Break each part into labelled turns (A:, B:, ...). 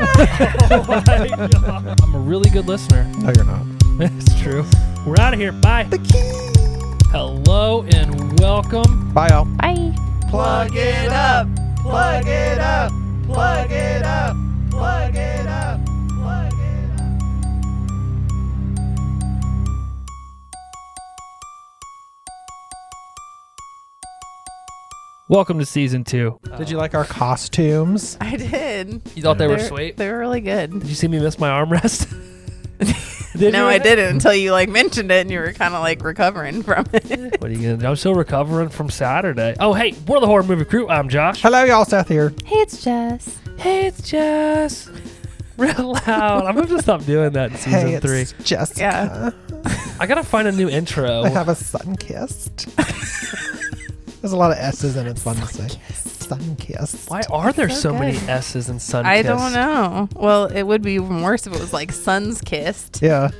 A: oh my God. I'm a really good listener.
B: No, you're not.
A: That's true. We're out of here. Bye. Hello and welcome.
B: Bye, y'all.
C: Bye.
B: Plug it up. Plug it up. Plug it up. Plug it up. Plug it up.
A: Welcome to season two.
B: Did you like our costumes?
D: I did.
A: You thought they were
D: They're-
A: sweet?
D: They were really good.
A: Did you see me miss my armrest? Did
D: No,
A: you?
D: I didn't until you like mentioned it and you were kind of like recovering from it.
A: What are you gonna do? I'm still recovering from Saturday. Oh, hey, we're the horror movie crew. I'm Josh.
B: Hello, y'all. Seth here.
C: Hey, it's Jess.
A: Hey, it's Jess. Real loud. I'm gonna have to stop doing that in season
B: hey,
A: three.
B: it's Jessica.
D: Yeah.
A: I gotta find a new
B: I
A: intro.
B: have a sun kissed. There's a lot of S's in it. It's fun to say. Sun kissed.
A: Why are there so,
D: so
A: many
D: good.
A: S's in Sunkissed?
D: I don't know. Well, it would be even worse if it was like Sun's Kissed.
B: Yeah.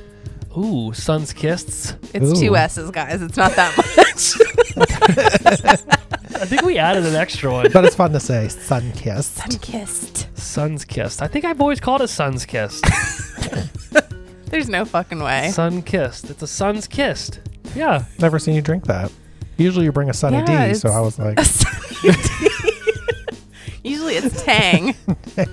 A: Ooh, Sun's Kissed.
D: It's
B: Ooh.
D: two S's, guys. It's not that much.
A: I think we added an extra one.
B: But it's fun to say. Sun kissed.
D: Sun Kissed.
A: Sun's Kissed. I think I've always called it Sun's Kissed.
D: There's no fucking way.
A: Sun Kissed. It's a Sun's Kissed. Yeah.
B: Never seen you drink that. Usually you bring a sunny
D: Yeah,
B: D, so
D: it's-
B: I was like,
D: Usually it's Tang.
B: uh,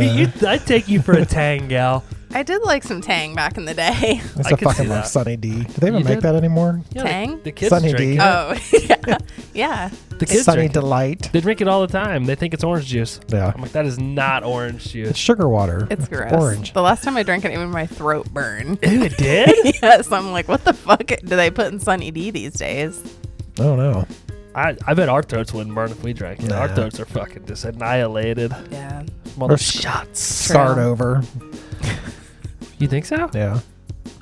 A: You- I'd take you for a tang, gal.
D: I did like some Tang back in the day.
B: I used
A: I
B: to
A: could
B: fucking
A: see
B: love
A: that.
B: Sunny D. Do they even
A: You
B: make
A: did?
B: that anymore?
A: Yeah, the-
D: Tang?
A: The, kids
B: Sunny
A: drink
B: D.
A: it.
D: Oh, yeah. Yeah.
A: The kids
B: sunny
A: drink it.
B: Delight.
A: They drink it all the time. They think it's orange juice.
B: Yeah.
A: I'm like, that is not orange
B: It's
A: juice.
B: sugar water.
D: It's gross.
B: Orange.
D: The last time I drank it, it made my throat burn.
A: Ew, it did?
D: yes, I'm like, what the fuck do they put in Sunny D these days?
B: Oh no.
A: I, I bet our throats wouldn't burn if we drank it. Our
B: Nah.
A: throats are fucking just annihilated.
D: Yeah.
A: Mother
B: sc-
A: shots.
B: Start over.
A: You think so?
B: Yeah.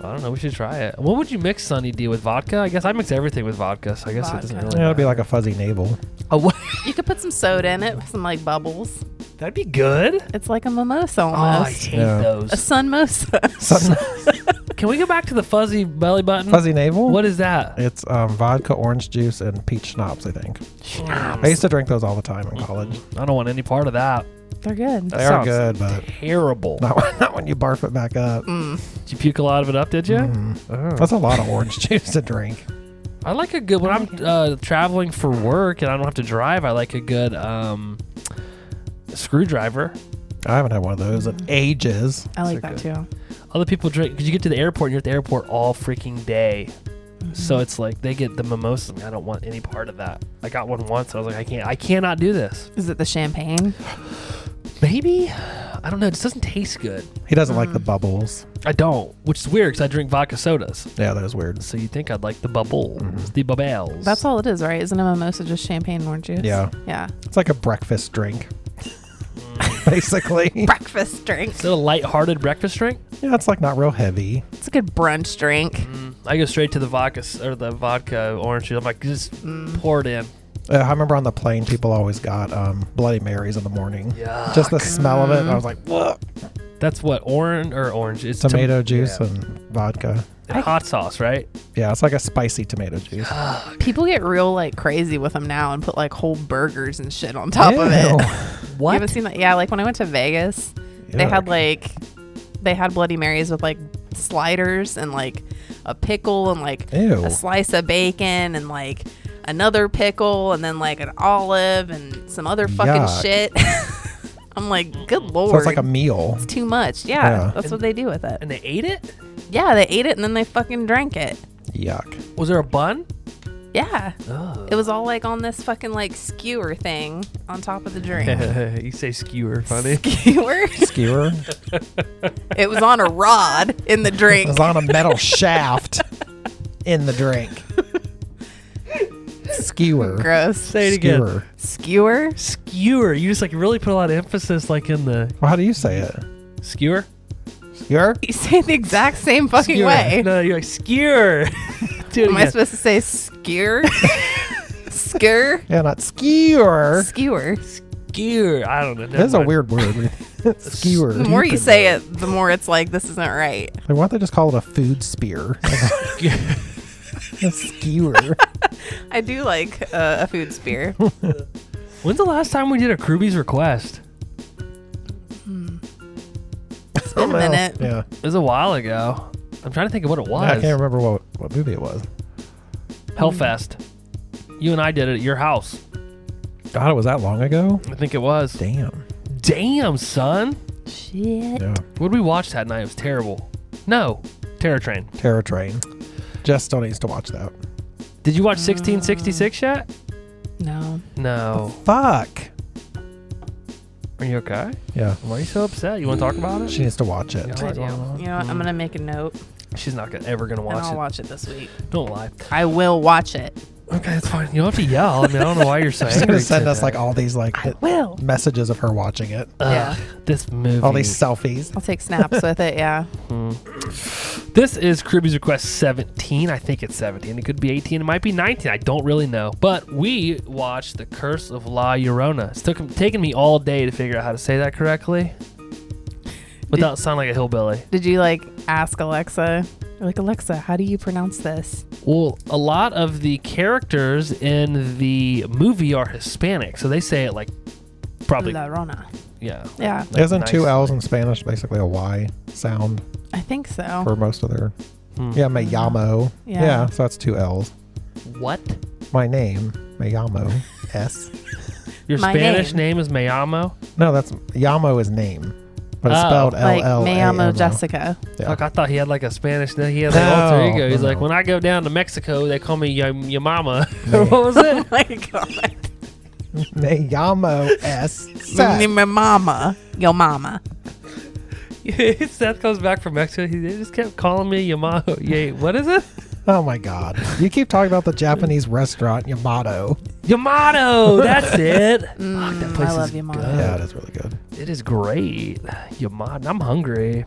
A: I don't know. We should try it. What would you mix Sunny D with vodka? I guess I mix everything with vodka, so I guess it doesn't
D: Vodka.
A: really.
B: Yeah, it'd be
A: matter.
B: like a fuzzy navel.
A: Oh, what?
D: You could put some soda in it, some like bubbles.
A: That'd be good.
D: It's like a mimosa
A: Oh, I
D: almost.
A: hate
B: Yeah.
D: a
A: those.
D: sunmosa.
B: Sun-
A: Can we go back to the fuzzy belly button?
B: fuzzy navel?
A: What is that?
B: It's um, vodka, orange juice, and peach schnapps. I think. I
A: Mm,
B: used to drink those all the time in college.
A: I don't want any part of that.
D: They're good.
A: That
B: They are
A: sounds
B: good, but
A: Terrible.
B: not when, not when you barf it back up.
D: Mm.
A: Did you puke a lot of it up? Did you?
B: Mm.
A: Oh.
B: That's a lot of orange juice to drink.
A: I like a good when I'm uh, traveling for work and I don't have to drive. I like a good um, screwdriver.
B: I haven't had one of those in ages.
D: I like
A: They're
D: that too.
A: Other people drink because you get to the airport. and You're at the airport all freaking day, so it's like they get the mimosa. I don't want any part of that. I got one once. I was like, I can't. I cannot do this.
D: Is it the champagne?
A: Maybe I don't know. It just doesn't taste good.
B: He doesn't like the
D: Mm.
B: bubbles.
A: I don't, which is weird because I drink vodka sodas.
B: Yeah, that is weird.
A: So you think I'd like the bubbles, the bubbles?
D: That's all it is, right? Isn't a mimosa just champagne and orange juice?
B: Yeah.
D: Yeah.
B: It's like a breakfast drink, basically.
D: Breakfast drink.
A: Is it a lighthearted breakfast drink?
B: yeah, it's like not real heavy.
D: It's a good brunch drink.
A: I go straight to the vodka s- or the vodka orange juice. I'm like, just pour it in.
B: Uh, I remember on the plane, people always got um, Bloody Marys in the morning.
A: Yeah.
B: Just the smell of it. I was like, "Whoa!"
A: That's what orange or orange. It's tom-
B: Tomato juice
A: yeah.
B: and vodka.
A: and hot sauce, right?
B: Yeah, it's like a spicy tomato juice.
D: People get real like crazy with them now and put like whole burgers and shit on top of it.
B: Ew.
D: You haven't seen that? Yeah, like when I went to Vegas, they had
B: Yuck.
D: like they had Bloody Marys with like sliders and like a pickle and like
B: Ew.
D: a slice of bacon and like another pickle and then like an olive and some other fucking
B: Yuck.
D: shit. I'm like, good lord.
B: So it's like a meal.
D: It's too much. Yeah,
B: Yeah.
D: that's what they do with it.
A: And they ate it.
D: Yeah, they ate it and then they fucking drank it.
B: Yuck.
A: Was there a bun?
D: Yeah.
A: Oh.
D: It was all like on this fucking like skewer thing on top of the drink.
A: you say skewer, funny.
D: skewer?
B: Skewer.
D: it was on a rod in the
B: It
D: drink.
B: was on a metal shaft in the drink. Skewer.
D: Gross.
A: say it again.
B: Skewer.
D: Skewer?
A: Skewer. You just like really put a lot of emphasis, like in the
B: Well, how do you say it?
A: Skewer?
B: You're
D: You say it the exact same fucking
A: Skewer.
D: way.
A: No, you're like skewer. Do it
D: Am I
A: again.
D: supposed to say skewer? Skewer?
B: yeah, not skewer.
D: Skewer.
A: skewer. I don't know.
B: That is
A: Never
B: a
A: mind.
B: weird word. skewer.
D: The more you say it, the more it's like this isn't right.
B: Like, why don't they just call it a food spear? a skewer.
D: I do like uh, a food spear.
A: Oh, When's the last time we did a Kruby's request?
D: It's been a
B: Well,
D: minute.
B: Yeah.
A: It was a while ago. I'm trying to think of what it was.
B: I can't remember what, what movie it was.
A: Hellfest. You and I did it at your house.
B: God, it was that long ago?
A: I think it was.
B: Damn.
A: Damn, son.
E: Shit.
B: Yeah.
A: What did we watch that night? It was terrible. No. Terror Train.
B: Terror Train. Jess still needs to watch that.
A: Did you watch 1666 yet?
D: No.
A: No.
B: Fuck.
A: Are you okay?
B: Yeah.
A: Why are you so upset? You want to talk about it?
B: She needs to watch it.
A: Yeah.
D: I do. You know what? I'm going to make a note
A: She's not gonna, ever going to
D: and
A: watch
D: I'll
A: it.
D: watch it this week.
A: Don't lie.
D: I will watch it.
A: Okay, that's fine. You don't have to yell. I mean, I don't know why you're so
B: She's
A: angry.
B: gonna send
A: today.
B: us like all these like hit-
D: Will.
B: messages of her watching it.
A: Ugh,
D: Yeah.
A: This movie.
B: All these selfies.
D: I'll take snaps with it, yeah.
A: This is Kirby's Request 17. I think it's 17. It could be 18. It might be 19. I don't really know. But we watched The Curse of La Llorona. It's took, taken me all day to figure out how to say that correctly without sounding like a hillbilly.
D: Did you like ask Alexa? Like, Alexa, how do you pronounce this?
A: Well, a lot of the characters in the movie are Hispanic, so they say it like probably,
D: La Rona.
A: yeah.
D: Yeah,
A: like,
B: Isn't two
A: nice.
B: L's in Spanish basically a Y sound
D: I think so.
B: for most of their?
A: Hmm.
B: Yeah, Mayamo.
D: Oh. Yeah.
B: Yeah. so that's two L's.
A: What?
B: My name, Mayamo. S.
A: Your
D: My
A: Spanish
D: name.
A: name, is Mayamo?
B: No, that's Yamo is name, but it's
A: Oh.
B: spelled L
D: like,
B: L A M O.
D: Mayamo Jessica.
B: Yeah.
A: Fuck, I thought he had like a Spanish name. He had like alter
B: No,
A: ego. He's
B: no.
A: like, when I go down to Mexico, they call me your, your mama. what was it?
D: Oh My God.
B: Mayamo S. Seth.
D: My mama. Your mama.
A: Seth comes back from Mexico. He they just kept calling me Yamato. Yeah, what is it?
B: Oh my God! You keep talking about the Japanese restaurant Yamato.
A: Yamato. That's it. Fuck, that
D: Mm,
A: place
D: I love
A: is
D: Yamato.
A: good.
B: Yeah, it is really good.
A: It is great. Yamad. I'm hungry.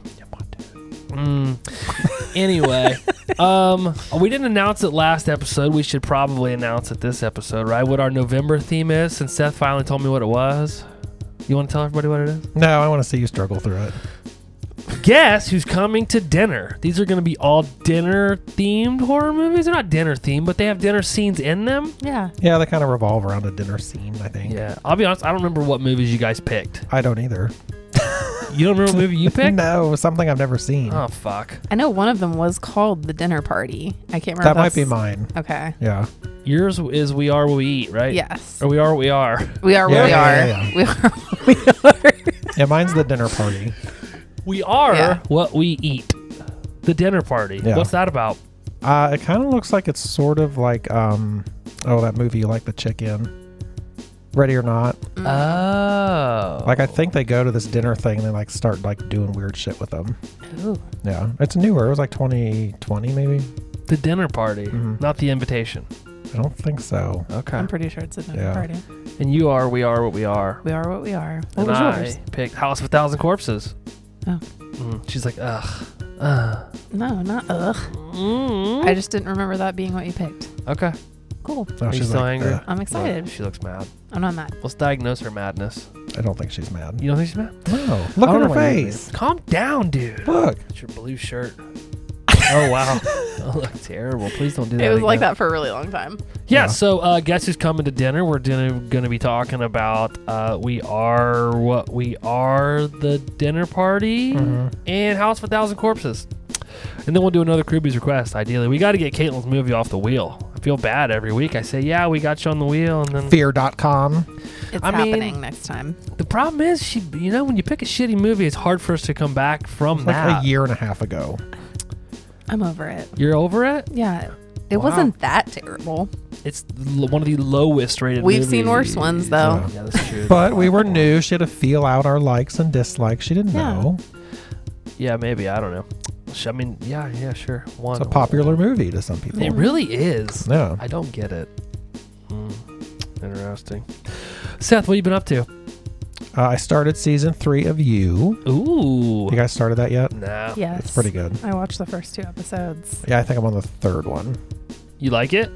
A: Mm. Anyway, um, we didn't announce it last episode. We should probably announce it this episode, right? What our November theme is, since Seth finally told me what it was. You want to tell everybody what it is?
B: No, I want to see you struggle through it.
A: Guess who's coming to dinner? These are going to be all dinner themed horror movies. They're not dinner themed, but they have dinner scenes in them.
D: Yeah.
B: Yeah, they kind of revolve around a dinner scene. I think.
A: Yeah, I'll be honest. I don't remember what movies you guys picked.
B: I don't either.
A: You don't remember what movie you picked?
B: No, something I've never seen.
A: Oh fuck!
D: I know one of them was called The Dinner Party. I can't remember.
B: that
D: if
B: might be
D: that's-
B: mine.
D: Okay.
B: Yeah.
A: Yours is We Are What We Eat, right? Oh.
D: Yes.
A: Or We Are What We Are.
D: We are
B: Yeah,
D: where
B: yeah,
D: we are. We are where we are.
B: Yeah, mine's the dinner party.
A: We are
D: Yeah.
A: what we eat. The dinner party.
B: Yeah.
A: What's that about?
B: Uh, it kind of looks like it's sort of like um, oh, that movie you like the chicken. Ready or not?
D: Mm.
A: Oh.
B: Like I think they go to this dinner thing and they like start like doing weird shit with them. Yeah, it's newer. It was like 2020 maybe.
A: the dinner party,
B: Mhm.
A: not the invitation.
B: I don't think so.
A: Okay.
D: I'm pretty sure it's a dinner
B: Yeah.
D: party.
A: And you are we are what we are.
D: We are what we are. What
A: and
D: was
A: I
D: yours?
A: picked House of a Thousand Corpses.
D: Oh.
A: Mm, She's like, ugh. Uh.
D: No, not ugh.
A: Mm.
D: I just didn't remember that being what you picked.
A: okay.
D: Cool.
B: No,
A: Are you
B: she's
A: still
B: like,
A: angry?
B: "Ugh."
D: I'm excited.
A: Look, she looks mad.
D: I'm not mad.
A: Let's diagnose her madness.
B: uh, I don't think she's mad.
A: You don't think she's mad?
B: No, look
A: I
B: at
A: don't
B: her
A: know why you're
B: face.
A: mad. Calm down, dude.
B: Look,
A: It's your blue shirt. oh wow. Oh, look terrible. Please don't do that.
D: It was like
A: again.
D: that for a really long time.
A: Yeah,
B: Yeah.
A: so uh, guess who's coming to dinner? We're dinner, gonna be talking about uh, we are what we are the dinner party
B: Mm-hmm.
A: and House of a Thousand Corpses, and then we'll do another Kruby's request. Ideally, we got to get Caitlin's movie off the wheel. I feel bad every week. I say, yeah, we got you on the wheel, and then
B: fear.com.
D: It's
A: I mean-
D: happening next time.
A: the problem is she, you know, when you pick a shitty movie, it's hard for us to come back from
B: Like
A: that.
B: a year and a half ago.
D: I'm over it.
A: You're over it.
D: Yeah. It
A: Wow.
D: wasn't that terrible.
A: It's l- one of the lowest rated.
D: We've seen
A: movies.
D: worse ones, though.
A: Yeah, that's true.
B: But we were new. She had to feel out our likes and dislikes. She didn't
D: Yeah.
B: know.
A: Yeah, maybe. I don't know. Sh- I mean, yeah, yeah, sure. One.
B: It's a popular movie to some people.
A: It really is.
B: Yeah.
A: I don't get it. Hmm. Interesting. Seth, what have you been up to?
B: Uh, I started season three of You.
A: Ooh.
B: You guys started that yet?
A: Nah.
D: Yes.
B: It's pretty good.
D: I watched the first two episodes.
B: Yeah, I think I'm on the third one.
A: You like it?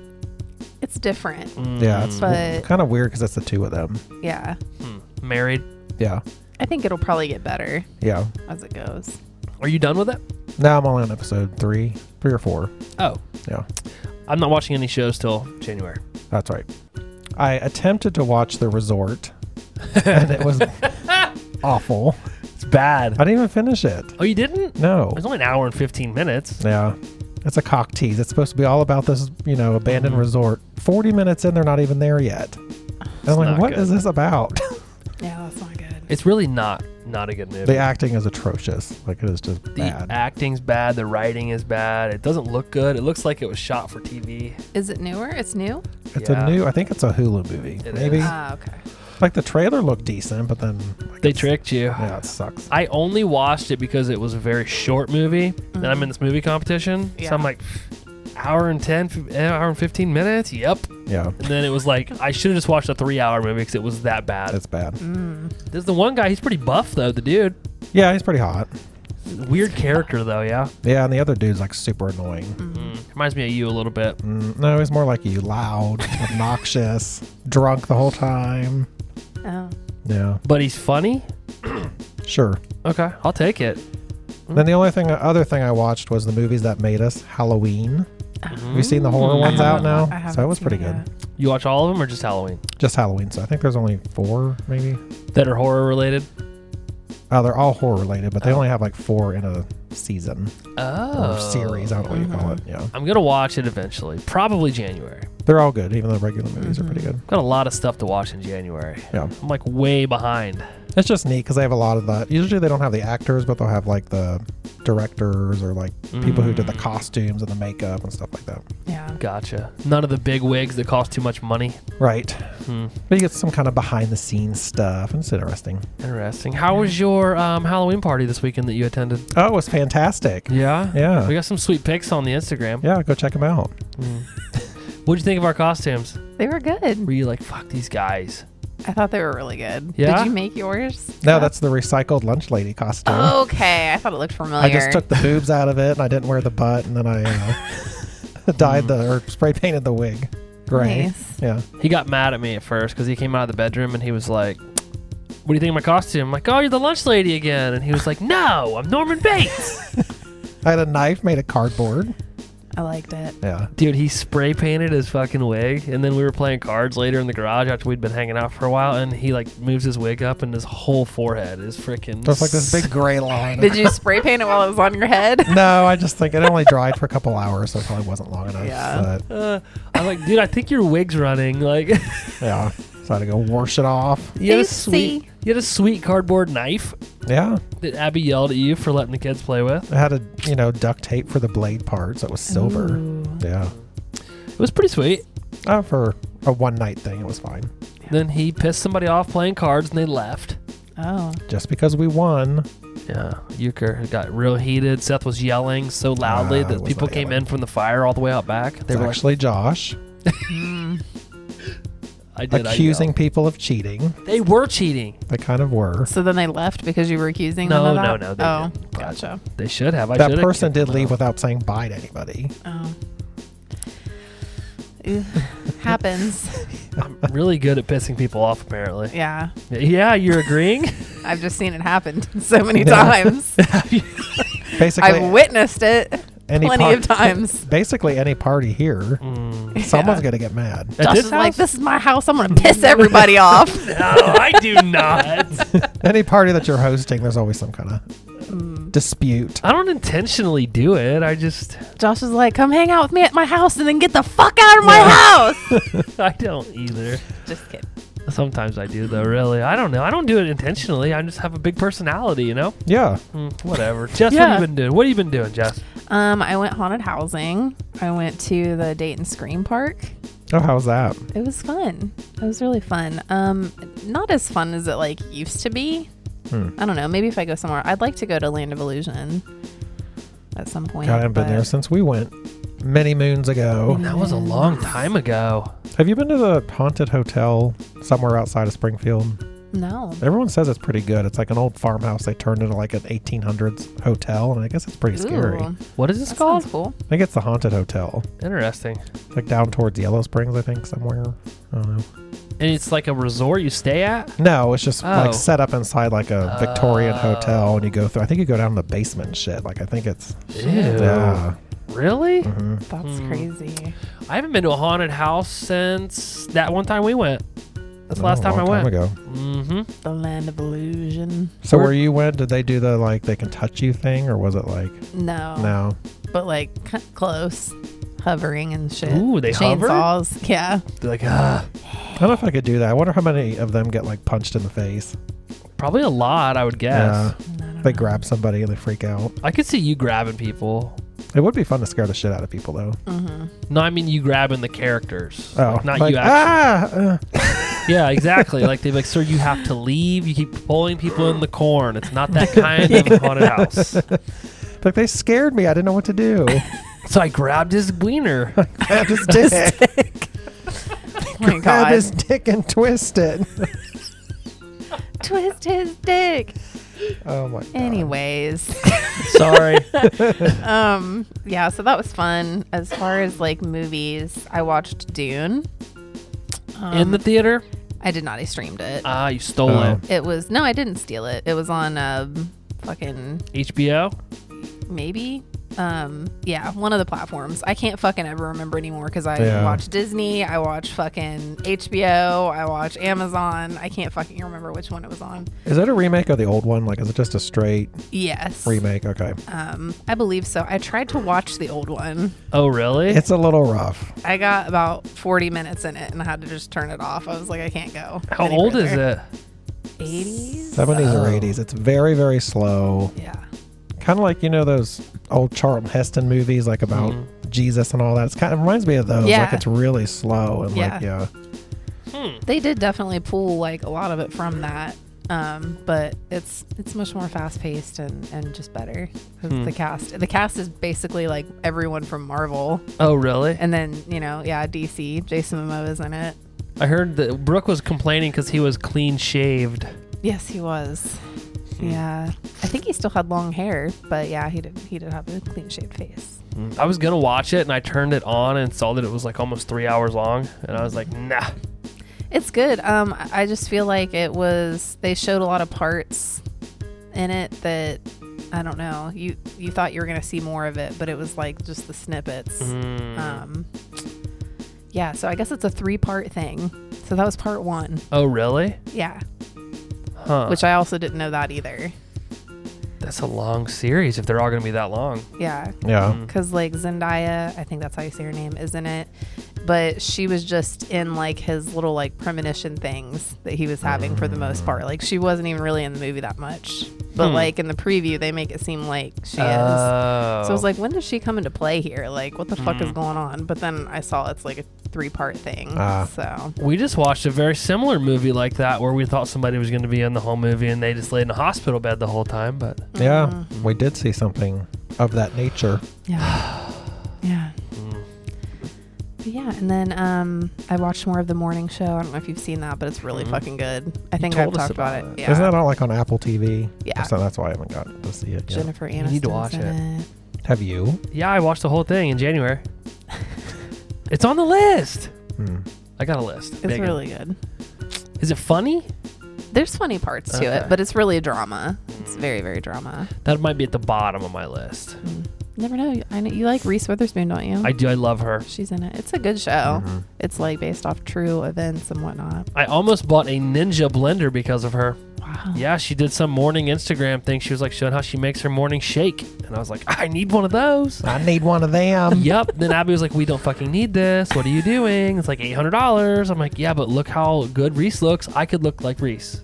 D: It's different.
B: Yeah,
A: Mm.
B: it's
D: But-
B: kind of weird because that's the two of them.
D: Yeah.
A: Hmm. Married.
B: Yeah,
D: I think it'll probably get better
B: yeah.
D: as it goes.
A: Are you done with it?
B: Now I'm only on episode three, three or four.
A: Oh.
B: Yeah,
A: I'm not watching any shows till January.
B: that's right. I attempted to watch The Resort, and it was awful.
A: It's bad.
B: I didn't even finish it.
A: Oh, you didn't?
B: No.
A: It's only an hour and 15 minutes.
B: Yeah. It's a cock tease. It's supposed to be all about this, you know, abandoned
A: Mm-hmm.
B: resort. 40 minutes in, they're not even there yet. And I'm like,
A: not
B: what is
A: good.
B: this about?
D: Yeah, that's not good.
A: It's really not not a good movie.
B: the acting is atrocious. Like, it is just
A: The
B: bad.
A: acting's bad. The writing is bad. It doesn't look good. It looks like it was shot for TV.
D: Is it newer? It's new?
B: it's
A: yeah.
B: a new, I think it's a Hulu movie.
A: It
B: maybe.
A: is.
D: Ah, okay.
B: Like, the trailer looked decent, but then. like,
A: They
B: it's-
A: tricked you.
B: Yeah, it sucks.
A: I only watched it because it was a very short movie, and I'm in this movie competition. So I'm
F: Yeah.
A: like, hour and 10, f- eh, hour and 15 minutes? Yep.
B: Yeah,
A: And then it was like, I should have just watched a three hour movie because it was that bad.
B: it's bad.
A: Mm. There's the one guy, he's pretty buff, though, the dude.
B: Yeah, he's pretty hot.
A: Weird character, though, yeah.
B: Yeah, and the other dude's like super annoying.
D: Mm-hmm.
A: Mm, Reminds me of you a little bit.
B: Mm, no, he's more like you loud, obnoxious, drunk the whole time.
D: Oh.
B: Yeah,
A: But he's funny?
B: sure.
A: Okay, I'll take it.
D: Mm.
B: Then the only thing, other thing I watched was the movies that made us Halloween. Have you seen the horror ones out now?
D: uh-huh. Mm. I haven't
B: so it was
D: seen
B: pretty
D: it
B: good.
A: You watch all of them or just Halloween?
B: Just Halloween. So I think there's only four, maybe.
A: That are horror related?
B: Uh, they're all horror related, but they
D: Oh.
B: only have like four in a season
A: Oh.
B: or series. I don't know what you call
D: Mm-hmm.
B: it. Yeah,
A: I'm going to watch it eventually. Probably January.
B: they're all good. Even the regular movies are pretty
D: Mm-hmm.
B: good.
A: Got a lot of stuff to watch in January.
B: Yeah,
A: I'm like way behind.
B: it's just neat because they have a lot of the. Usually they don't have the actors, but they'll have like the directors or like people who
D: Mm.
B: did the costumes and the makeup and stuff like that.
D: Yeah.
A: Mm. Gotcha. None of the big wigs that cost too much money. Hmm.
B: Right. But you get some kind of behind the scenes stuff, and it's interesting.
A: Interesting. How was your um, Halloween party this weekend that you attended?
B: Oh, it was fantastic.
A: Yeah.
B: Yeah.
A: We got some sweet pics on the Instagram. Hmm.
B: Yeah, go check them out.
A: What'd you think of our costumes?
D: They were
A: Were
D: good.
A: you like, fuck these guys?
D: I thought they were really good.
A: Yeah?
D: Did you make yours? Oh,
B: No, that's the recycled lunch lady costume.
F: Oh, Okay, I thought it looked familiar.
B: I just took the boobs out of it and I didn't wear the butt and then I uh, dyed the or spray painted the wig gray.
D: Nice.
B: Yeah.
A: He got mad at me at first because he came out of the bedroom and he was like, What do you think of my costume? I'm like, Oh, you're the lunch lady again. And he was like, No, I'm Norman Bates.
B: I had a knife made of cardboard.
D: I liked it.
B: Yeah.
A: Dude, he spray painted his fucking wig. And then we were playing cards later in the garage after we'd been hanging out for a while. And he like moves his wig up and his whole forehead is freaking.
B: Just like this big gray line.
F: Did you spray paint it while it was on your head?
B: no, I just think it only dried for a couple hours, so it probably wasn't long enough.
F: Yeah.
B: But
A: Uh, I'm like, dude, I think your wig's running. Like,
B: yeah. So I had to go wash it off.
A: you had a
D: Oopsie.
A: sweet, you had a sweet cardboard knife
B: Yeah.
A: that Abby yelled at you for letting the kids play with.
B: I had a you know, duct tape for the blade part, so it was silver. Yeah.
A: It was pretty sweet.
B: Uh, for a one night thing, it was fine.
A: Then he pissed somebody off playing cards and they left.
D: Oh.
B: Just because we won,
A: Yeah, Euchre got real heated. Seth was yelling so loudly
B: Ah, I
A: that
B: was
A: people
B: not
A: came
B: yelling.
A: in from the fire all the way out back. They
B: it's
A: were
B: actually Josh
A: like, I did. I
B: accusing
A: yelled.
B: people of cheating.
A: They were cheating.
B: They kind of were.
D: So then they left because you were accusing
A: No,
D: them of
A: no,
D: that?
A: no, they
D: oh,
A: didn't. But-
D: gotcha.
A: They should have. I
B: that
A: should've
B: person
A: kicked them
B: did leave
A: out.
B: without saying bye to anybody.
D: Oh. Ugh. Happens.
A: I'm really good at pissing people off, apparently.
D: Yeah.
A: Yeah, you're agreeing.
D: I've just seen it happen so many times.
B: Basically,
D: I've witnessed it
B: any
D: plenty
B: par-
D: of times.
B: Basically, any party here,
A: Mm. Hmm.
B: someone's gonna get mad.
A: At
D: Josh
A: this
D: is like,
A: house?
D: this is my house. I'm going to piss everybody off.
A: No, I do not.
B: any party that you're hosting, there's always some kind of
D: Mm.
B: dispute.
A: I don't intentionally do it. I just
D: Josh is like, come hang out with me at my house and then get the fuck out of my house.
A: I don't either.
D: just kidding.
A: Sometimes I do though, really. I don't know. I don't do it intentionally. I just have a big personality, you know?
B: Yeah,
A: Mm, whatever. Jess, what
D: Yeah.
A: have you been doing? What have you been doing, Jess?
D: Um, I went haunted housing. I went to the Dayton Scream Park.
B: oh, how's that?
D: It was fun. It was really fun. Um, not as fun as it like used to be.
B: Hmm.
D: I don't know. Maybe if I go somewhere, I'd like to go to Land of Illusion at some point.
B: God, I haven't been
D: but-
B: there since we went many moons ago.
A: That was a long time ago.
B: Have you been to the haunted hotel somewhere outside of Springfield?
D: No.
B: Everyone says it's pretty good. It's like an old farmhouse they turned into like an 1800s hotel, and I guess it's pretty scary.
D: Ooh,
A: What is this
D: that
A: called?
D: sounds cool.
B: I think it's the haunted hotel,
A: Interesting.
B: It's like down towards Yellow Springs, I think somewhere. I don't know.
A: And it's like a resort you stay at.
B: No, it's just
A: Oh.
B: like set up inside like a Victorian
A: Oh.
B: hotel, and you go through. I think you go down in the basement and shit. Like I think it's
A: Ew.
B: yeah.
A: Really?
B: mhm.
D: That's
A: Hmm.
D: crazy.
A: I haven't been to a haunted house since that one time we went. That's the
B: No,
A: last
B: Oh, a
A: time I
B: long
A: went.
B: ago.
A: Mm-hmm.
D: The land of illusion.
B: So
A: Where-
B: where you went, did they do the like they can touch you thing, or was it like
D: No.
A: Oh.
B: no?
D: But like c- close, hovering and shit.
A: Ooh, they hover?
D: Chainsaws. Yeah.
A: They're like, ah.
B: I don't know if I could do that. I wonder how many of them get like punched in the face.
A: Probably a lot, I would guess.
D: I don't
B: They
D: know.
B: grab somebody and they freak out.
A: I could see you grabbing people.
B: It would be fun to scare the shit out of people though.
D: Mm-hmm.
A: No, I mean you grabbing the characters.
B: Oh,
A: Like, not
B: like,
A: you actually.
B: Ah, uh,
A: Yeah, exactly. like they're like, sir, you have to leave. You keep pulling people in the corn. It's not that kind of haunted house.
B: like they scared me. I didn't know what to do.
A: So I grabbed his wiener.
B: Grab his dick.
D: Oh my
B: Grab
D: god.
B: his dick and twist it.
D: Twist his dick.
B: Oh my. God.
D: Anyways.
A: Sorry.
D: um yeah so that was fun as far as like movies i watched dune um,
A: in the theater?
D: i did not i streamed it
A: Ah, you stole
B: Oh.
A: it.
D: it was no i didn't steal it it was on um fucking
A: HBO?
D: maybe um yeah one of the platforms i can't fucking ever remember anymore because i
B: Yeah.
D: watch disney i watch fucking hbo i watch amazon i can't fucking remember which one it was on
B: Is that a remake of the old one? Like, is it just a straight
D: yes
B: remake? Okay.
D: um i believe so i tried to watch the old one
A: Oh, really?
B: It's a little rough.
D: I got about 40 minutes in it and I had to just turn it off. I was like, I can't go.
A: How old is it?
D: 80s?
B: 70s or 80s. It's very, very slow.
D: Yeah.
B: Kind of like, you know, those old Charlton Heston movies, like about
A: Mm-hmm.
B: Jesus and all that. It's kind of reminds me of those. Like,
D: Yeah.
B: it's really slow. And, like, yeah.
D: They did definitely pull like a lot of it from that. Um, but it's it's much more fast paced and, and just better. 'Cause The cast the cast is basically like everyone from Marvel,
A: Oh, really?
D: and then you know yeah DC Jason Momoa's in it.
A: I heard that Brooke was complaining because he was clean shaved.
D: Yes, he was. Yeah, I think he still had long hair, but yeah, he did he did have a clean shaved face.
A: I was gonna watch it and I turned it on and saw that it was like almost three hours long, and I was like, nah.
D: It's good. Um, I- I just feel like it was they showed a lot of parts in it that I don't know. You you thought you were gonna see more of it, but it was like just the snippets.
A: Mm-hmm.
D: Um, yeah. So I guess it's a three part thing. So that was part one.
A: Oh, really?
D: Yeah.
A: Huh.
D: Which I also didn't know that either.
A: That's a long series if they're all gonna be that long. Mm.
D: Yeah.
B: Yeah.
D: Mm-hmm. Cause like Zendaya, I think that's how you say her name, isn't it? But she was just in like his little like premonition things that he was having for the most part. Like she wasn't even really in the movie that much. But
A: Hmm.
D: like in the preview, they make it seem like she is.
A: Oh. Hmm.
D: So I was like, when does she come into play here? Like, what the fuck is going on? But then I saw it's like a three part thing.
B: Ah.
D: so
A: we just watched a very similar movie like that where we thought somebody was gonna be in the whole movie and they just laid in a hospital bed the whole time. But
B: Yeah.
A: Mm-hmm.
B: We did see something of that nature.
D: yeah, yeah. But yeah, and then um, I watched more of the morning show. I don't know if you've seen that, but it's really fucking good. I think
A: Hmm.
D: I've
A: told us
D: talked about,
A: about
D: it. Yeah.
B: Isn't that all like on Apple TV?
D: Yeah.
B: So that's why I haven't got to see it yet.
D: Jennifer Aniston.
A: need to watch it.
B: Have you?
A: yeah, I watched the whole thing in January. it's on the list.
B: Hmm.
A: I got a list.
D: It's
A: Megan.
D: really good.
A: Is it funny?
D: There's funny parts to
A: Okay.
D: it, but it's really a drama. It's very, very drama.
A: That might be at the bottom of my list.
D: Never know. I know you like Reese Witherspoon, don't you?
A: I do. I love her.
D: She's in it. It's a good show.
A: Oh. Mm-hmm.
B: Mm-hmm.
D: It's like based off true events and whatnot.
A: I almost bought a Ninja blender because of her.
D: Wow.
A: Yeah, she did some morning Instagram thing. She was like showing how she makes her morning shake, and I was like, I need one of those.
B: I need one of them.
A: yep. Then Abby was like, We don't fucking need this. What are you doing? It's like eight hundred dollars. I'm like, Yeah, but look how good Reese looks. I could look like Reese.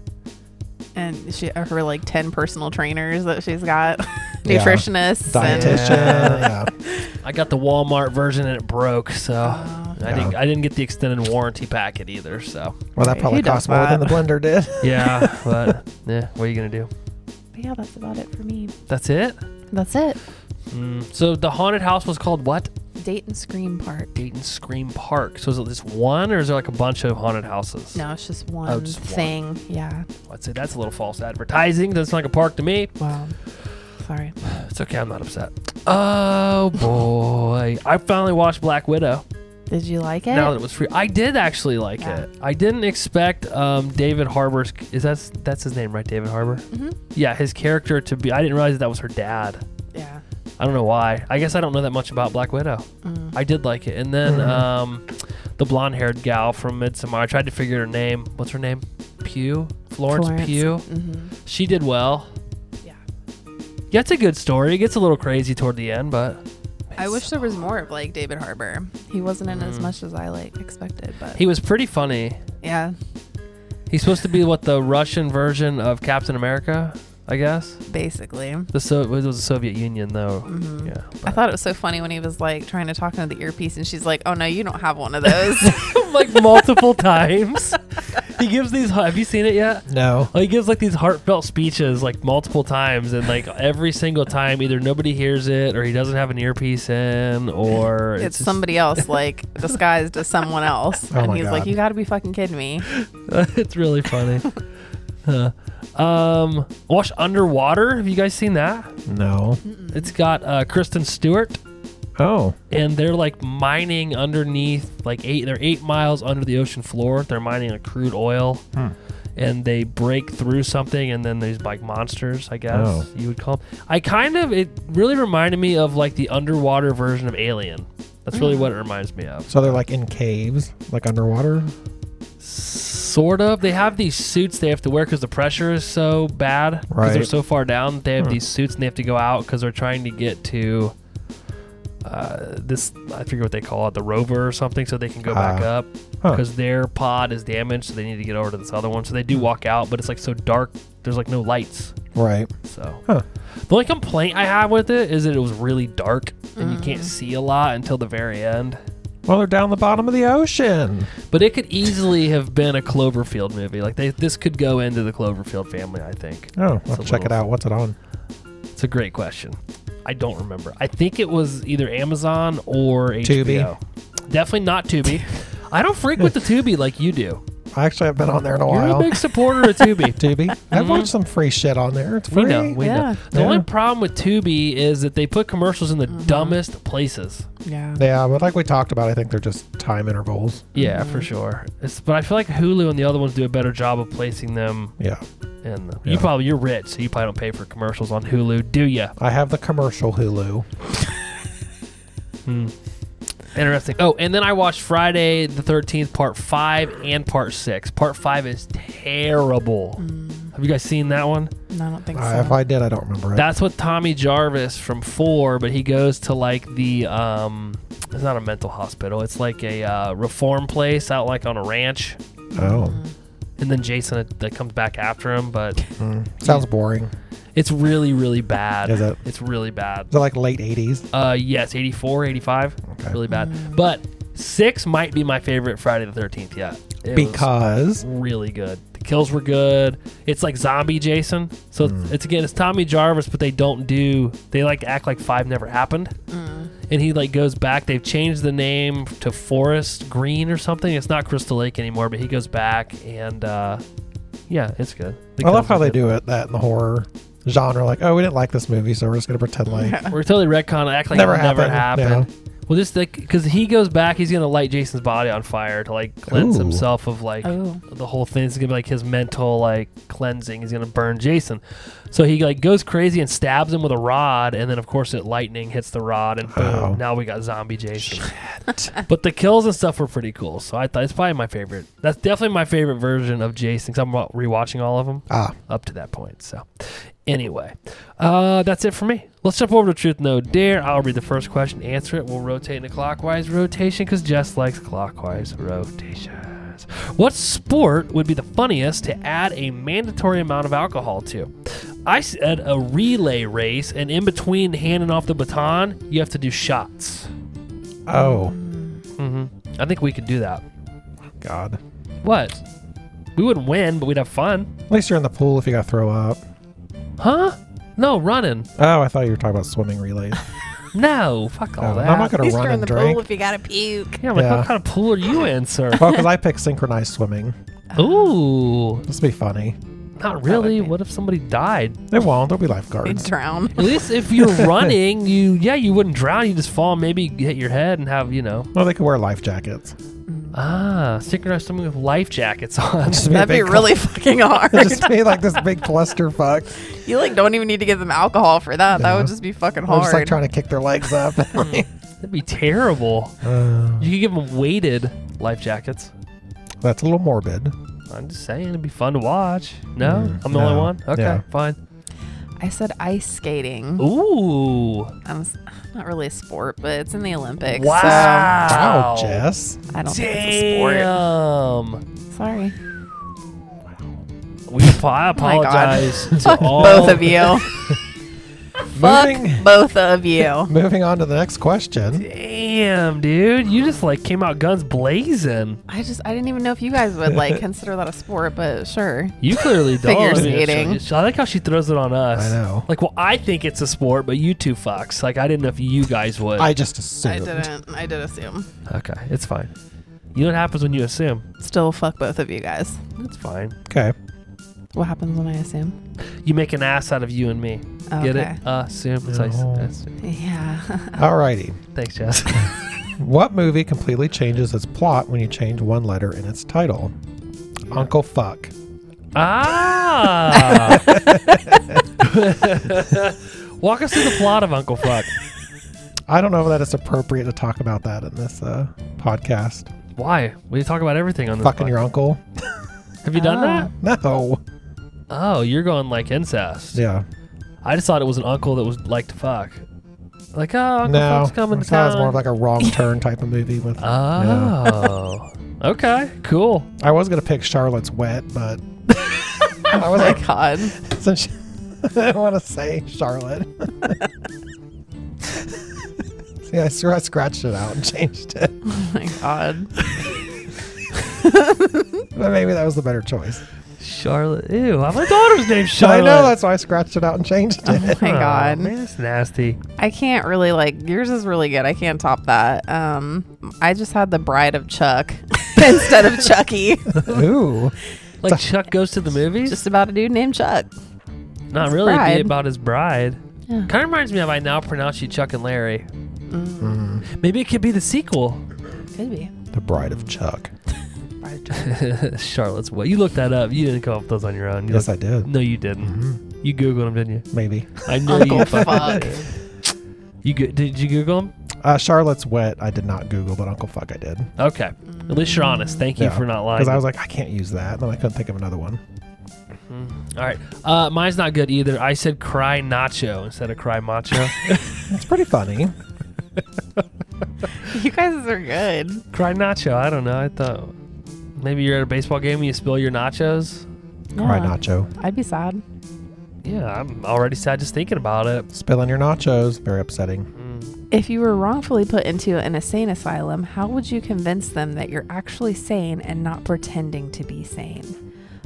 D: And she, uh, her like ten personal trainers that she's got,
B: Yeah.
D: nutritionists, and
B: Dietitian.
A: Yeah.
B: Yeah.
A: I got the Walmart version and it broke, so
D: Oh.
A: I didn't. I didn't get the extended warranty packet either. So
B: Well, that
D: Who
B: probably
D: does
B: cost more than the
D: that?
B: blender did.
A: yeah, but yeah, what are you gonna do?
D: But yeah, that's about it for me.
A: That's it.
D: That's it.
A: Mm. So the haunted house was called what?
D: Date and Scream Park.
A: Dayton Scream Park. So is it this one, or is there like a bunch of haunted houses?
D: No, it's just one
A: Oh, just one.
D: thing. Yeah.
A: I'd say that's a little false advertising. Doesn't sound like a park to me.
D: Wow. Sorry.
A: It's okay. I'm not upset. Oh boy! I finally watched Black Widow.
D: Did you like it?
A: Now that it was free, I did actually like
D: Yeah.
A: it. I didn't expect um, David Harbour's is that's that's his name, right? David Harbour.
D: Mhm.
A: Yeah, his character to be. I didn't realize that was her dad.
D: Yeah.
A: I don't know why. I guess I don't know that much about Black Widow.
D: Mm.
A: I did like it. And then
B: Mhm.
A: um, the blonde-haired gal from Midsommar. I tried to figure her name. What's her name? Pugh. Florence,
D: Florence.
A: Pugh.
D: hmm
A: She did well.
D: Yeah.
A: Yeah, it's a good story. It gets a little crazy toward the end, but
D: I wish there was more of like David Harbour. He wasn't in as
A: Mm.
D: much as I like expected, but
A: he was pretty funny.
D: yeah.
A: He's supposed to be what the Russian version of Captain America, I guess.
D: Basically.
A: The so it was the Soviet Union though.
D: Mhm.
A: Yeah.
D: I
A: but-
D: thought it was so funny when he was like trying to talk into the earpiece and she's like, "Oh no, you don't have one of those."
A: like multiple times. He gives these. Have you seen it yet?
B: No.
A: Well, he gives like these heartfelt speeches like multiple times, and like every single time, either nobody hears it, or he doesn't have an earpiece in, or
D: it's
A: just-
D: somebody else like disguised as someone else
B: Oh
D: and
B: my
D: he's like
B: God.
D: you gotta be fucking kidding me
A: it's really funny. Huh. um, watch Underwater. Have you guys seen that?
B: No.
A: It's got uh, Kristen Stewart,
B: Oh.
A: and they're like mining underneath, like eight. They're eight miles under the ocean floor. They're mining like crude oil.
B: Hmm.
A: and they break through something, and then there's like monsters, I guess
B: Oh.
A: you would call 'em. I kind of, it really reminded me of like the underwater version of Alien. That's really
B: Hmm.
A: what it reminds me of.
B: So they're like in caves, like underwater.
A: Sort of. They have these suits they have to wear because the pressure is so bad. Because they're
B: Right.
A: so far down, they have
B: Hmm.
A: these suits and they have to go out because they're trying to get to uh, this, I forget what they call it, the rover or something, so they can go back
B: Ah.
A: up.
B: Huh.
A: because their pod is damaged, so they need to get over to this other one. So they
B: Hmm.
A: do walk out, but it's like so dark. There's like no lights.
B: Right.
A: So
B: Huh.
A: the only complaint I have with it is that it was really dark and you can't see a lot until the very end.
B: Well, they're down the bottom of the ocean.
A: But it could easily have been a Cloverfield movie. Like they, this could go into the Cloverfield family. I think
B: Oh,
A: It's
B: I'll
A: a
B: check it
A: little-
B: out. What's it on?
A: it's a great question. I don't remember. I think it was either Amazon or
B: Tubi.
A: HBO. Definitely not Tubi. I don't frequent the Tubi like you do.
B: I actually have been on there Oh, in a
A: You're a
B: while.
A: big supporter of Tubi.
B: Tubi. I've
A: Mhm.
B: watched some free shit on there. It's
A: We
B: free.
A: know, we know.
D: Yeah.
A: The
B: Yeah.
A: only problem with Tubi is that they put commercials in the
D: Mhm.
A: dumbest places.
D: yeah
B: Yeah, but like we talked about, I think they're just time intervals.
A: Yeah, for sure. It's, but I feel like Hulu and the other ones do a better job of placing them
B: Yeah.
A: in. The, You
B: Yeah.
A: probably you're rich, so you probably don't pay for commercials on Hulu, do you?
B: I have the commercial Hulu.
A: Hmm. Interesting. Oh, and then I watched Friday the Thirteenth Part Five and Part Six. Part Five is terrible. Have you guys seen that one?
D: Mm. no, i don't think
B: Uh,
D: so
B: if I did, I don't remember it.
A: That's what Tommy Jarvis from Four, but he goes to like the um, it's not a mental hospital. It's like a uh, reform place out like on a ranch,
B: oh.
A: and then Jason uh, that comes back after him. But
B: Mm. Sounds boring.
A: it's really, really bad.
B: Is it?
A: It's really bad.
B: Is it like late 80s?
A: Uh, yes, 84, 85,
B: Okay.
A: really bad. But six might be my favorite Friday the Thirteenth yet. It was
B: because.
A: really good. The kills were good. It's like zombie Jason. So
B: Mm.
A: it's, it's again, it's Tommy Jarvis, but they don't do. They like act like five never happened. And he like goes back. They've changed the name to Forest Green or something. It's not Crystal Lake anymore, but he goes back and uh, yeah, it's good. The
B: I
A: kills
B: love how
A: are
B: they
A: good.
B: do it, that in the horror genre. Like, oh, we didn't like this movie, so we're just going to pretend like.
A: We're totally retcon. Act like
B: Never
A: it never happened.
B: happened,
A: Well, just because he goes back, he's gonna light Jason's body on fire to like cleanse
B: Ooh.
A: himself of like
D: oh
A: the whole thing is gonna be like his mental like cleansing. He's gonna burn Jason. So he like goes crazy and stabs him with a rod, and then of course it lightning hits the rod, and boom!
B: Oh.
A: Now we got zombie Jason. but the kills and stuff were pretty cool. So I thought it's probably my favorite. That's definitely my favorite version of Jason. Cause I'm about rewatching all of them
B: Ah,
A: up to that point. So anyway, uh, that's it for me. Let's jump over to Truth No Dare. I'll read the first question, answer it. We'll rotate in a clockwise rotation because Jess likes clockwise rotations. What sport would be the funniest to add a mandatory amount of alcohol to? I said a relay race, and in between handing off the baton, you have to do shots.
B: oh,
A: hmm I think we could do that.
B: God.
A: What? We wouldn't win, but we'd have fun.
B: At least you're in the pool if you got to throw up.
A: Huh? No, running.
B: Oh, I thought you were talking about swimming relays.
A: No, fuck all
B: No,
A: that.
B: I'm not gonna
F: Please
B: run
F: turn
B: and
F: the
B: drink.
F: pool if you gotta puke.
A: yeah, I'm like,
B: Yeah.
A: what kind of pool are you in, sir?
B: Well, because I picked synchronized swimming.
A: Ooh,
B: This will be funny.
A: not really.
D: be-
A: What if somebody died?
B: They won't. There'll be
F: You'd
B: lifeguards.
F: drown.
A: At least if you're running, you yeah, you wouldn't drown. You just fall, maybe hit your head, and have you know
B: Well, they could wear life jackets.
A: ah synchronized something with life jackets on.
B: Just a
F: That'd be
B: big cl-
F: really fucking hard.
B: It'd just be like this big clusterfuck.
F: you like don't even need to give them alcohol for that. That
B: Yeah.
F: would just be fucking
B: I'm
F: hard.
B: just like trying to kick their legs up.
A: That'd be terrible.
B: Uh,
A: You could give them weighted life jackets.
B: that's a little morbid.
A: I'm just saying, it'd be fun to watch. Hmm. No,
B: Mm,
A: I'm the only
B: no.
A: one. Okay,
B: Yeah.
A: fine.
D: I said ice skating.
A: Ooh,
D: I'm s- not really a sport, but it's in the Olympics.
A: wow,
B: Wow, Jess.
D: So I don't think it's
A: Damn.
D: a sport. Sorry.
A: We ap- I
D: Oh my God.
A: apologize to
F: Fuck
A: all
F: both of you.
B: Moving,
F: Fuck both of you.
B: moving on to the next question.
A: Damn, dude, you just like came out guns blazing.
D: I just I didn't even know if you guys would like consider that a sport, but sure.
A: You clearly don't.
D: Figure
A: I mean,
D: skating.
A: she- I like how she throws it on us.
B: I know.
A: Like, well, I think it's a sport, but you two fucks. Like, I didn't know if you guys would.
B: I just assumed.
D: I didn't. I did assume.
A: okay, it's fine. You know what happens when you assume?
D: Still fuck both of you guys.
A: It's fine.
B: Okay.
D: What happens when I assume?
A: You make an ass out of you and me.
D: Okay.
A: Get it? Assume. It's like,
B: No.
A: assume.
D: Yeah.
B: Alrighty.
A: Thanks, Jess.
B: What movie completely changes its plot when you change one letter in its title? Uncle Fuck.
A: ah. Walk us through the plot of Uncle Fuck.
B: I don't know that it's appropriate to talk about that in this uh, podcast.
A: Why? We talk about everything on this.
B: Fucking
A: pod-
B: your uncle?
A: Have you done
D: Oh.
A: that?
B: No.
A: Oh, you're going like incest.
B: Yeah.
A: I just thought it was an uncle that was like to fuck. Like, oh, Uncle
B: no.
A: Fuck's coming
B: I
A: to
B: thought it was
A: town.
B: more of like a wrong turn type of movie. With
A: oh, okay, cool.
B: I was gonna pick Charlotte's Wet, but I was like,
D: God.
B: since she- I want to say Charlotte. See, I swear I scratched it out and changed it,
D: Oh my God.
B: but maybe that was the better choice.
A: Charlotte, ew, my daughter's name's
B: I
A: Charlotte.
B: know that's why I scratched it out and changed
D: Oh
B: it.
D: my God.
A: man, that's nasty.
D: I can't really like yours is really good. I can't top that. Um, I just had the Bride of Chuck instead of Chucky.
B: Ooh,
A: Like Chuck goes to the movies.
D: Just about a dude named Chuck.
A: Not really. it'd Be
D: bride.
A: about his bride.
D: Yeah.
A: Kind of reminds me of I now pronounce you Chuck and Larry.
B: Mm-hmm.
A: Maybe it could be the sequel.
D: Could be.
B: the Bride of Chuck.
A: Charlotte's Wet. You looked that up. You didn't come up with those on your own. You
B: Yes, I
A: looked-
B: did. Mm-hmm.
A: No, you didn't. You googled them, didn't you?
B: Maybe
A: I know you.
D: Uncle
A: fucking
D: Fuck.
A: did. You go- did you Google them?
B: uh, Charlotte's Wet. I did not Google, but Uncle Fuck I did.
A: Okay. At least you're honest. Thank you
B: Yeah.
A: for not lying.
B: Because I was like, I can't use that, and then I couldn't think of another one.
A: All right. Uh, mine's not good either. I said cry nacho instead of cry macho.
B: It's pretty funny.
D: You guys are good.
A: cry nacho. I don't know. I thought maybe you're at a baseball game and you spill your nachos.
B: Cry
D: Yeah.
B: nacho.
D: I'd be sad.
A: Yeah, I'm already sad just thinking about it.
B: Spilling your nachos. Very upsetting.
D: If you were wrongfully put into an insane asylum, how would you convince them that you're actually sane and not pretending to be sane?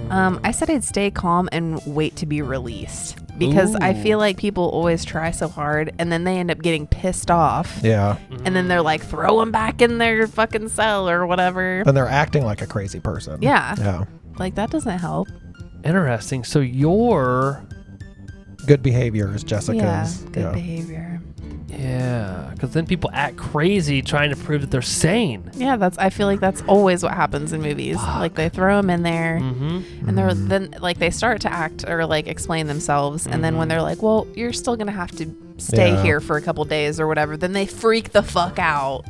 D: Um, I said I'd stay calm and wait to be released because I
A: Ooh.
D: feel like people always try so hard and then they end up getting pissed off
B: Yeah.
A: Mm-hmm.
D: and then they're like, throw them back in their fucking cell or whatever.
B: Then they're acting like a crazy person.
D: Yeah.
B: Yeah.
D: Like, that doesn't help.
A: Interesting. So you're.
B: Good behavior is Jessica's.
D: yeah. Good
B: yeah.
D: behavior.
A: Yeah, because then people act crazy trying to prove that they're sane.
D: Yeah, that's. I feel like that's always what happens in movies. Like they throw them in there,
A: Mm-hmm.
D: and they're
B: Mm.
D: then like they start to act or like explain themselves, and then when they're like, "Well, you're still gonna have to stay
B: Mm. Yeah.
D: here for a couple days or whatever," then they freak the fuck out.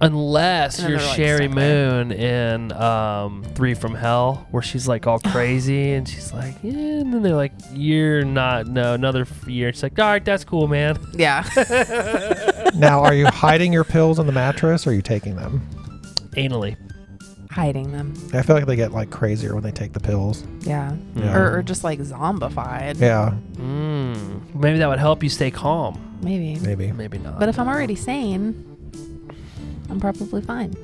A: Unless
D: And then
A: you're
D: they're, like,
A: Sherry
D: stuck there.
A: Moon in um, Three from Hell, where she's like all crazy and she's like, yeah. And then they're like, you're not, no, another f- year. She's like, all right, that's cool, man.
D: Yeah,
B: now, are you hiding your pills in the mattress or are you taking them?
A: Anally.
D: hiding them.
B: I feel like they get like crazier when they take the pills.
D: Yeah,
B: Yeah.
D: Or, or just like zombified.
B: Yeah,
D: Hmm.
A: Mm. Maybe that would help you stay calm.
D: Maybe.
B: maybe.
A: Maybe not.
D: But if I'm already sane, I'm probably fine.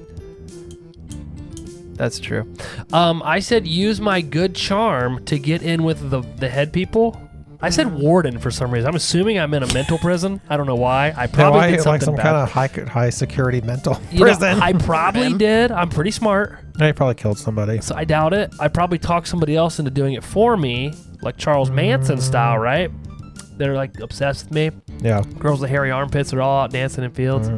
A: That's true. Um, I said use my good charm to get in with the, the head people. I said
D: Hmm.
A: warden for some reason. I'm assuming I'm in a mental prison. I don't know why. I
B: Now,
A: probably
B: I
A: did
B: hit,
A: something
B: like some
A: bad.
B: kind of high, high security mental
A: You know,
B: prison.
A: I probably did. I'm pretty smart,
B: No, you probably killed somebody.
A: so I doubt it. I probably talked somebody else into doing it for me, like Charles Manson style, right? They're like obsessed with me.
B: Yeah.
A: Girls with hairy armpits are all out dancing in fields.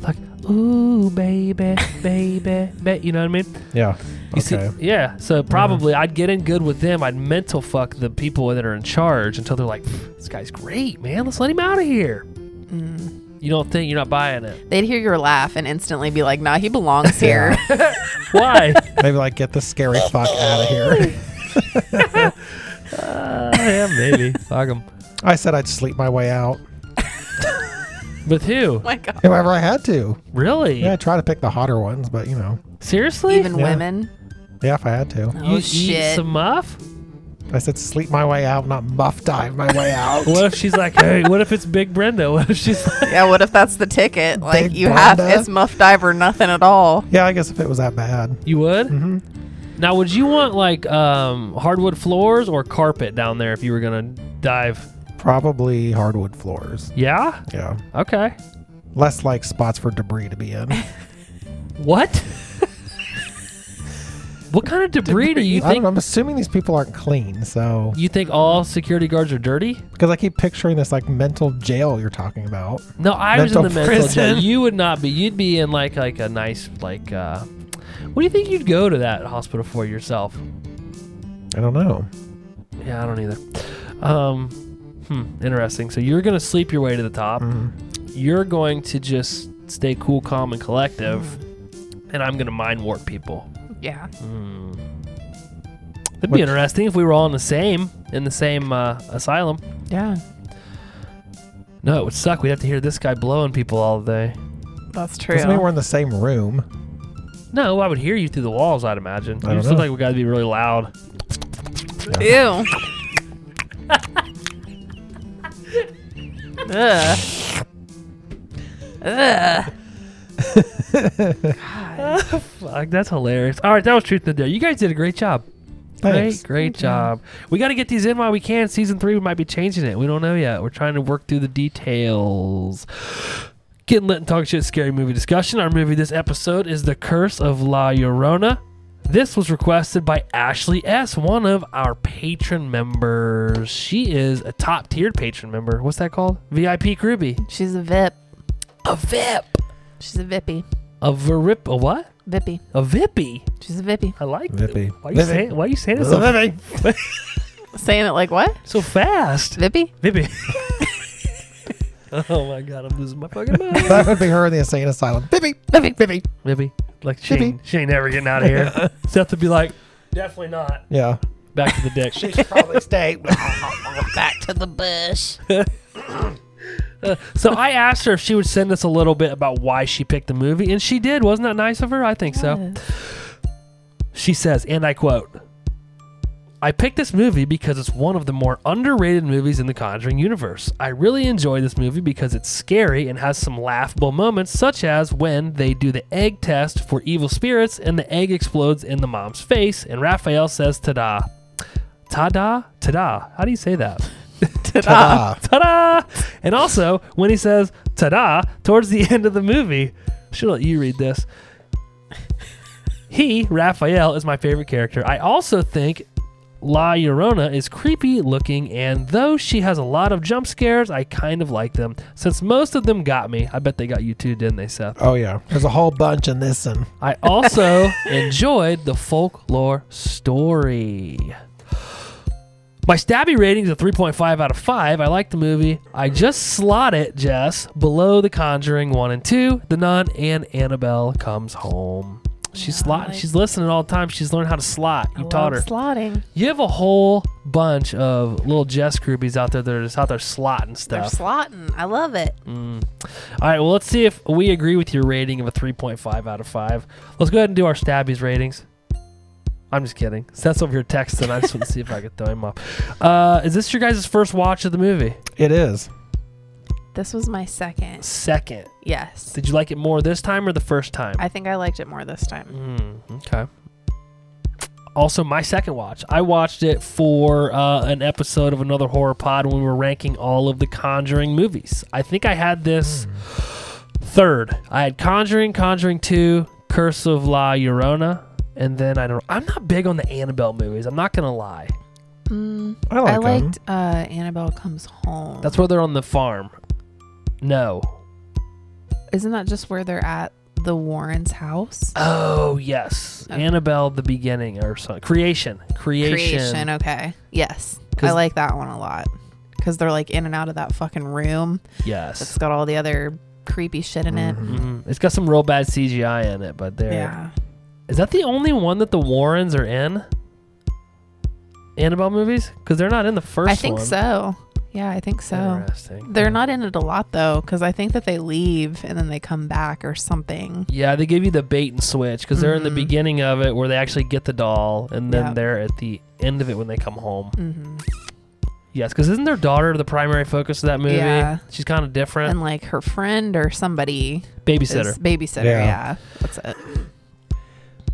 A: Like, ooh, baby, baby, baby. You know what I mean?
B: Yeah.
A: You see-
B: okay.
A: yeah. So probably I'd get in good with them. I'd mental fuck the people that are in charge until they're like, "This guy's great, man. Let's let him out of here." You don't think you're not buying it?
D: They'd hear your laugh and instantly be like, "Nah, he belongs here."
A: Why?
B: Maybe like get the scary fuck out of here.
A: Uh, yeah, maybe. Fuck him.
B: I said I'd sleep my way out.
A: With who?
D: Oh
F: my God.
B: Whoever I had to.
A: Really?
B: Yeah, I try to pick the hotter ones, but you know.
A: Seriously?
D: Even
B: Yeah.
D: women.
B: Yeah, if I had to.
A: you
D: Oh,
A: eat
D: shit.
A: some muff?
B: I said sleep my way out, not muff dive my way out.
A: What if she's like, hey, what if it's Big Brenda? What if she's like,
D: Yeah, what if that's the ticket?
B: Like,
D: Like
B: Big
D: you
B: you have-
D: have
B: Brenda.
D: it's
B: it's
D: muff dive or nothing at all.
B: yeah, I guess if it was that bad.
A: you would? Mm-hmm. Now, would you want like um, hardwood floors or carpet down there if you were gonna dive?
B: Probably hardwood floors.
A: Yeah.
B: Yeah.
A: Okay.
B: Less like spots for debris to be in.
A: What? what kind of debris, do you
B: I don't
A: think?
B: know, I'm assuming these people aren't clean, so
A: You think all security guards are dirty?
B: because I keep picturing this like mental jail you're talking about.
A: No, I was in
B: Mental
A: the mental jail.
B: prison.
A: You would not be. You'd be in like like a nice like. uh What do you think you'd go to that hospital for yourself?
B: I don't know.
A: Yeah, I don't either. Um, hmm, interesting. So you're gonna sleep your way to the top.
B: Mm-hmm.
A: You're going to just stay cool, calm, and collective. And I'm gonna mind warp people.
D: Yeah.
A: That'd
B: What-
A: be interesting if we were all in the same in the same uh, asylum.
D: Yeah.
A: No, it would suck. We'd have to hear this guy blowing people all day.
D: That's true.
B: Because maybe we're in the same room.
A: No, I would hear you through the walls. I'd imagine.
B: I don't
A: you sound
B: know.
A: like we got to be really loud.
D: Ew. Ugh. Ugh.
A: Fuck, that's hilarious. All right, that was truth and dare. You guys did a great job.
B: Thanks.
A: Great, great job. We got to get these in while we can. Season three, we might be changing it. We don't know yet. We're trying to work through the details. Getting lit and talk shit, scary movie discussion. Our movie this episode is The Curse of La Llorona. This was requested by Ashley S., one of our patron members. She is a top tiered patron member. What's that called? VIP Groovy.
D: She's a vip.
A: A VIP.
D: She's a vippy.
A: A verip. A what?
D: Vippy.
A: A vippy.
D: She's a vippy.
A: I like it.
B: Vippy.
A: Why you saying? Why you saying it so,
B: Vippy.
D: Saying it like what?
A: so fast?
D: Vippy?
A: Vippy. oh my god, I'm losing my fucking mind.
B: that would be her in the insane asylum. Vippy.
D: Vippy.
B: Vippy.
A: Vippy. Like she ain't, she ain't never getting out of here. Seth would be like, definitely not.
B: Yeah.
A: Back to the deck.
B: Probably stay.
F: Back to the bush.
A: so I asked her if she would send us a little bit about why she picked the movie, and she did. Wasn't that nice of her? I think so. She says, and I quote, I picked this movie because it's one of the more underrated movies in the Conjuring universe. I really enjoy this movie because it's scary and has some laughable moments, such as when they do the egg test for evil spirits and the egg explodes in the mom's face, and Raphael says, ta da. Ta da? Ta da. How do you say that?
B: Ta-da.
A: ta-da! And also when he says ta-da towards the end of the movie, should let you read this. He, Raphael, is my favorite character. I also think La Llorona is creepy looking, and though she has a lot of jump scares, I kind of like them. Since most of them got me, I bet they got you too, didn't they, Seth?
B: Oh yeah. There's a whole bunch in this one.
A: I also enjoyed the folklore story. My stabby rating is a 3.5 out of 5. I like the movie. I just slot it, Jess, below The Conjuring 1 and 2, The Nun, and Annabelle Comes Home. She's slot. She's listening all the time. She's learned how to slot. You taught her.
D: Oh, Slotting.
A: You have a whole bunch of little Jess groupies out there that are just out there slotting
D: They're
A: stuff.
D: slotting. I love it.
A: All right, well, let's see if we agree with your rating of a 3.5 out of 5. Let's go ahead and do our Stabby's ratings. I'm just kidding. Seth's over here texting. I just want to see if I could throw him up. Uh, is this your guys' first watch of the movie?
B: It is.
D: This was my second.
A: Second.
D: Yes.
A: Did you like it more this time or the first time?
D: I think I liked it more this time.
A: Mm, okay. also my second watch. I watched it for uh, an episode of another horror pod when we were ranking all of the Conjuring movies. I think I had this third. I had Conjuring, Conjuring Two, Curse of La Llorona, and then I don't. I'm not big on the Annabelle movies. I'm not gonna lie.
D: Mm,
B: I like
D: I
B: 'em.
D: liked uh, Annabelle Comes Home.
A: Oh, That's where they're on the farm. No.
D: Isn't that just where they're at the Warren's house?
A: Oh yes,
D: Okay.
A: Annabelle the beginning or something. Creation, creation.
D: Okay. Yes.
A: 'Cause-
D: I like that one a lot because they're like in and out of that fucking room that's
A: Yes.
D: got all the other creepy shit in it.
B: Mhm.
A: Mhm. It's got some real bad CGI in it, but there. Is
D: Yeah.
A: that the only one that the Warrens are in? Annabelle movies? Because they're not in the first.
D: I think
A: one.
D: so. Yeah, I think so.
A: Interesting.
D: They're not in it a lot though because I think that they leave and then they come back or something.
A: Yeah, they give you the bait and switch because they're in the
D: Mhm.
A: beginning of it where they actually get the doll, and then
D: Yeah.
A: they're at the end of it when they come home.
D: hmm
A: Yes, because isn't their daughter the primary focus of that movie?
D: Yeah.
A: She's kind of different.
D: And like her friend or somebody
A: Babysitter.
D: is babysitter.
B: Yeah.
D: Yeah. That's it.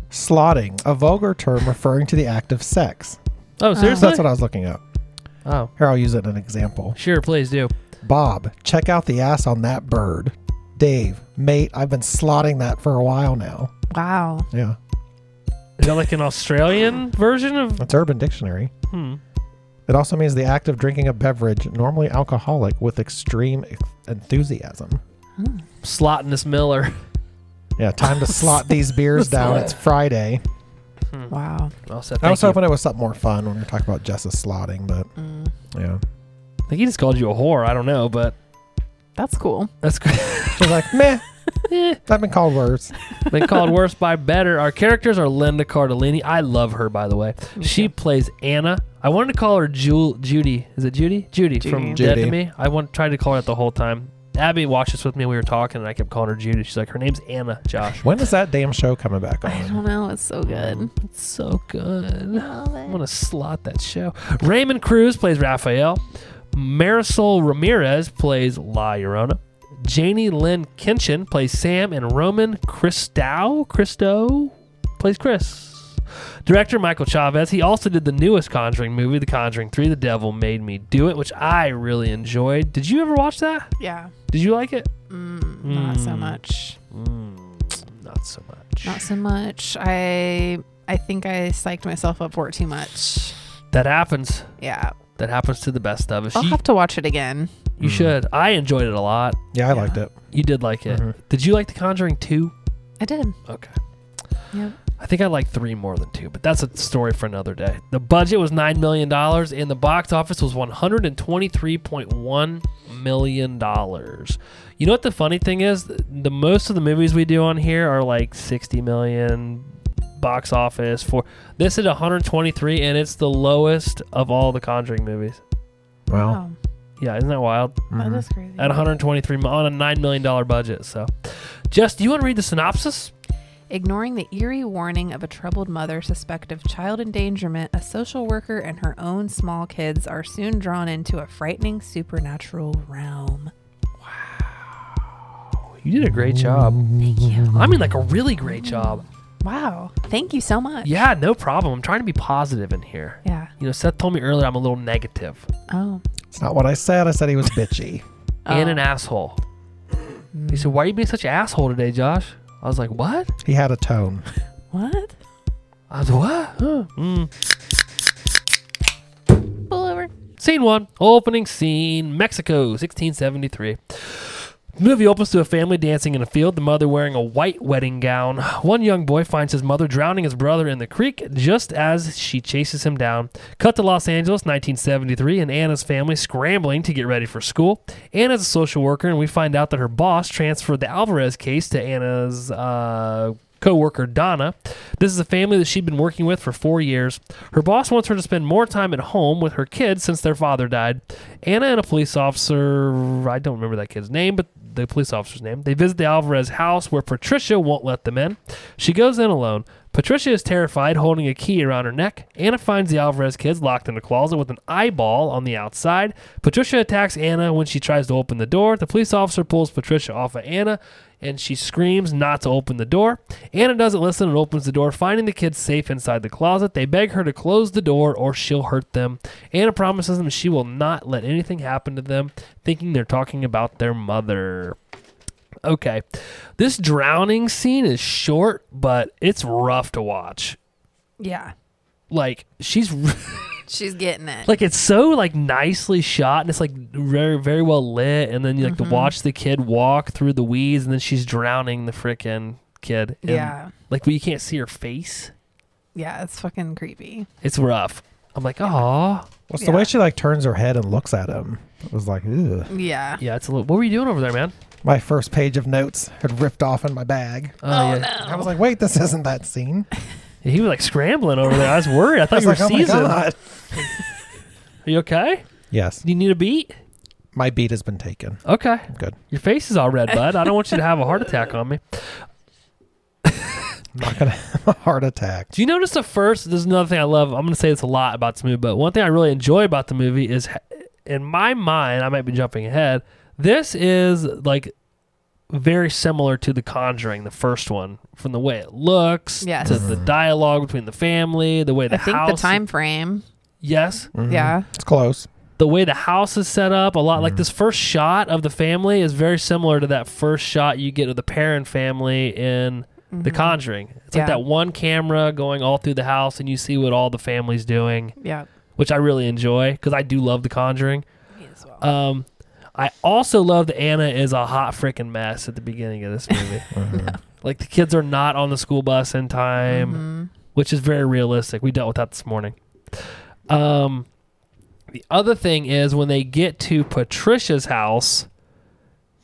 B: Slotting, a vulgar term referring to the act of sex.
D: uh-huh.
A: oh, seriously?
B: That's what I was looking up.
A: oh,
B: Here, I'll use it as an example.
A: sure, please do.
B: Bob, check out the ass on that bird. Dave, mate, I've been slotting that for a while now.
D: Wow.
B: Yeah,
A: Is that like an Australian version of?
B: that's Urban Dictionary.
A: Hmm.
B: It also means the act of drinking a beverage, normally alcoholic, with extreme ex- enthusiasm.
D: Hmm.
A: Slotting this Miller.
B: Yeah, time to slot these beers down. It's Friday.
D: Wow.
A: Hmm. Well said.
B: I
A: Thank
B: was
A: you.
B: hoping it was something more fun when we were talking about Jess's slotting, but
D: Mm.
B: yeah.
A: I think he just called you a whore. I don't know, but
D: That's cool.
A: that's good.
B: She was like, meh,
A: Eh,
B: I've been called worse.
A: been called worse by better. Our characters are Linda Cardellini. I love her, by the way. She plays Anna. I wanted to call her Jewel, Judy. Is it Judy? Judy, from
B: Judy.
A: Dead to Me. I want, tried to call her that the whole time. Abby watched this with me. We were talking, and I kept calling her Judy. She's like, her name's Anna. Josh.
B: When is that damn show coming back
D: I
B: on?
D: don't know. It's so good.
A: It's so good.
D: Oh,
G: Love
A: I
G: it.
A: want to slot that show. Raymond Cruz plays Raphael. Marisol Ramirez plays La Llorona. Janie Lynn Kinchin plays Sam, and Roman Christou Christo plays Chris. Director Michael Chavez. He also did the newest Conjuring movie, The Conjuring Three: The Devil Made Me Do It, which I really enjoyed. Did you ever watch that?
D: Yeah.
A: Did you like it?
D: Mm, Not so
A: Mm.
D: much.
A: Not so much.
D: Not so much. I I think I psyched myself up for it too much.
A: that happens.
D: Yeah.
A: That happens to the best of us.
D: I'll
A: You,
D: have to watch it again.
A: you should. I enjoyed it a lot.
B: Yeah, I liked it.
A: You did like it.
B: Mhm.
A: Did you like The Conjuring 2?
D: I did.
A: Okay.
D: Yep.
A: I think I like three more than two, but that's a story for another day. The budget was $9 million and the box office was $123.1 million. You know what the funny thing is? The most of the movies we do on here are like 60 million box office for this is 123 and it's the lowest of all the Conjuring movies.
D: Oh,
B: Well,
A: Yeah, isn't Oh, that wild?
B: mhm.
D: that is crazy.
A: At 123 mi- on a 9 million dollar budget, so. Jess, do you want to read the synopsis?
D: Ignoring the eerie warning of a troubled mother suspect of child endangerment, a social worker and her own small kids are soon drawn into a frightening supernatural realm.
A: You did a great job. Thank you.
B: Mm-hmm.
A: I mean, like a really great job.
D: Wow. Thank you so much.
A: Yeah, no problem. I'm trying to be positive in here.
D: Yeah.
A: You know, Seth told me earlier I'm a little negative
D: Oh.
B: it's not what I said. I said he was bitchy.
A: and an asshole. He said, "Why are you being such an asshole today, Josh?" I was like, "What?"
B: He had a tone.
D: What?
A: I was what? Huh. Mm.
D: Pull over.
A: Scene one, opening scene, Mexico, 1673. The movie opens to a family dancing in a field, the mother wearing a white wedding gown. One young boy finds his mother drowning his brother in the creek just as she chases him down. Cut to Los Angeles, 1973, and Anna's family scrambling to get ready for school. Anna's a social worker, and we find out that her boss transferred the Alvarez case to Anna's. Uh, Co-worker Donna. This is a family that she'd been working with for four years. Her boss wants her to spend more time at home with her kids since their father died. Anna and a police officer, I don't remember that kid's name, but the police officer's name, they visit the Alvarez house where Patricia won't let them in. She goes in alone. Patricia is terrified, holding a key around her neck. Anna finds the Alvarez kids locked in a closet with an eyeball on the outside. Patricia attacks Anna when she tries to open the door. The police officer pulls Patricia off of Anna and she screams not to open the door. Anna doesn't listen and opens the door, finding the kids safe inside the closet. They beg her to close the door or she'll hurt them. Anna promises them she will not let anything happen to them, thinking they're talking about their mother. Okay. This drowning scene is short, but it's rough to watch.
D: Yeah.
A: Like she's
D: She's getting it.
A: like it's so like nicely shot and it's like very very well lit and then you like to watch the kid walk through the weeds and then she's drowning the freaking kid. And,
D: yeah.
A: Like but you can't see her face.
D: Yeah, it's fucking creepy.
A: It's rough. I'm like, "Oh,
B: What's
D: Yeah.
B: the way she like turns her head and looks at him? It was like, Ew.
D: Yeah.
A: yeah, it's a little What were you doing over there, man?"
B: my first page of notes had ripped off in my bag.
A: oh yeah.
B: I was like, wait, this isn't that scene.
A: He was like scrambling over there. I was worried. I
B: I
A: thought
B: was
A: you were
B: like, oh my
A: seasoned. Are
B: God.
A: you okay?
B: Yes,
A: Do you need a beat?
B: my beat has been taken.
A: Okay.
B: Good.
A: Your face is all red, bud. I don't want you to have a heart attack on me.
B: I'm not gonna have a heart attack.
A: Do you notice the first? This is another thing I love. I'm going to say this a lot about this movie, but one thing I really enjoy about the movie is, in my mind, I might be jumping ahead. This is like very similar to The Conjuring, the first one, from the way it looks
D: Yes.
A: to the dialogue between the family, the way the
D: I think
A: house. Mm-hmm.
D: the time frame.
A: Yes,
D: Yeah.
B: Mm-hmm. It's close.
A: the way the house is set up a lot like this first shot of the family is very similar to that first shot you get of the parent family in
D: Mm-hmm.
A: the conjuring it's
D: Yeah.
A: like that one camera going all through the house and you see what all the family's doing
D: Yeah.
A: which i really enjoy because i do love the conjuring um i also love that anna is a hot freaking mess at the beginning of this movie like the kids are not on the school bus in time
D: Mm-hmm.
A: which is very realistic we dealt with that this morning um the other thing is when they get to Patricia's house,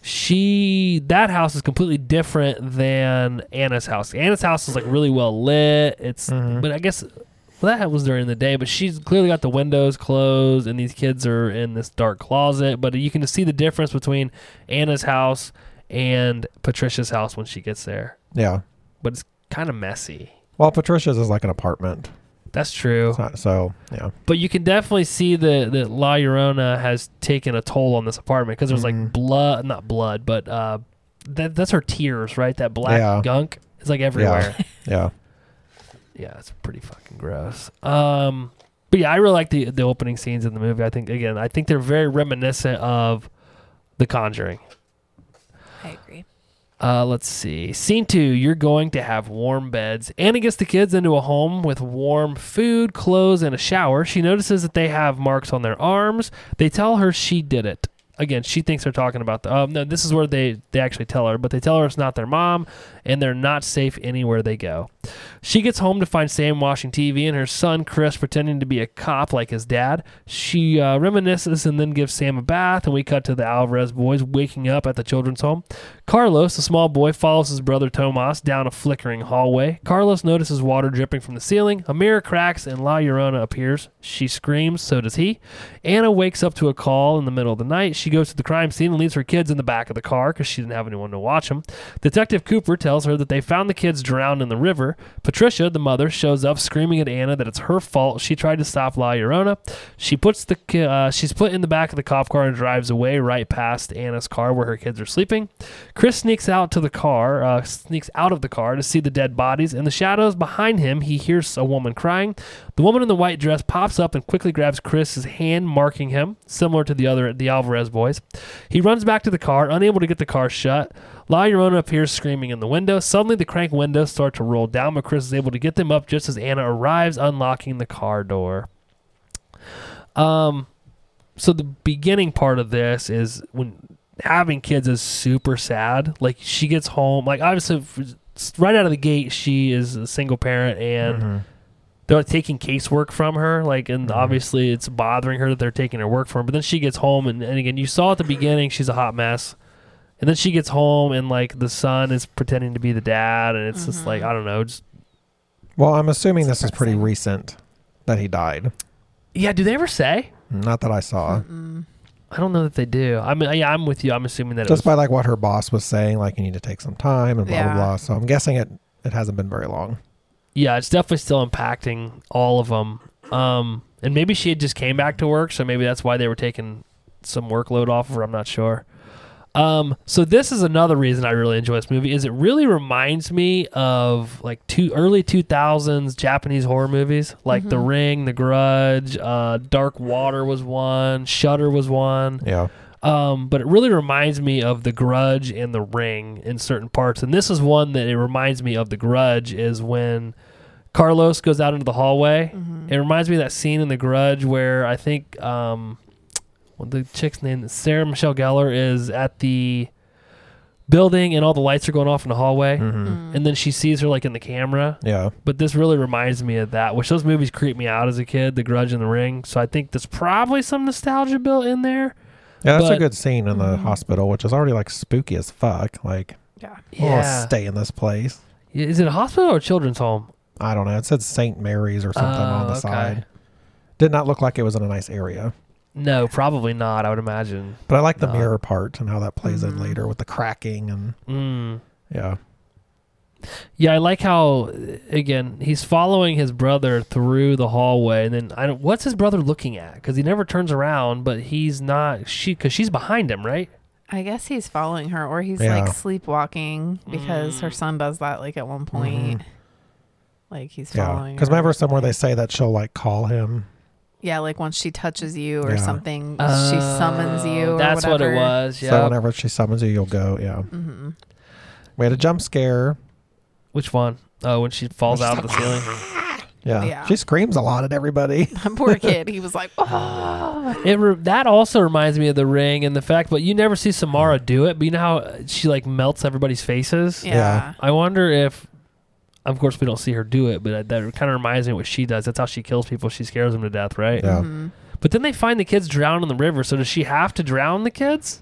A: she that house is completely different than Anna's house. Anna's house is like really well lit. It's
B: Mm-hmm.
A: but I guess well, that was during the day, but she's clearly got the windows closed and these kids are in this dark closet, but you can just see the difference between Anna's house and Patricia's house when she gets there.
B: Yeah.
A: But it's kind of messy.
B: Well, Patricia's is like an apartment.
A: That's true.
B: It's not, so yeah.
A: But you can definitely see that that La Llorona has taken a toll on this apartment because there's like blood, not blood, but uh, that that's her tears, right? That black
B: Yeah.
A: gunk is like everywhere. Yeah.
B: Yeah.
A: it's pretty fucking gross. Um, but yeah, I really like the the opening scenes in the movie. I think again, I think they're very reminiscent of The Conjuring.
F: I agree.
A: Uh, let's see. Scene two, you're going to have warm beds. Anna gets the kids into a home with warm food, clothes, and a shower. She notices that they have marks on their arms. They tell her she did it. Again, she thinks they're talking about the. Um, no, this is where they, they actually tell her, but they tell her it's not their mom, and they're not safe anywhere they go. She gets home to find Sam watching TV and her son Chris pretending to be a cop like his dad. She uh, reminisces and then gives Sam a bath, and we cut to the Alvarez boys waking up at the children's home. Carlos, the small boy, follows his brother Tomas down a flickering hallway. Carlos notices water dripping from the ceiling. A mirror cracks, and La Llorona appears. She screams, so does he. Anna wakes up to a call in the middle of the night. She goes to the crime scene and leaves her kids in the back of the car because she didn't have anyone to watch them. Detective Cooper tells her that they found the kids drowned in the river. Patricia, the mother, shows up screaming at Anna that it's her fault. She tried to stop La Llorona. She puts the ki- uh, she's put in the back of the cop car and drives away right past Anna's car where her kids are sleeping. Chris sneaks out to the car, uh, sneaks out of the car to see the dead bodies. In the shadows behind him, he hears a woman crying. The woman in the white dress pops up and quickly grabs Chris's hand, marking him, similar to the other the Alvarez boys. He runs back to the car, unable to get the car shut. La Llorona appears screaming in the window. Suddenly, the crank windows start to roll down, but Chris is able to get them up just as Anna arrives, unlocking the car door. Um, so the beginning part of this is when having kids is super sad. Like she gets home, like obviously f- right out of the gate, she is a single parent
B: Mm-hmm.
A: and they're taking casework from her. Like, and obviously it's bothering her that they're taking her work from her. But then she gets home, and, and again, you saw at the beginning she's a hot mess. And then she gets home, and like the son is pretending to be the dad, and it's just like I don't know. Just,
B: Well, I'm assuming this is pretty recent that he died.
A: yeah, do they ever say?
B: Not that I
A: Hmm. Uh,
B: saw.
D: Mm-hmm.
A: I don't know that they do. I mean, yeah, I'm with you. I'm assuming that it was
B: Just by like what her boss was saying, like you need to take some time and blah
D: Yeah.
B: blah blah. So I'm guessing it it hasn't been very long.
A: yeah, it's definitely still impacting all of them. Um, and maybe she had just came back to work, so maybe that's why they were taking some workload off of her. I'm not sure. Um, so this is another reason I really enjoy this movie is it really reminds me of like two early 2000s Japanese horror movies like The Ring, The Grudge, uh, Dark Water was one, Shudder was one.
B: Yeah.
A: Um, but it really reminds me of The Grudge and The Ring in certain parts. And this is one that it reminds me of The Grudge is when Carlos goes out into the hallway.
D: Mm-hmm.
A: It reminds me of that scene in The Grudge where I think um, what the chick's name Sarah Michelle Gellar is at the building and all the lights are going off in the hallway.
B: Mm-hmm.
D: Mm-hmm.
A: mm, And then she sees her like in the camera.
B: Yeah.
A: But this really reminds me of that, which those movies creep me out as a kid, The Grudge and The Ring. So I think there's probably some nostalgia built in there.
B: Yeah, that's
A: But-
B: a good scene in the
D: Mm-hmm.
B: hospital, which is already like spooky as fuck. Like,
D: Yeah.
B: I don't wanna stay in this place.
A: Yeah, Is it a hospital or a children's home?
B: I don't know. It said St. Mary's or something on
A: Oh,
B: the
A: okay.
B: side. Did not look like it was in a nice area.
A: No, probably not. I would imagine.
B: But I like
D: Uh.
B: the
A: No.
B: mirror part and how that plays
D: Mm-hmm.
B: in later with the cracking and
A: Mm.
B: yeah.
A: Yeah, I like how uh, again he's following his brother through the hallway, and then I don't. What's his brother looking at? Because he never turns around, but he's not. She because she's behind him, right?
D: I guess he's following her, or he's
B: Yeah.
D: like sleepwalking because her son does that like at one point.
A: Mm-hmm.
D: Like he's
B: Yeah.
D: following.
B: Because
D: her.
B: remember somewhere they say that she'll like call him.
D: yeah, like once she touches you or
B: Yeah.
D: something, she summons you. Or
A: Oh, that's what it
D: whatever. Mm-hmm.
A: was. Yeah.
B: So whenever she summons you, you'll go. Yeah. We had a jump scare.
A: Which one? Oh, when she falls out of the ceiling.
B: Yeah.
D: Yeah.
B: She screams a lot at everybody.
D: Poor kid. He was like, oh.
A: It re- that also reminds me of the ring and the fact, but you never see Samara do it. But you know how uh, she like melts everybody's faces.
D: Yeah.
A: I wonder if, of course, we don't see her do it, but that kind of reminds me of what she does. That's how she kills people. She scares them to death, right?
B: Yeah.
D: Mm-hmm.
A: But then they find the kids drowned in the river. So does she have to drown the kids?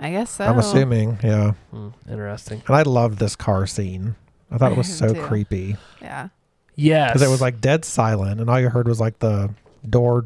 D: I guess so.
B: I'm assuming. Yeah.
A: Hmm, interesting.
B: And I loved this car scene. I thought it was so
D: Too.
B: creepy
D: Yeah.
A: Yes,
B: because it was like dead silent, and all you heard was like the door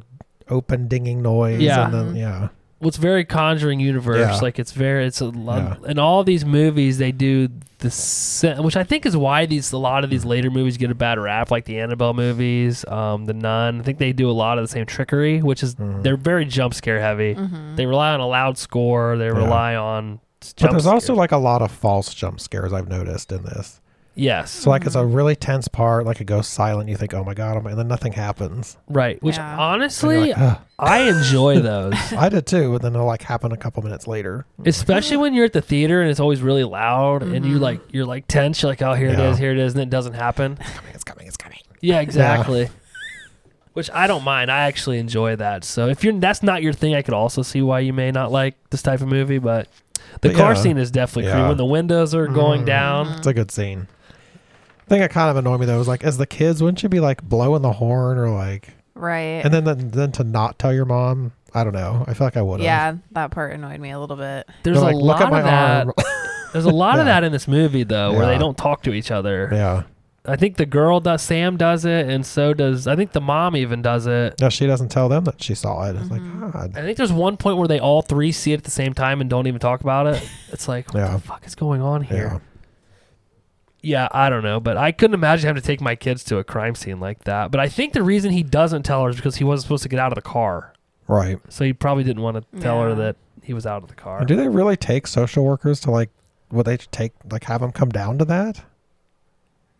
B: open dinging noise.
A: Yeah.
B: And
D: Mm-hmm.
B: then, yeah.
A: what's very Conjuring universe.
B: Yeah.
A: Like it's very it's a lot.
B: Yeah.
A: In all these movies, they do the se- which I think is why these a lot of these later movies get a bad rap, like the Annabelle movies, um, the Nun. I think they do a lot of the same trickery, which is
B: Mm.
A: they're very jump scare heavy.
D: Mm-hmm.
A: They rely on a loud score. They
B: Yeah.
A: rely on.
B: But
A: jump
B: there's also
A: scares.
B: like a lot of false jump scares I've noticed in this.
A: yes,
B: So like it's
D: Mm-hmm.
B: a really tense part, like it goes silent. You think, oh my god, oh my- and then nothing happens.
A: right. Which
D: Yeah. And
A: honestly,
B: And you're like, "Ugh."
A: I enjoy those.
B: I did too, but then it'll like happen a couple minutes later.
A: especially when you're at the theater and it's always really loud and you like you're like tense you're like oh here it
B: Yeah.
A: is here it is and it doesn't happen
B: It's coming, it's coming.
A: yeah exactly which i don't mind i actually enjoy that so if you're that's not your thing i could also see why you may not like this type of movie but the
B: But
A: car
B: yeah.
A: scene is definitely creepy
B: Yeah.
A: when the windows are going down
B: It's a good scene. The thing that kind of annoyed me though was like, as the kids, wouldn't you be like blowing the horn or like,
D: Right.
B: and then then, then to not tell your mom? I don't know. I feel like I would have.
D: yeah, that part annoyed me a little bit.
A: there's
B: like,
A: a
B: look
A: lot
B: at my
A: of that
B: arm.
A: there's a lot of
B: Yeah.
A: that in this movie though where they
B: Yeah.
A: don't talk to each other
B: yeah.
A: i think the girl does sam does it and so does i think the mom even does it
B: No, she doesn't tell them that she saw it. It's like, God.
A: I think there's one point where they all three see it at the same time and don't even talk about it. It's like, what
B: Yeah.
A: the fuck is going on
B: Yeah.
A: here? Yeah. I don't know, but I couldn't imagine having to take my kids to a crime scene like that. But I think the reason he doesn't tell her is because he wasn't supposed to get out of the car.
B: Right.
A: So he probably didn't want to tell her
D: Yeah.
A: that he was out of the car.
B: Do they really take social workers to like, would they take, like, have them come down to that?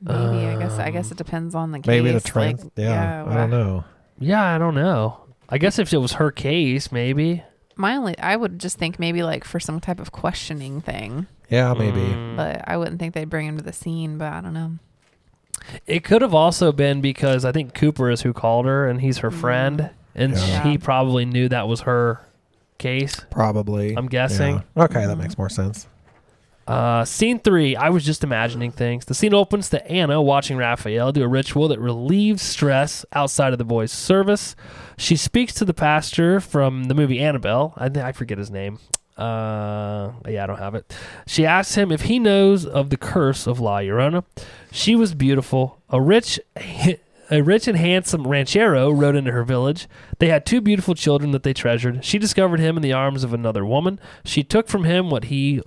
D: Maybe I guess I
A: Um,
D: guess it depends on the case.
B: Maybe the trans.
D: like,
B: yeah, I
D: wha-
B: don't know.
A: Yeah, I don't know. I guess if it was her case, maybe.
D: My only, I would just think maybe like for some type of questioning thing,
B: Yeah,
A: Mm.
B: maybe.
A: Hmm.
D: but I wouldn't think they'd bring him to the scene. But I don't know.
A: It could have also been because I think Cooper is who called her and he's her friend. And
B: Yeah.
A: he probably knew that was her case.
B: Probably.
A: I'm guessing.
B: Yeah. Okay, that
A: Mm-hmm.
B: makes more sense.
A: Uh, scene three, I was just imagining things. The scene opens to Anna watching Raphael do a ritual that relieves stress outside of the boy's service. She speaks to the pastor from the movie Annabelle. I, thi- I forget his name. Uh, yeah, I don't have it. She asks him if he knows of the curse of La Llorona. She was beautiful, a rich. A rich and handsome ranchero rode into her village. They had two beautiful children that they treasured. She discovered him in the arms of another woman. She took from him what he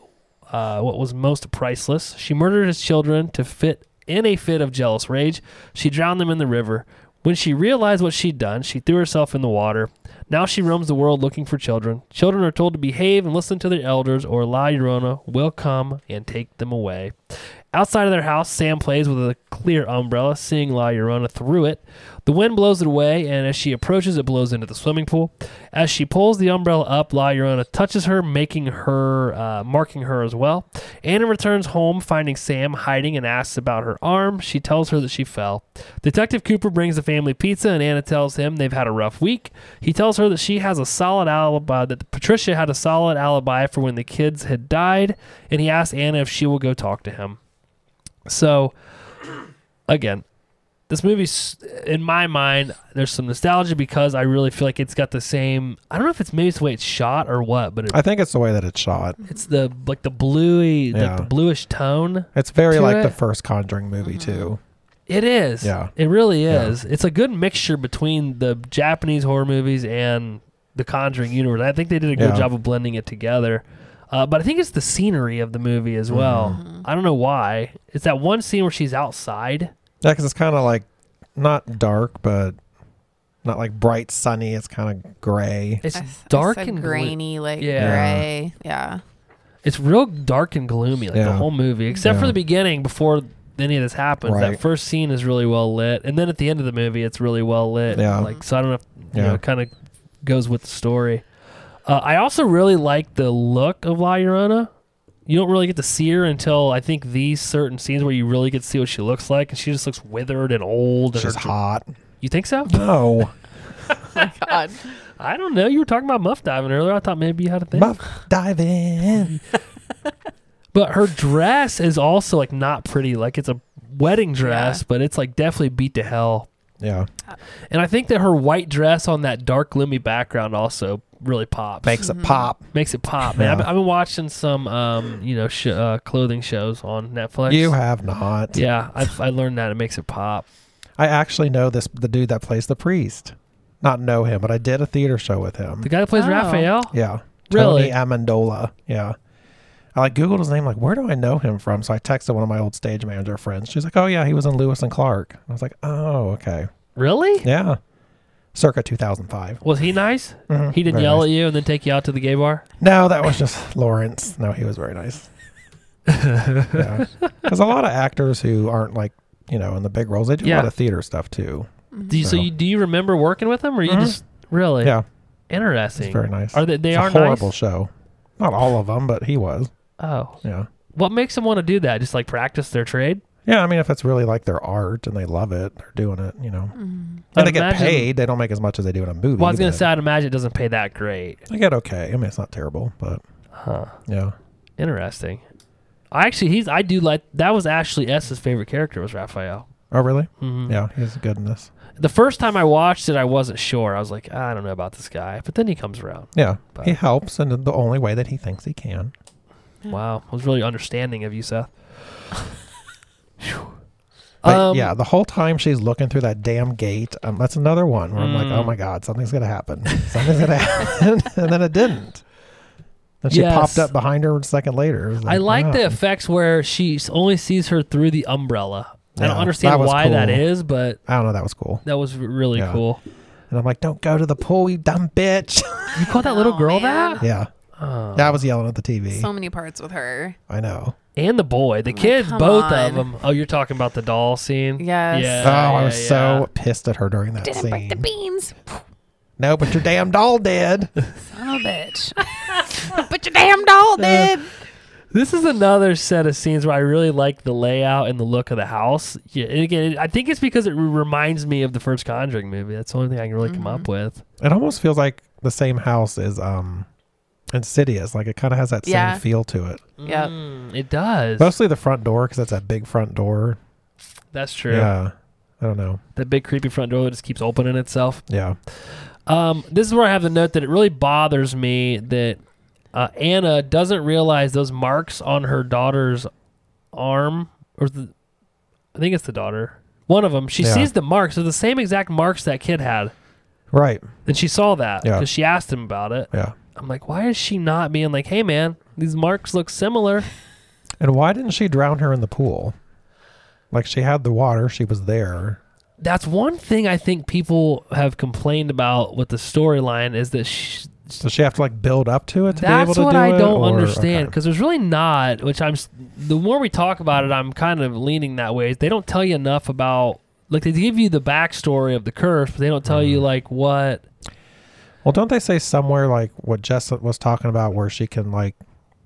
A: uh, what was most priceless. She murdered his children to fit in a fit of jealous rage, she drowned them in the river. When she realized what she'd done, she threw herself in the water. Now she roams the world looking for children. Children are told to behave and listen to their elders, or La Llorona will come and take them away. Outside of their house, Sam plays with a clear umbrella, seeing La Llorona through it. The wind blows it away, and as she approaches, it blows into the swimming pool. As she pulls the umbrella up, La Llorona touches her, making her, uh, marking her as well. Anna returns home, finding Sam hiding, and asks about her arm. She tells her that she fell. Detective Cooper brings the family pizza, and Anna tells him they've had a rough week. He tells her that she has a solid alibi, that Patricia had a solid alibi for when the kids had died, and he asks Anna if she will go talk to him. So, again, this movie's in my mind. There's some nostalgia because I really feel like it's got the same. I don't know if it's maybe it's the way it's shot or what, but it,
B: I think it's the way that it's shot.
A: it's the like the bluey,
B: Yeah.
A: like the bluish tone.
B: It's very
A: To
B: like the
A: it. Mm-hmm.
B: first Conjuring movie too.
A: It is.
B: Yeah.
A: It really
B: Yeah.
A: is. It's a good mixture between the Japanese horror movies and the Conjuring universe. I think they did a good
B: Yeah.
A: job of blending it together. Uh, but I think it's the scenery of the movie as
B: Mm-hmm.
A: well.
D: Mm-hmm.
A: I don't know why. It's that one scene where she's outside.
B: Yeah, because it's kind of like not dark, but not like bright sunny. It's kind of gray.
A: It's
D: I s- I
A: dark
D: said
A: and gray.
D: grainy, like
A: Yeah.
D: gray. Yeah.
A: It's real dark and gloomy, like the
B: Yeah.
A: whole movie, except for
B: Yeah.
A: the beginning before any of this happens. That
B: Right.
A: first scene is really well lit, and then at the end of the movie, it's really well lit.
B: Yeah.
A: Like so, I don't know. If, you
B: Yeah.
A: know, it kind of goes with the story. Uh, I also really like the look of La Llorona. You don't really get to see her until I think these certain scenes where you really get to see what she looks like, and she just looks withered and old. And
B: She's
A: her-
B: hot.
A: You think so?
B: No,
F: God.
A: I don't know. You were talking about muff diving earlier. I thought maybe you had a thing.
B: muff diving.
A: But her dress is also like not pretty. Like it's a wedding dress,
D: Yeah.
A: but it's like definitely beat to hell.
B: Yeah,
A: And I think that her white dress on that dark gloomy background also really pops.
B: makes it pop.
A: Makes it pop, man. I've,
B: Yeah.
A: I've been watching some, um, you know, sh- uh, clothing shows on Netflix.
B: You have not.
A: yeah, I, I learned that it makes it pop.
B: I actually know this the dude that plays the priest. Not know him, but I did a theater show with him.
A: The guy that plays
D: Oh.
A: Raphael.
B: Yeah.
A: Really?
B: Tony Amendola. Yeah. I like Googled his name, like, where do I know him from? So I texted one of my old stage manager friends. She's like, Oh yeah, he was in Lewis and Clark. I was like, Oh, okay.
A: Really?
B: Yeah. Circa two thousand five.
A: Was he nice?
B: Mhm.
A: He didn't
B: Very
A: yell
B: nice.
A: at you and then take you out to the gay bar.
B: No, that was just Lawrence. No, he was very nice. yeah. Because a lot of actors who aren't like, you know, in the big roles, they do a
A: Yeah.
B: lot of theater stuff too.
A: Do you, so,
B: Mm-hmm. No.
A: you, do you remember working with him, or you
B: Mhm.
A: just really
B: Yeah.
A: interesting?
B: It's very nice.
A: Are they? They
B: it's
A: are
B: a horrible
A: nice.
B: show. Not all of them, but he was.
A: Oh,
B: Yeah.
A: What makes them want to do that? Just like practice their trade?
B: Yeah, I mean, if it's really like their art and they love it, they're doing it. You know, and
A: I'd
B: they get
A: Mm. imagine-
B: paid. They don't make as much as they do in a movie.
A: Well, I was gonna
B: but
A: say I'd imagine it doesn't pay that great.
B: they get okay. I mean, it's not terrible, but
A: Huh.
B: yeah,
A: Interesting. I actually he's I do like that was Ashley S's favorite character was Raphael.
B: oh really?
A: Mhm.
B: Yeah, he's good in this.
A: The first time I watched it, I wasn't sure. I was like, I don't know about this guy, but then he comes around.
B: Yeah,
A: But-
B: he helps in the only way that he thinks he can.
A: Wow, I was really understanding of you, Seth. Phew.
B: But
A: Um,
B: yeah, the whole time she's looking through that damn gate. Um, that's another one where I'm like, oh
A: Mm.
B: my god, something's gonna happen. Something's gonna happen, and then it didn't. And she
A: Yes.
B: popped up behind her a second later. It was
A: I like
B: wow.
A: the effects where she s- only sees her through the umbrella. I
B: Yeah,
A: don't understand
B: that was
A: why that
B: cool.
A: is, but
B: I don't know. That was cool.
A: that was r- really
B: Yeah.
A: cool.
B: And I'm like, don't go to the pool, you dumb bitch.
A: You call that little
D: Oh,
A: girl
D: man.
A: that?
B: yeah.
A: Oh.
B: Yeah, I was yelling at the TV.
D: So many parts with her.
B: I know.
A: and the boy, the kid,
D: come
A: both of
D: on.
A: them. Oh, you're talking about the doll scene.
D: Yes.
A: Yeah.
B: Oh, I was
A: yeah, yeah.
B: so pissed at her during that
G: Didn't
B: scene.
G: break the beans.
B: no, but your damn doll did.
D: Son of a bitch.
G: But your damn doll did.
A: This is another set of scenes where I really like the layout and the look of the house. Yeah, and again, I think it's because it re- reminds me of the first Conjuring movie. That's the only thing I can really come
D: Mm-hmm.
A: up with.
B: It almost feels like the same house is um Insidious. Like it kind of has that
D: Yeah.
B: same feel to it.
D: Yep.
A: Mm, it does.
B: Mostly the front door because that's that big front door.
A: That's true.
B: Yeah. I don't know.
A: That big creepy front door that just keeps opening itself.
B: Yeah.
A: Um, this is where I have the note that it really bothers me that uh, Anna doesn't realize those marks on her daughter's arm, or the, I think it's the daughter. One of them, she
B: Yeah.
A: sees the marks. They're the same exact marks that kid had.
B: Right.
A: Then she saw that
B: Yeah.
A: because she asked him about it.
B: Yeah.
A: I'm like, why is she not being like, hey man, these marks look similar?
B: And why didn't she drown her in the pool? Like she had the water, she was there.
A: That's one thing I think people have complained about with the storyline is that sh-
B: Does she have to like build up to it to be able
A: That's
B: to
A: what
B: do
A: I
B: it,
A: don't
B: or-
A: understand
B: okay.
A: because there's really not. Which I'm. s- The more we talk about it, I'm kind of leaning that way. They don't tell you enough about. Like they give you the backstory of the curse, but they don't tell
B: Mm-hmm.
A: you like what.
B: Well, don't they say somewhere like what Jess was talking about where she can like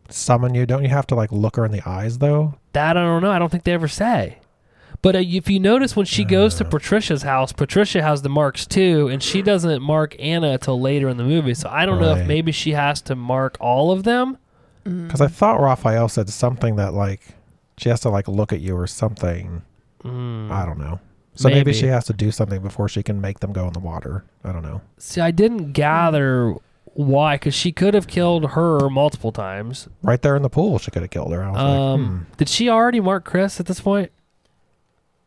B: summon you? Don't you have to like look her in the eyes though?
A: That I don't know. I don't think they ever say. But uh, if you notice, when she goes
B: Mm-hmm.
A: to Patricia's house, Patricia has the marks too, and she doesn't mark Anna until later in the movie. So I don't know if
B: Right.
A: maybe she has to mark all of them. Hmm.
B: Because I thought Raphael said something that like she has to like look at you or something. I don't know. So maybe.
A: Hmm. Maybe.
B: she has to do something before she can make them go in the water. I don't know.
A: See, I didn't gather why, because she could have killed her multiple times.
B: Right there in the pool, she could have killed her. I was like, hmm.
A: Um, did she already mark Chris at this point?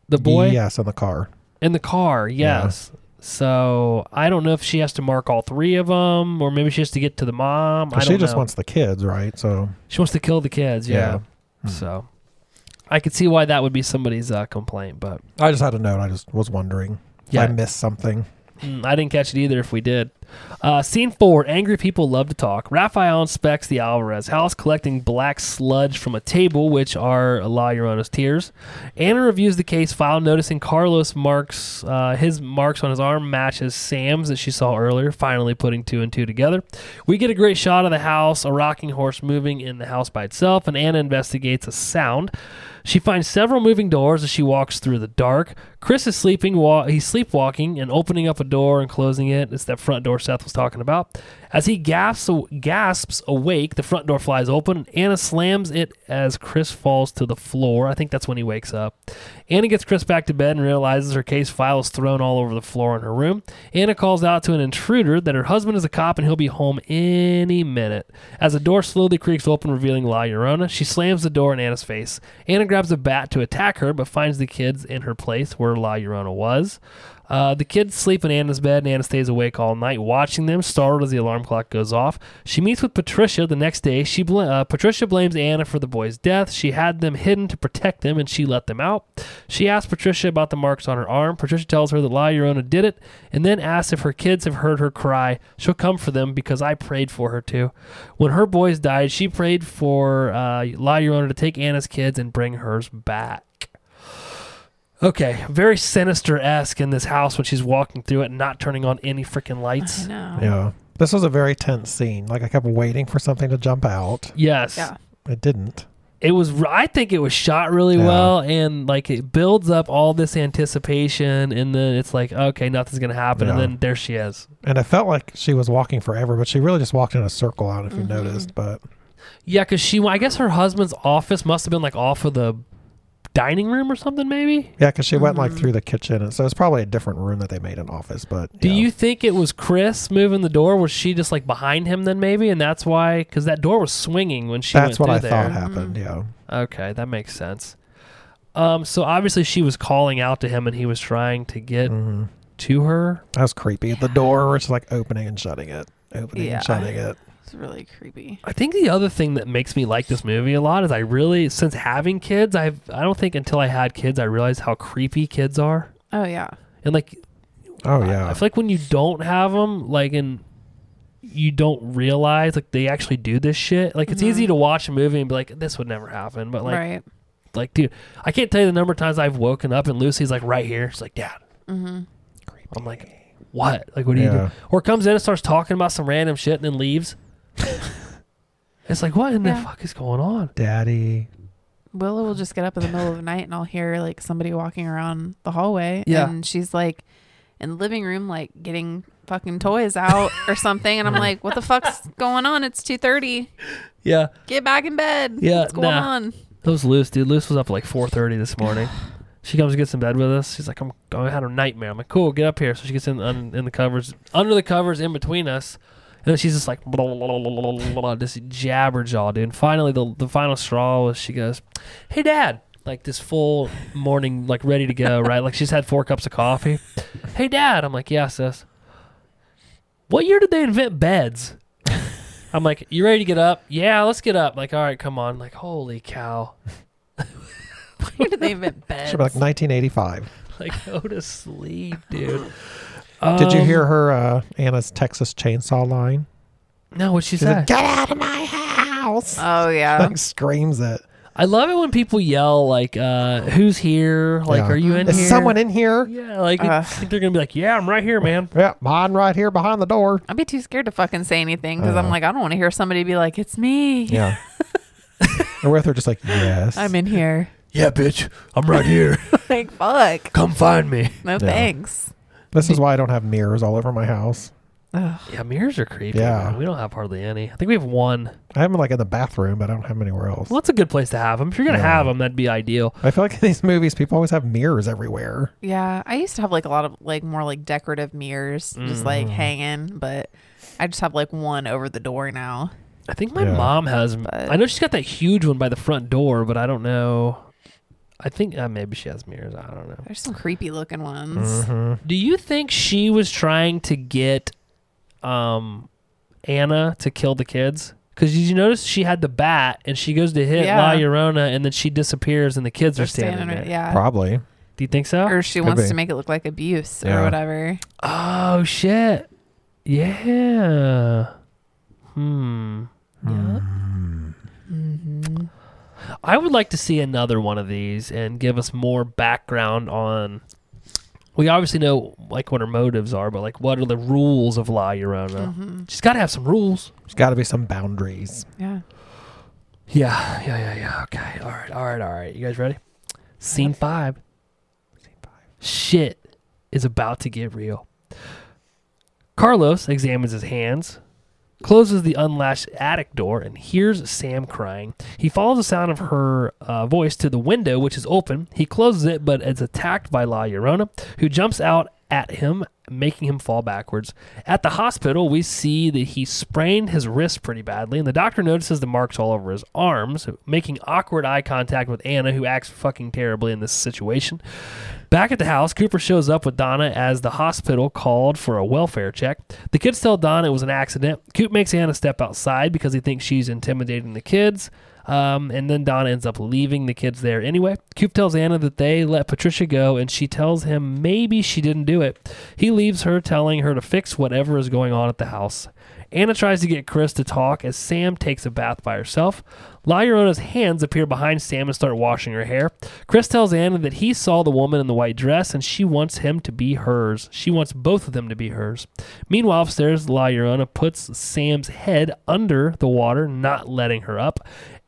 A: The boy
B: Yes, in the car.
A: in the car,
B: Yeah.
A: yes. So I don't know if she has to mark all three of them, or maybe she has to get to the mom. I
B: 'Cause
A: don't
B: she just
A: know.
B: wants the kids, right? So
A: she wants to kill the kids. Yeah.
B: Yeah. Hmm.
A: So I could see why that would be somebody's uh, complaint, but
B: I just had a note. I just was wondering
A: Yeah.
B: if I missed something.
A: Mm, I didn't catch it either if we did. Uh, scene four Angry people love to talk. Raphael inspects the Alvarez house, collecting black sludge from a table, which are La Llorona's tears. Anna reviews the case file, noticing Carlos marks, uh, his marks on his arm matches Sam's that she saw earlier, finally putting two and two together. We get a great shot of the house, a rocking horse moving in the house by itself, and Anna investigates a sound. She finds several moving doors as she walks through the dark. Chris is sleeping, wa- he's sleepwalking and opening up a door and closing it. It's that front door Seth was talking about. As he gasps, gasps awake, the front door flies open. and Anna slams it as Chris falls to the floor. I think that's when he wakes up. Anna gets Chris back to bed and realizes her case file is thrown all over the floor in her room. Anna calls out to an intruder that her husband is a cop and he'll be home any minute. As the door slowly creaks open, revealing La Llorona, she slams the door in Anna's face. Anna grabs a bat to attack her, but finds the kids in her place where La Llorona was. Uh, the kids sleep in Anna's bed, and Anna stays awake all night watching them, startled as the alarm clock goes off. She meets with Patricia the next day. She bl- uh, Patricia blames Anna for the boys' death. She had them hidden to protect them, and she let them out. She asks Patricia about the marks on her arm. Patricia tells her that La Llorona did it, and then asks if her kids have heard her cry. She'll come for them because I prayed for her to. When her boys died, she prayed for uh, La Llorona to take Anna's kids and bring hers back. Okay, very sinister esque in this house when she's walking through it and not turning on any freaking lights.
D: No.
B: Yeah. This was a very tense scene. Like I kept waiting for something to jump out.
A: Yes.
D: Yeah.
B: It didn't.
A: It was r- I think it was shot really
B: Yeah.
A: well and like it builds up all this anticipation and then it's like okay, nothing's going to happen and
B: Yeah.
A: then there she is.
B: And I felt like she was walking forever, but she really just walked in a circle. I don't know if you noticed, but
A: Yeah, cuz she I guess her husband's office must have been like off of the dining room or something maybe.
B: yeah, because she went like through the kitchen, and so it's probably a different room that they made an office. But
A: Do
B: yeah.
A: you think it was Chris moving the door? Was she just like behind him then maybe and that's why cuz that door was swinging when she
B: That's
A: went
B: what I
A: through there.
B: thought happened. Yeah.
A: Okay, that makes sense. Um, so obviously she was calling out to him, and he was trying to get
B: Mm-hmm.
A: to her.
B: That was creepy. The door was like opening and shutting it, opening
D: Yeah.
B: and shutting it.
D: It's really creepy.
A: I think the other thing that makes me like this movie a lot is I really, since having kids, I've I don't think until I had kids I realized how creepy kids are,
D: Oh yeah.
A: and like
B: Oh
A: I
B: yeah.
A: feel like when you don't have them, like and you don't realize like they actually do this shit. Like it's easy to watch a movie and be like, this would never happen, but like
D: Mm-hmm. right.
A: like dude, I can't tell you the number of times I've woken up and Lucy's like right here. She's like, Dad,
D: Mm-hmm.
B: Creepy.
A: I'm like, what? Like, what do you
B: Yeah.
A: do? Or comes in and starts talking about some random shit and then leaves. it's like, what in the
D: Yeah.
A: fuck is going on?
B: Daddy.
D: Willow will just get up in the middle of the night and I'll hear like somebody walking around the hallway.
A: Yeah.
D: And she's like in the living room, like getting fucking toys out or something. And I'm like, what the fuck's going on? It's 2.30.
A: Yeah,
D: Get back in bed.
A: Yeah,
D: What's going
A: nah.
D: on?
A: that was Luce, dude. Luce was up at like 4:30 this morning. she comes and gets in bed with us. She's like, I'm, I had a nightmare. I'm like, cool, get up here. So she gets in un, in the covers, under the covers, in between us. And then she's just like, blah, blah, blah, blah, blah, blah, this jabber jaw, dude. And finally, the, the final straw was she goes, Hey, Dad. Like this full morning, like ready to go, right? Like she's had four cups of coffee. Hey, Dad. I'm like, Yeah, sis. What year did they invent beds? I'm like, You ready to get up? Yeah, let's get up. Like, all right, come on. Like, holy cow.
F: They've been beds.
B: Should be like 1985.
A: Like go to sleep, dude.
B: Did you
A: Um,
B: hear her uh, Anna's Texas chainsaw line?
A: Um, No, what she
B: She's
A: said.
B: like, "Get out of my house!"
F: Oh yeah.
B: Like screams it.
A: I love it when people yell like, uh, "Who's here? Like,
B: Yeah.
A: are you in
B: Is
A: here?
B: someone in here?
A: Yeah, like it's- they're gonna be like, "Yeah, I'm right here, man."
B: Yeah, mine right here behind the door.
D: I'd be too scared to fucking say anything because
B: Uh.
D: I'm like, I don't want to hear somebody be like, "It's me.
B: Yeah. or with her just like, yes.
D: I'm in here."
A: Yeah, bitch, I'm right here.
D: like, fuck.
A: Come find me.
D: No thanks.
B: this is why I don't have mirrors all over my house.
D: Ugh.
A: Yeah, mirrors are creepy.
B: Yeah.
A: man. we don't have hardly any. I think we have one.
B: I have them like in the bathroom, but I don't have them anywhere else.
A: Well, that's a good place to have them. If you're gonna
B: Yeah.
A: have them, that'd be ideal.
B: I feel like in these movies, people always have mirrors everywhere.
D: Yeah, I used to have like a lot of like more like decorative mirrors, just
B: Mm-hmm.
D: like hanging, but I just have like one over the door now.
A: I think my
B: Yeah.
A: mom has.
D: But-
A: I know she's got that huge one by the front door, but I don't know. I think uh, maybe she has mirrors. I don't know.
D: There's some creepy looking ones.
B: Mm-hmm.
A: Do you think she was trying to get um, Anna to kill the kids? Because did you notice she had the bat and she goes to hit La
D: Yeah.
A: Llorona and then she disappears and the kids
D: They're
A: are standing,
D: standing,
A: there.
D: right- yeah.
B: Uh, Probably.
A: Do you think so?
D: Or she
B: Could
D: wants
B: be.
D: to make it look like abuse
B: Yeah.
D: or whatever.
A: oh shit! Yeah. Hmm. Yeah.
B: Mm-hmm.
A: I would like to see another one of these and give us more background on. We obviously know like what her motives are, but like what are the rules of La Llorona?
D: Mm-hmm.
A: She's got to have some rules.
B: There's got to be some boundaries.
D: Yeah.
A: Yeah, yeah, yeah, yeah. Okay, all right, all right, all right. You guys ready? Scene five. Shit is about to get real. Carlos examines his hands, closes the unlatched attic door, and hears Sam crying. He follows the sound of her uh, voice to the window, which is open. He closes it, but is attacked by La Llorona, who jumps out at him, making him fall backwards. At the hospital, we see that he sprained his wrist pretty badly, and the doctor notices the marks all over his arms, making awkward eye contact with Anna, who acts fucking terribly in this situation. Back at the house, Cooper shows up with Donna as the hospital called for a welfare check. The kids tell Donna it was an accident. Coop makes Anna step outside because he thinks she's intimidating the kids. Um, and then Donna ends up leaving the kids there anyway. Coop tells Anna that they let Patricia go, and she tells him maybe she didn't do it. He leaves her, telling her to fix whatever is going on at the house. Anna tries to get Chris to talk as Sam takes a bath by herself. La Llorona's hands appear behind Sam and start washing her hair. Chris tells Anna that he saw the woman in the white dress and she wants him to be hers. She wants both of them to be hers. Meanwhile, upstairs, La Llorona puts Sam's head under the water, not letting her up.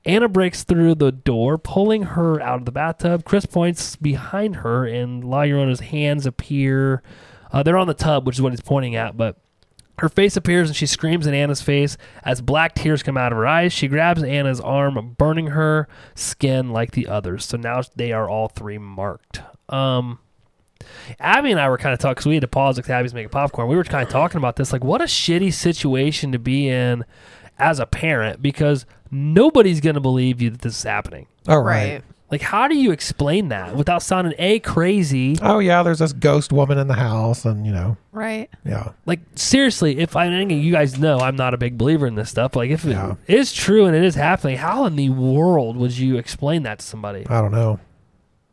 A: Anna breaks through the door, pulling her out of the bathtub. Chris points behind her, and La Llorona's hands appear. Uh, they're on the tub, which is what he's pointing at, but her face appears and she screams in Anna's face as black tears come out of her eyes. She grabs Anna's arm, burning her skin like the others. So now they are all three marked. Um, Abby and I were kind of talking because we had to pause because Abby's making popcorn. We were kind of talking about this, like what a shitty situation to be in as a parent because nobody's going to believe you that this is happening.
B: All right.
D: Right.
A: Like, how do you explain that without sounding a crazy?
B: Oh, yeah, there's this ghost woman in the house, and, you know,
D: Right.
B: yeah.
A: like seriously, if I think you guys know, I'm not a big believer in this stuff. Like if
B: Yeah.
A: it is true and it is happening, how in the world would you explain that to somebody?
B: I don't know.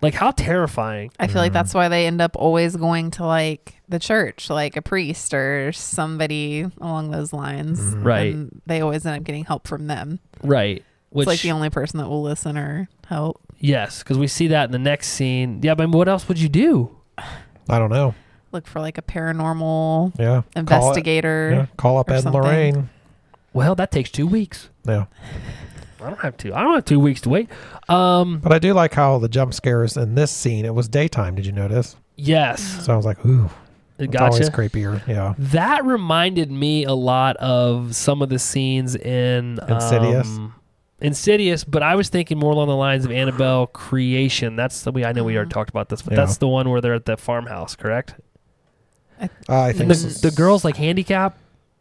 A: Like how terrifying.
D: I
B: Mm-hmm.
D: feel like that's why they end up always going to like the church, like a priest or somebody along those lines.
B: Mm-hmm.
A: Right.
D: And they always end up getting help from them.
A: Right. Which
D: it's like the only person that will listen or help.
A: yes, because we see that in the next scene. Yeah, but what else would you do?
B: I don't know.
D: Look for like a paranormal
B: Yeah.
D: investigator.
B: Call, it- yeah. Call up
D: or
B: Ed
D: something.
B: and Lorraine.
A: Well, that takes two weeks.
B: Yeah.
A: I don't have two. I don't have two weeks to wait. Um.
B: But I do like how the jump scares in this scene, it was daytime. Did you notice?
A: Yes.
B: So I was like, ooh,
A: It
B: it's
A: gotcha.
B: always creepier. Yeah.
A: That reminded me a lot of some of the scenes in
B: Insidious?
A: um, Insidious, but I was thinking more along the lines of Annabelle Creation. That's the we I know we already talked about this, but
B: Yeah.
A: that's the one where they're at the farmhouse, correct?
B: Uh, I think
A: The,
B: s-
A: the girl's like handicapped.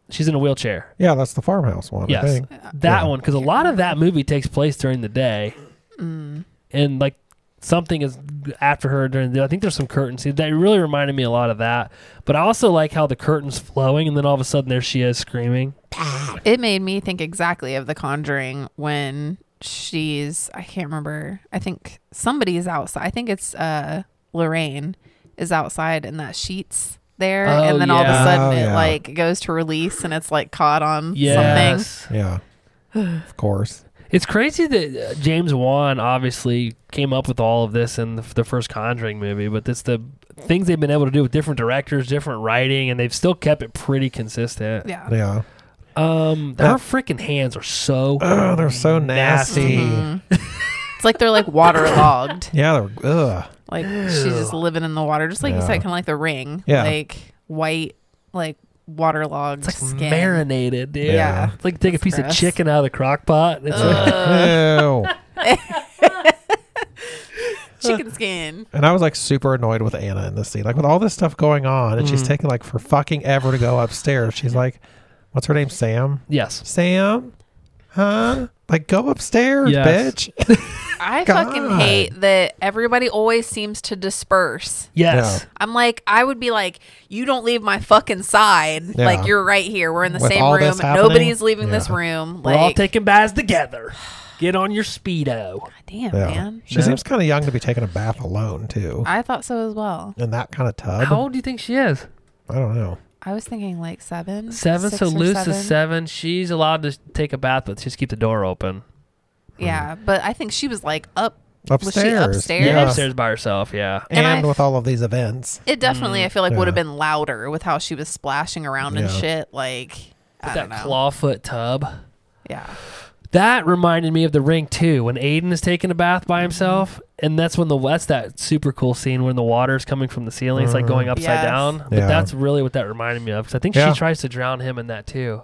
A: She's in a wheelchair.
B: Yeah, that's the farmhouse one. I
A: Yes,
B: think.
A: that
B: Yeah.
A: one because a lot of that movie takes place during the day,
D: Mm.
A: and like something is after her during the. I think there's some curtains here. that really reminded me a lot of that. But I also like how the curtains flowing, and then all of a sudden there she is screaming.
D: It made me think exactly of The Conjuring when she's I can't remember. I think somebody is outside. I think it's uh Lorraine is outside in that sheets there
A: Oh,
D: and then all of a
A: yeah.
D: sudden
B: Oh,
D: it
B: yeah.
D: like goes to release and it's like caught on something.
A: Yes.
B: Yeah. of course.
A: It's crazy that uh, James Wan obviously came up with all of this in the, the first Conjuring movie, but it's the things they've been able to do with different directors, different writing, and they've still kept it pretty consistent.
D: Yeah. Uh,
B: Yeah.
A: Um,
B: That-
A: their freaking hands are so
B: Oh, they're so nasty.
A: Nasty.
D: Mhm. it's like they're like waterlogged.
B: Yeah, they're ugh.
D: Like she's just
A: Ew.
D: living in the water, just like you
B: Yeah.
D: said, kind of like the ring.
B: Yeah.
D: Like white, like waterlogged
A: it's like
D: skin.
A: marinated, dude.
B: Yeah.
A: It's like take a piece of
D: gross.
A: chicken out of the crock pot. and It's like,
B: Ew.
D: Chicken skin.
B: And I was like super annoyed with Anna in this scene. Like with all this stuff going on, and she's
A: Mm.
B: taking like for fucking ever to go upstairs. She's like, what's her name? Sam?
A: yes.
B: Sam? Huh? Like go upstairs,
A: Yes.
B: bitch.
D: I fucking
B: God.
D: hate that everybody always seems to disperse.
A: Yes.
D: I'm like, I would be like, you don't leave my fucking side.
B: Yeah.
D: Like you're right here. We're in the
B: With
D: same
B: all
D: room.
B: this happening?
D: Nobody's leaving this
B: Yeah.
D: room.
A: We're
D: like,
A: all taking baths together. Get on your Speedo.
D: damn
B: Yeah.
D: man.
B: She
A: No.
B: seems kind of young to be taking a bath alone too.
D: I thought so as well.
B: in that kind of tub.
A: How old do you think she is?
B: I don't know.
D: I was thinking like seven.
A: Seven.
D: six
A: so
D: or
A: Luce
D: seven.
A: is seven. She's allowed to take a bath, but just keep the door open.
D: Yeah, but I think she was like up. Was she
B: Upstairs.
D: upstairs?
A: Yeah,
D: Yes.
A: upstairs by herself. Yeah.
D: And
B: And,
D: I-
B: with all of these events.
D: It definitely, I feel like, would have
B: Mm, Yeah.
D: been louder with how she was splashing around and
B: Yeah.
D: shit. Like, I
A: that
D: don't know.
A: clawfoot tub.
D: Yeah.
A: That reminded me of The Ring too, when Aiden is taking a bath by himself, and that's when the that's that super cool scene when the water's coming from the ceiling. It's like going upside
D: Yes.
A: down. But
B: Yeah.
A: that's really what that reminded me of because I think
B: Yeah.
A: she tries to drown him in that too.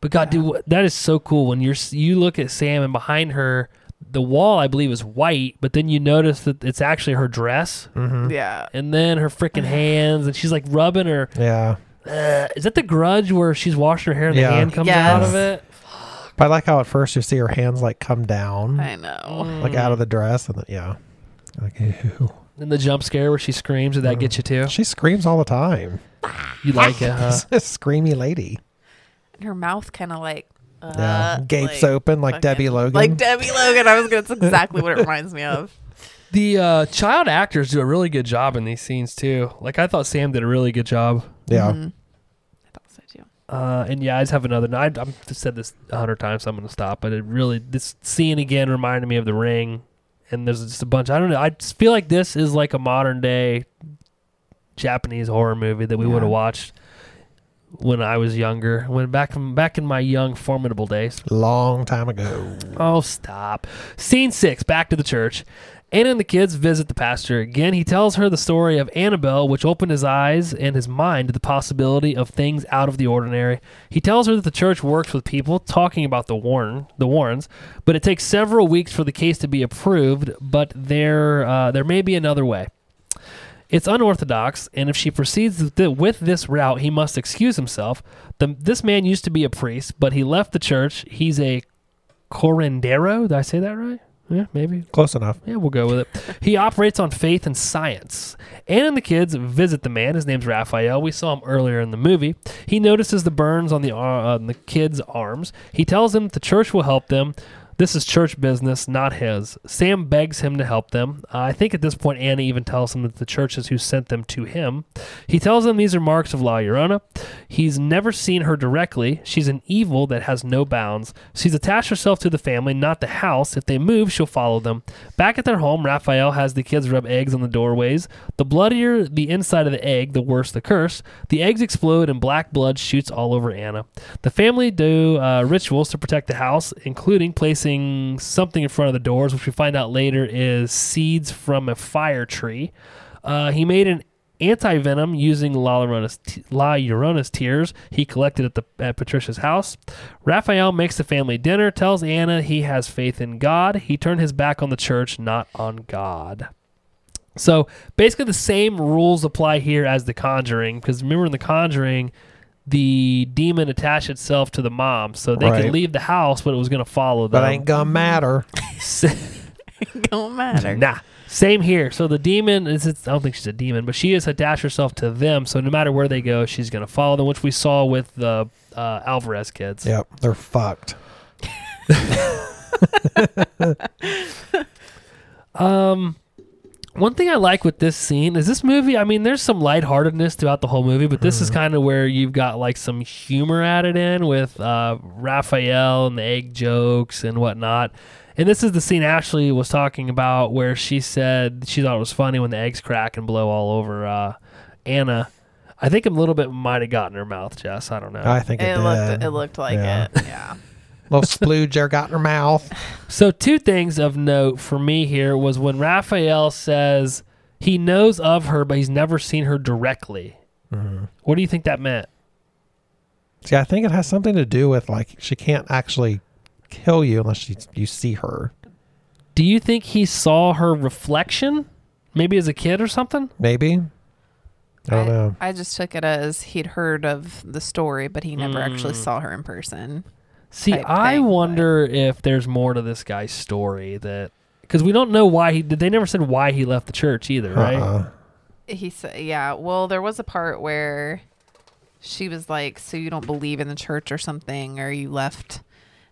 A: But God, dude, what- that is so cool when you're s- you look at Sam and behind her, the wall I believe is white, but then you notice that it's actually her dress
B: Mm-hmm.
D: Yeah.
A: and then her freaking hands, and she's like rubbing her.
B: Yeah.
A: Uh, is that the grudge where she's washing her hair and
B: Yeah.
A: the hand comes out of it?
B: But I like how at first you see her hands like come down,
D: I
A: Mm.
D: know.
B: like out of the dress, and then, yeah, like ew.
A: And the jump scare where she screams, did that get you too?
B: She screams all the time.
A: You like it, huh?
B: She's a screamy lady.
D: And her mouth kind of like. Uh,
B: Yeah, gapes
D: like,
B: open like
D: fucking-
B: Debbie Logan.
D: Like Debbie Logan. I was going to. That's exactly what it reminds me of.
A: The uh, child actors do a really good job in these scenes too. Like I thought Sam did a really good job.
B: yeah,
D: Mm-hmm. I thought so too.
A: Uh, and yeah, I just have another. I, I've said this a hundred times, so I'm gonna stop. But it really, this scene again reminded me of The Ring. And there's just a bunch. I don't know. I just feel like this is like a modern day Japanese horror movie that we
D: Yeah.
A: would have watched when I was younger. When back back in my young formidable days.
B: long time ago.
A: Oh, stop. Scene six, back to the church. Anna and the kids visit the pastor. Again, he tells her the story of Annabelle, which opened his eyes and his mind to the possibility of things out of the ordinary. He tells her that the church works with people talking about the Warren, the Warrens, but it takes several weeks for the case to be approved, but there, uh, there may be another way. It's unorthodox, and if she proceeds with th- with this route, he must excuse himself. The, this man used to be a priest, but he left the church. He's a Corandero. Did I say that right? Yeah, maybe.
B: Close enough.
A: Yeah, we'll go with it. he operates on faith and science. Anne and the kids visit the man. His name's Raphael. We saw him earlier in the movie. He notices the burns on the ar- on the kids' arms. He tells them the church will help them. This is church business, not his. Sam begs him to help them. Uh, I think at this point, Anna even tells him that the church is who sent them to him. He tells them these are marks of La Llorona. He's never seen her directly. She's an evil that has no bounds. She's attached herself to the family, not the house. If they move, she'll follow them. Back at their home, Raphael has the kids rub eggs on the doorways. The bloodier the inside of the egg, the worse the curse. The eggs explode and black blood shoots all over Anna. The family do uh, rituals to protect the house, including placing something in front of the doors, which we find out later is seeds from a fire tree. Uh, he made an anti venom using La Llorona's, t- La Llorona's tears he collected at the at Patricia's house. Raphael makes the family dinner, tells Anna he has faith in God. He turned his back on the church, not on God. So basically, the same rules apply here as The Conjuring, because remember in The Conjuring, the demon attached itself to the mom, so they
B: Right.
A: could leave the house, but it was going to follow them.
B: But ain't gonna matter.
D: Don't matter.
A: Nah. Same here. So the demon is, it's, I don't think she's a demon, but she is attached herself to them. So no matter where they go, she's going to follow them, which we saw with the uh, Alvarez kids.
B: Yep, they're fucked.
A: Um, one thing I like with this scene is this movie. I mean, there's some lightheartedness throughout the whole movie, but this is kind of where you've got like some humor added in with uh, Raphael and the egg jokes and whatnot. And this is the scene Ashley was talking about where she said she thought it was funny when the eggs crack and blow all over uh, Anna. I think a little bit might have gotten her mouth, Jess. I don't know.
B: I think it,
D: It looked
B: did.
D: it looked like
B: Yeah.
D: it. Yeah.
B: Little splooger got in her mouth.
A: So two things of note for me here was when Raphael says he knows of her, but he's never seen her directly. What do you think that meant?
B: See, I think it has something to do with like she can't actually kill you unless she, you see her.
A: Do you think he saw her reflection, maybe as a kid or something?
B: Maybe. I don't know.
D: I just took it as he'd heard of the story, but he never actually saw her in person.
A: See,
D: Type
A: I
D: thing, but-
A: wonder if there's more to this guy's story that because we don't know why he did. They never said why he left the church either, right?
B: Uh-uh.
D: He said, "Yeah, well, there was a part where she was like, so you don't believe in the church or something, or you left."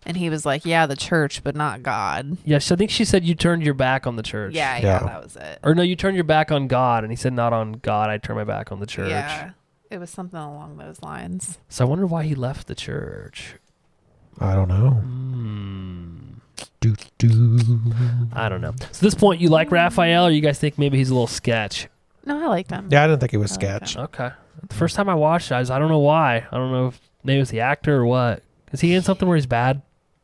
D: And he was like, "Yeah, the church, but not God."
A: Yeah, so I think she said you turned your back on the church.
D: Yeah, yeah,
B: Yeah.
D: that was it.
A: Or no, you turned your back on God, and he said, "Not on God, I turn my back on the church."
D: Yeah. It was something along those lines.
A: So I wonder why he left the church.
B: I don't know. Do, do.
A: Hmm. I don't know. So this point, you like Raphael, or you guys think maybe he's a little sketch?
D: No, I like them.
B: Yeah, I didn't think it was
D: I like
B: sketch.
A: Okay. The first time I watched, it, I was I don't know why. I don't know if maybe it's the actor or what. Is he in something where he's bad?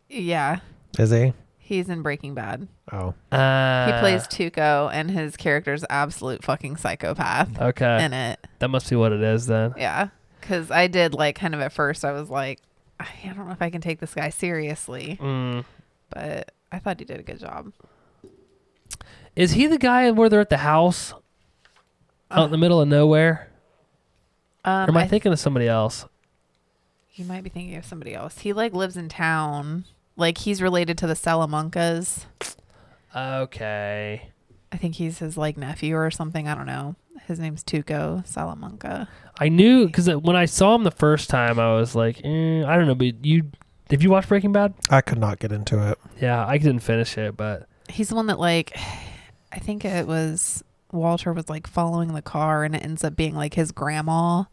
D: Yeah.
B: Is he?
D: He's in Breaking Bad.
B: Oh.
A: Uh,
D: He plays Tuco, and his character's absolute fucking psychopath
A: Okay,
D: in it.
A: that must be what it is then.
D: Yeah. Because I did, like, kind of at first, I was like, I don't know if I can take this guy seriously,
A: Mm.
D: but I thought he did a good job.
A: Is he the guy where they're at the house out in the middle of nowhere?
D: Um,
A: or am I,
D: I
A: thinking of somebody else?
D: you might be thinking of somebody else. He, like, lives in town. Like, he's related to the Salamancas.
A: Okay,
D: I think he's his, like, nephew or something. I don't know. His name's Tuco Salamanca.
A: I knew because when I saw him the first time, I was like, eh, I don't know. But you, did you watch Breaking Bad?
B: I could not get into it.
A: Yeah, I didn't finish it, but
D: He's the one that like I think it was Walter was like following the car and it ends up being like his grandma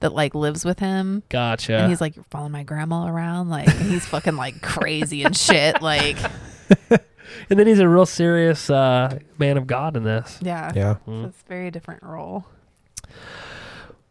D: that like lives with him.
A: gotcha.
D: And he's like, You're following my grandma around like and he's fucking like crazy and shit. Like
A: And then he's a real serious uh, man of God in this.
D: Yeah.
B: Yeah.
D: So it's a very different role.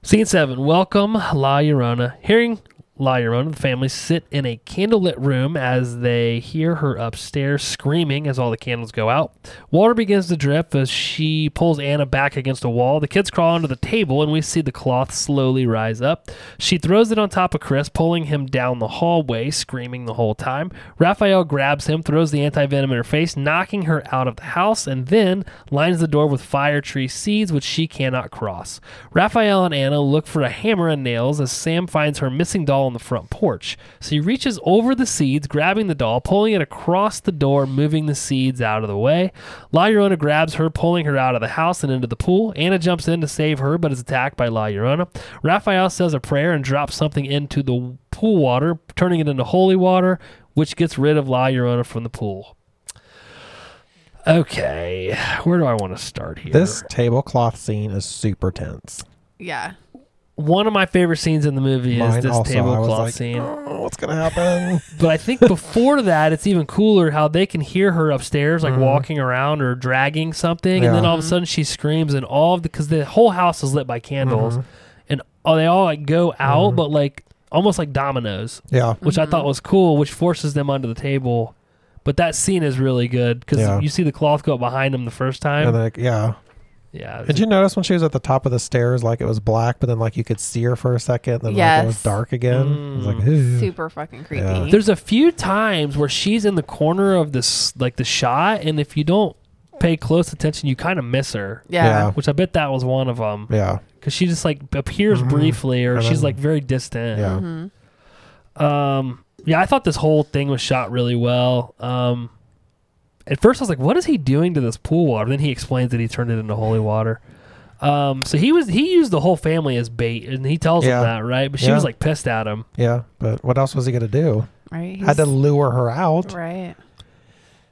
A: Scene seven. Welcome La Llorona. Hearing La Llorona, the family sit in a candlelit room as they hear her upstairs screaming as all the candles go out. Water begins to drip as she pulls Anna back against a wall. The kids crawl under the table and we see the cloth slowly rise up. She throws it on top of Chris, pulling him down the hallway, screaming the whole time. Raphael grabs him, throws the anti venom in her face, knocking her out of the house, and then lines the door with fire tree seeds, which she cannot cross. Raphael and Anna look for a hammer and nails as Sam finds her missing doll on the front porch. She reaches over the seeds, grabbing the doll, pulling it across the door, moving the seeds out of the way. La Llorona grabs her, pulling her out of the house and into the pool. Anna jumps in to save her, but is attacked by La Llorona. Raphael says a prayer and drops something into the pool water, turning it into holy water, which gets rid of La Llorona from the pool. Okay, where do I want to start here?
B: This tablecloth scene is super tense.
D: Yeah.
A: one of my favorite scenes in the movie
B: Mine
A: is this
B: also, I was
A: tablecloth
B: like,
A: scene.
B: Oh, what's going to happen?
A: But I think before that, it's even cooler how they can hear her upstairs, like walking around or dragging something, and then
B: Mm-hmm. Yeah.
A: all of a sudden she screams, and all of the because the whole house is lit by candles,
B: Mm-hmm.
A: and all, they all like go out, but like almost like dominoes,
B: yeah.
A: which I thought was cool, which forces them onto the table. But that scene is really good because
B: Yeah.
A: you see the cloth go up behind them the first time.
B: And like, yeah.
A: yeah,
B: Did you notice when she was at the top of the stairs, like it was black, but then like you could see her for a second, then like it was
D: Yes.
B: dark again? It was
A: Mm.
B: like, "Ooh."
D: Super fucking creepy.
B: Yeah.
A: There's a few times where she's in the corner of this like the shot, and if you don't pay close attention, you kind of miss her.
D: yeah.
B: Yeah.
A: Which I bet that was one of them
B: yeah.
A: because she just like appears briefly, or
B: Mm-hmm. And
A: she's
B: then-
A: like very distant.
B: Yeah.
D: Mm-hmm.
A: Um. Yeah, I thought this whole thing was shot really well. Um. At first, I was like, "What is he doing to this pool water?" Then he explains that he turned it into holy water. Um. So he was he used the whole family as bait, and he tells
B: Yeah.
A: him that right, but she
B: Yeah.
A: was like pissed at him.
B: Yeah. But what else was he going to do?
D: Right.
B: Had to
D: He's-
B: lure her out.
D: Right.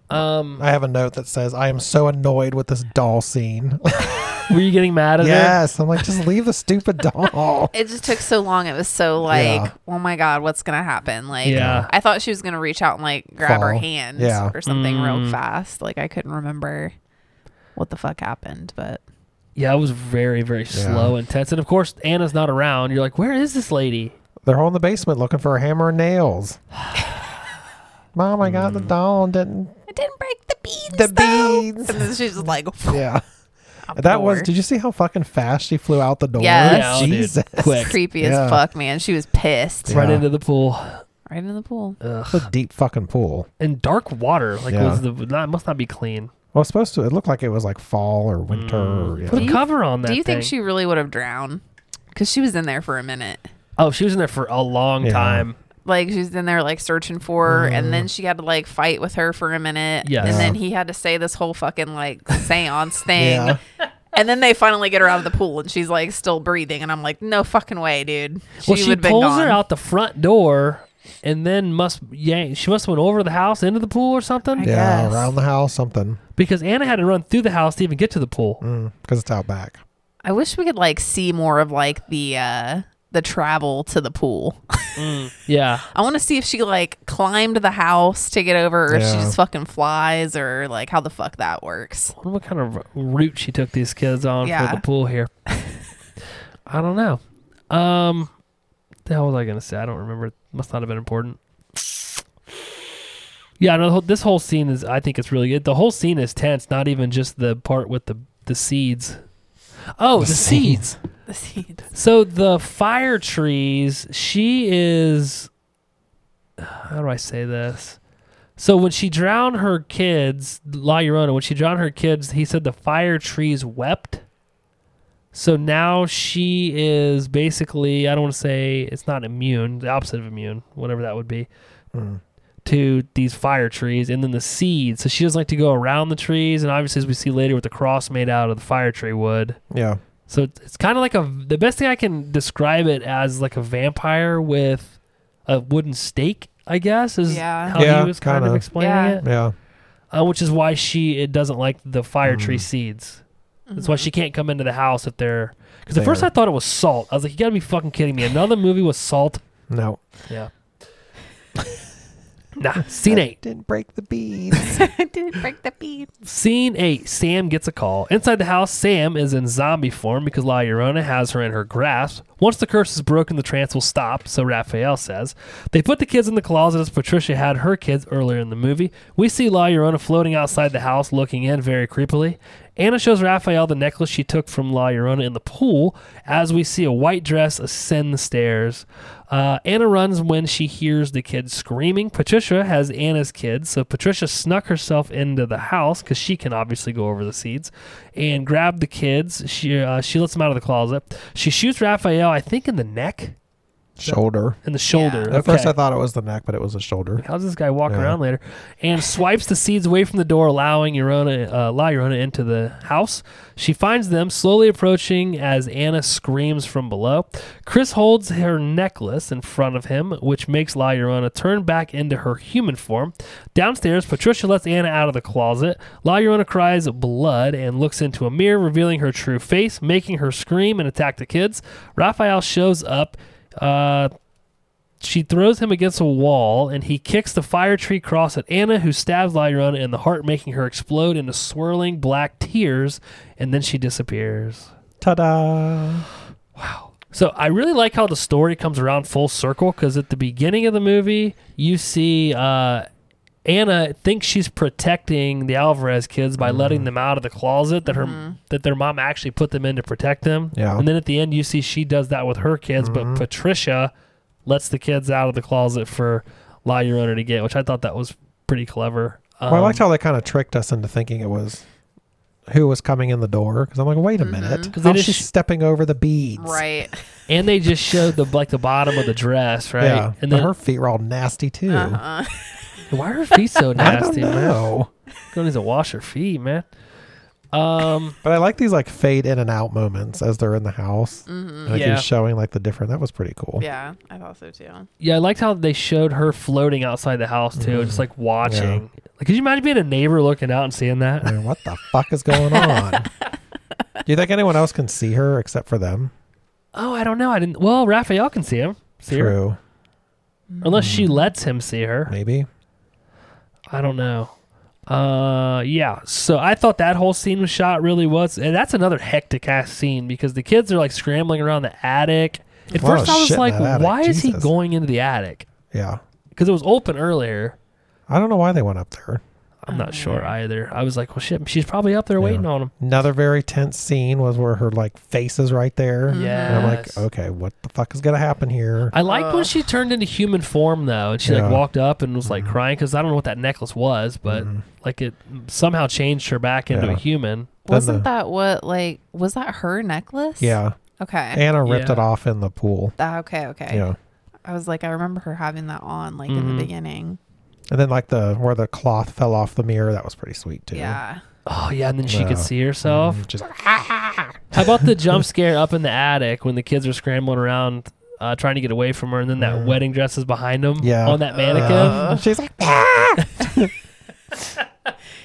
A: Um,
B: I have a note that says, "I am so annoyed with this doll scene."
A: were you getting mad at her?
B: yes, I'm like, just leave the stupid doll.
D: It just took so long. It was so like,
B: Yeah.
D: oh my god, what's gonna happen? Like,
A: Yeah.
D: I thought she was gonna reach out and like grab her
B: Fall.
D: hand
B: Yeah.
D: or something
A: Mm.
D: real fast. Like, I couldn't remember what the fuck happened, but
A: Yeah, it was very, very slow and tense. And of course, Anna's not around. You're like, where is this lady?
B: They're all in the basement looking for a hammer and nails. Mom, I got the
A: Mm.
B: doll and didn't
D: I didn't break the beans.
B: the
D: though.
B: beans.
F: And then she's just like,
B: Yeah. That was.
F: door.
B: Did you see how fucking fast she flew out the door?
D: Yes.
A: Yeah, dude.
B: Jesus.
A: Quick.
D: Creepy
B: Yeah.
D: as fuck, man. She was pissed.
A: Right
B: Yeah.
A: into the pool.
D: Right in the pool.
A: Ugh.
B: The deep fucking pool.
A: And dark water. Like,
B: Yeah.
A: was the not, must not be clean. Mm.
B: Well, it's supposed to. It looked like it was like fall or winter. Or, yeah.
A: Put
D: Do
A: a
D: you-
A: cover on that.
D: Do you
A: thing.
D: think she really would have drowned? Because she was in there for a minute.
A: Oh, she was in there for a long
B: Yeah.
A: time.
D: Like she was in there like searching for her, and then she had to like fight with her for a minute.
A: Mm-hmm. Yes.
D: And then he had to say this whole fucking like seance thing.
B: Yeah.
D: And then they finally get her out of the pool and she's like still breathing. And I'm like, no fucking way, dude. She
A: well, she
D: would have been
A: pulls
D: gone.
A: her out the front door, and then must yank. She must have went over the house into the pool or something.
D: I
B: Yeah,
D: guess.
B: around the house, something.
A: Because Anna had to run through the house to even get to the pool.
B: Because it's out back.
D: I wish we could like see more of like the uh the travel to the pool.
A: Yeah,
D: I want to see if she like climbed the house to get over, or if she
B: Yeah.
D: just fucking flies, or like how the fuck that works.
A: I wonder what kind of route she took these kids on
D: Yeah.
A: for the pool here. I don't know. Um, the hell was I gonna say? I don't remember. It must not have been important. Yeah, no. the whole- This whole scene is. I think it's really good. The whole scene is tense. Not even just the part with the the seeds. Oh, the, seeds.
D: The seeds.
A: So the fire trees, she is. How do I say this? So when she drowned her kids, La Llorona, when she drowned her kids, he said the fire trees wept. So now she is basically, I don't want to say it's not immune, the opposite of immune, whatever that would be,
B: Mm.
A: to these fire trees and then the seeds. So she doesn't like to go around the trees. And obviously, as we see later with the cross made out of the fire tree wood,
B: Yeah.
A: so it's, it's kind of like a the best thing I can describe it as like a vampire with a wooden stake, I guess, is
D: Yeah.
A: how
B: Yeah,
A: he was kind of
B: kinda.
A: explaining
D: Yeah.
A: it.
B: Yeah.
A: Uh, which is why she it doesn't like the fire
B: Mm.
A: tree seeds. That's why
D: Mm-hmm.
A: she can't come into the house if they're because at first
B: There.
A: I thought it was salt. I was like, you gotta be fucking kidding me! Another movie with salt?
B: No.
A: Yeah. nah. Scene eight.
B: Didn't break the beads.
G: Didn't break the bead.
A: Scene 8 Sam gets a call. Inside the house, Sam is in zombie form because La Llorona has her in her grasp. Once the curse is broken, the trance will stop, so Raphael says. They put the kids in the closet as Patricia had her kids earlier in the movie. We see La Llorona floating outside the house, looking in very creepily. Anna shows Raphael the necklace she took from La Llorona in the pool as we see a white dress ascend the stairs. Uh, Anna runs when she hears the kids screaming. Patricia has Anna's kids, so Patricia snuck herself into the house because she can obviously go over the seeds and grabbed the kids. She, uh, she lets them out of the closet. She shoots Raphael, I think, in the neck
B: shoulder.
A: and the shoulder.
B: At first,
A: Okay.
B: I thought it was the neck, but it was the shoulder.
A: How's this guy walking
B: Yeah.
A: around later? And swipes the seeds away from the door, allowing Yorona, uh, La Llorona into the house. She finds them slowly approaching as Anna screams from below. Chris holds her necklace in front of him, which makes La Llorona turn back into her human form. Downstairs, Patricia lets Anna out of the closet. La Llorona cries blood and looks into a mirror, revealing her true face, making her scream and attack the kids. Raphael shows up. Uh, she throws him against a wall, and he kicks the fire tree cross at Anna, who stabs Lyrona in the heart, making her explode into swirling black tears, and then she disappears.
B: Ta
A: Um,
B: da!
A: So I really like how the story comes around full circle because at the beginning of the movie, you see uh, Anna thinks she's protecting the Alvarez kids by
B: Mm-hmm.
A: letting them out of the closet that her that their mom actually put them in to protect them.
B: Yeah. Mm-hmm.
A: And then at the end, you see she does that with her kids, but Patricia lets the kids out of the closet for La Llorona to get, which I thought that was pretty clever. Um,
B: Well, I liked how they kind of tricked us into thinking it was who was coming in the door. Because I'm like, wait a minute,
A: 'Cause they just
B: how's she
A: sh-
B: stepping over the beads?
D: Mm-hmm. Right.
A: and they just showed the like the bottom of the dress, right?
B: Yeah, Uh-huh.
A: And
B: and
A: then
B: her feet were all nasty too.
D: Uh-huh.
A: why are her feet so
B: I don't
A: nasty? man?
B: know.
A: Girl needs to wash her feet, man. Um,
B: But I like these like fade in and out moments as they're in the house.
D: Mm-hmm.
B: Like
A: Yeah.
B: you're showing like the different. That was pretty cool.
D: Yeah, I thought so too.
A: yeah, I liked how they showed her floating outside the house too, just like watching. Like, could you imagine being a neighbor looking out and seeing that?
B: Man, what the fuck is going on? Do you think anyone else can see her except for them?
A: Oh, I don't know. I didn't. Well, Raphael can see him. See her.
B: True. Mm-hmm.
A: Unless she lets him see her.
B: Maybe.
A: I don't know. Uh, yeah. So I thought that whole scene was shot really was, and that's another hectic ass scene because the kids are like scrambling around the attic. At
B: Wow,
A: first, I
B: shit
A: was
B: in
A: like,
B: that attic.
A: "Why is he
B: Jesus.
A: going into the attic?"
B: Yeah.
A: Because it was open earlier.
B: I don't know why they went up there.
A: I'm not sure
B: Mm.
A: either. I was like, "Well, shit, she's probably up there waiting on him."
B: Another very tense scene was where her like face is right there.
A: Yeah.
B: And I'm like, "Oh." okay, what the fuck is gonna happen here?
A: I liked when she turned into human form though, and she
B: Yeah. Mm-hmm.
A: like walked up and was like crying because I don't know what that necklace was,
B: Mm,
A: but like it somehow changed her back into
B: Yeah.
A: a human.
D: Wasn't
B: the-
D: that what like was that her necklace?
B: yeah.
D: Okay.
B: Anna ripped
A: Yeah.
B: it off in the pool.
D: Ah, okay. Okay.
B: Yeah. Mm-hmm.
D: I was like, I remember her having that on like in
A: Mhm.
D: the beginning.
B: And then like the where the cloth fell off the mirror, that was pretty sweet too.
D: Yeah.
A: Oh yeah, and then she
B: Yeah. Mm-hmm.
A: could see herself.
B: Mm, Just like,
A: How about the jump scare up in the attic when the kids are scrambling around uh, trying to get away from her, and then that wedding dress is behind them
B: Mm. Yeah. Uh.
A: on that mannequin?
B: she's like, "Ah!"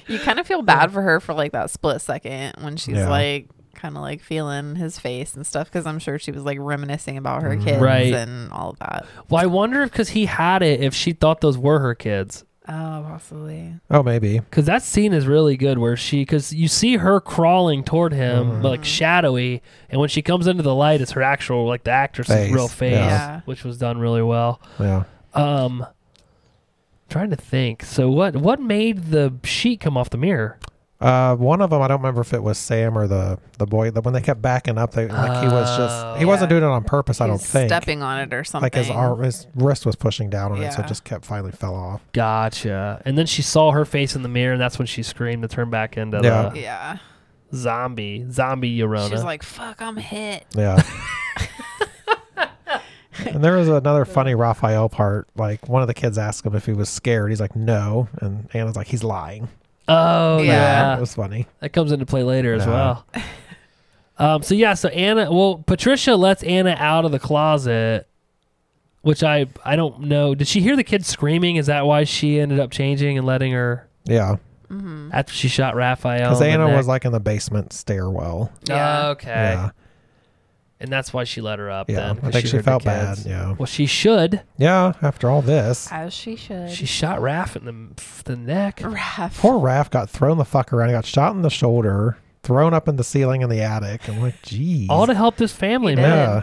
D: You kind of feel bad for her for like that split second when she's
B: Yeah.
D: like kind of like feeling his face and stuff because I'm sure she was like reminiscing about her kids
A: Right.
D: and all of that.
A: Well, I wonder if because he had it, if she thought those were her kids.
D: Oh, possibly.
B: Oh maybe.
A: Because that scene is really good where she, because you see her crawling toward him, but
B: Mm-hmm.
A: like shadowy, and when she comes into the light, it's her actual, like the actress's
B: Face,
A: real face,
B: yeah.
D: Yeah.
A: which was done really well.
B: Yeah.
A: Um, trying to think. So what what made the sheet come off the mirror?
B: Uh, one of them, I don't remember if it was Sam or the the boy. That when they kept backing up, they like he was
A: Oh.
B: just he wasn't
D: Yeah.
B: doing it on purpose. I
D: He
B: don't
D: was
B: think.
D: stepping on it or something.
B: like his arm, his wrist was pushing down on it, so
D: Yeah.
B: it just kept finally fell off.
A: Gotcha. And then she saw her face in the mirror, and that's when she screamed to turn back into
B: Yeah.
A: the
D: Yeah.
A: zombie, zombie Yorona.
D: She was like, fuck, I'm hit.
B: Yeah. and there was another funny Raphael part. Like one of the kids asked him if he was scared. He's like, no, and Anna's like, he's lying.
A: oh yeah.
D: Yeah.
B: it was funny.
A: that comes into play later as
B: Yeah.
A: well. um. So yeah. So Anna. Well, Patricia lets Anna out of the closet, which I I don't know. Did she hear the kid screaming? Is that why she ended up changing and letting her
B: Yeah,
D: Mm-hmm.
A: after she shot Raphael?
B: because
A: in the
B: Anna
A: neck?
B: was like in the basement stairwell.
A: Oh,
D: Yeah.
A: okay.
B: Yeah,
A: And that's why she let her up.
B: yeah.
A: Then, 'cause
B: I think she,
A: heard the
B: felt bad.
A: kids.
B: Yeah,
A: Well, she should.
B: yeah. After all this,
D: As she should.
A: She shot Raph in the the neck.
D: Raph.
B: Poor Raph got thrown the fuck around. He got shot in the shoulder, thrown up in the ceiling in the attic. I'm like, geez.
A: All to help this family, man.
B: yeah.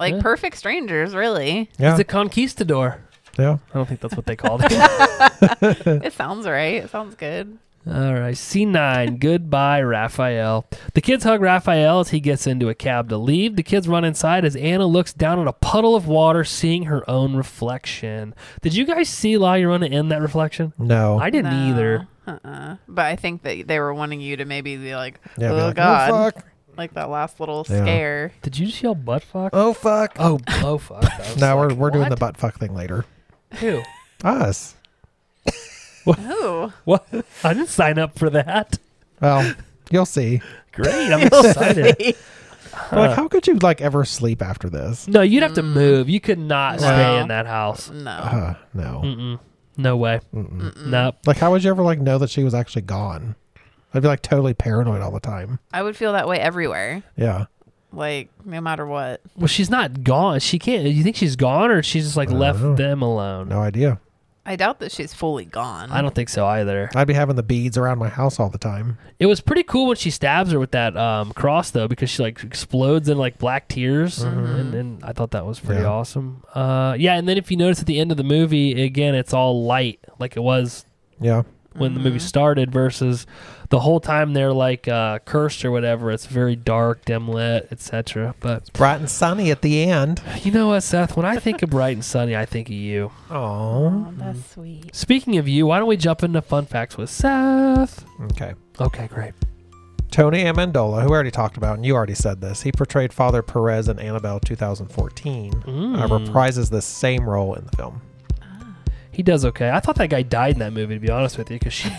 D: Like
A: Yeah.
D: perfect strangers, really.
B: Yeah.
A: He's a conquistador.
B: yeah.
A: I don't think that's what they called him.
D: it sounds right. It sounds good.
A: All right, C9. Goodbye, Raphael. The kids hug Raphael as he gets into a cab to leave. The kids run inside as Anna looks down at a puddle of water, seeing her own reflection. Did you guys see La Llorona in that reflection?
B: No.
A: I didn't
D: No.
A: either.
D: Uh-uh. But I think that they were wanting you to maybe be like,
B: yeah, be
D: oh
B: like,
D: god,
B: Oh fuck.
D: like that last little
B: Yeah.
D: scare.
A: Did you just yell butt fuck?
B: Oh fuck.
A: Oh, blow fuck. I was
B: no, we're,
A: like,
B: we're doing the
A: what?
B: butt fuck thing later.
A: Who?
B: Us.
D: Oh,
A: What? I didn't sign up for that.
B: Well, you'll see.
A: Great, I'm excited.
B: But, Like, how could you like ever sleep after this?
A: No, you'd have to move. You could not stay
D: No.
A: in that house.
D: no.
B: Uh, no.
A: Mm-mm. No way. Nope.
B: Like, how would you ever like know that she was actually gone? I'd be like totally paranoid all the time.
D: I would feel that way everywhere.
B: Yeah.
D: Like no matter what.
A: Well, she's not gone. She can't. You think she's gone, or she's just like
B: I
A: left
B: don't know.
A: them alone?
B: No idea.
D: I doubt that she's fully gone.
A: I don't think so either.
B: I'd be having the beads around my house all the time.
A: It was pretty cool when she stabs her with that um, cross, though, because she like explodes in like black tears, and, and I thought that was pretty
B: Mm-hmm. Yeah.
A: awesome. Uh, yeah, and then if you notice at the end of the movie, again, it's all light, like it was
B: Yeah.
A: when the movie started, versus the whole time they're like uh, cursed or whatever. It's very dark, dim lit, etc. But
B: Bright and sunny at the end.
A: You know what, Seth? When I think of bright and sunny, I think of you.
B: Oh.
D: that's sweet.
A: Speaking of you, why don't we jump into fun facts with Seth?
B: Okay.
A: Okay, great.
B: Tony Amendola, who we already talked about, and you already said this, he portrayed Father Perez in Annabelle 2014.
A: Hmm. Mm.
B: Uh, reprises the same role in the film.
A: He does okay. I thought that guy died in that movie, to be honest with you, because she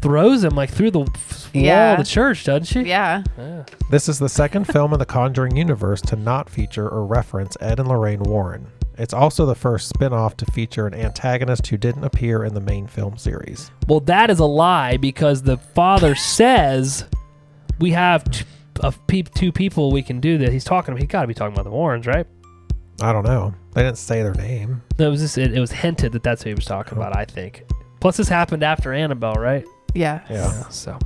A: throws him like through the f-
D: Yeah.
A: wall of the church, doesn't she?
D: Yeah.
A: Yeah.
B: This is the second film in the Conjuring universe to not feature or reference Ed and Lorraine Warren. It's also the first spin off to feature an antagonist who didn't appear in the main film series.
A: Well, that is a lie because the father says we have t- of pe- two people we can do that. He's talking. He got to be talking about the Warrens, right?
B: I don't know. They didn't say their name.
A: No, it was just, it, it was hinted that that's what he was talking about. I think. Plus, this happened after Annabelle, right?
D: Yeah.
B: Yeah.
A: So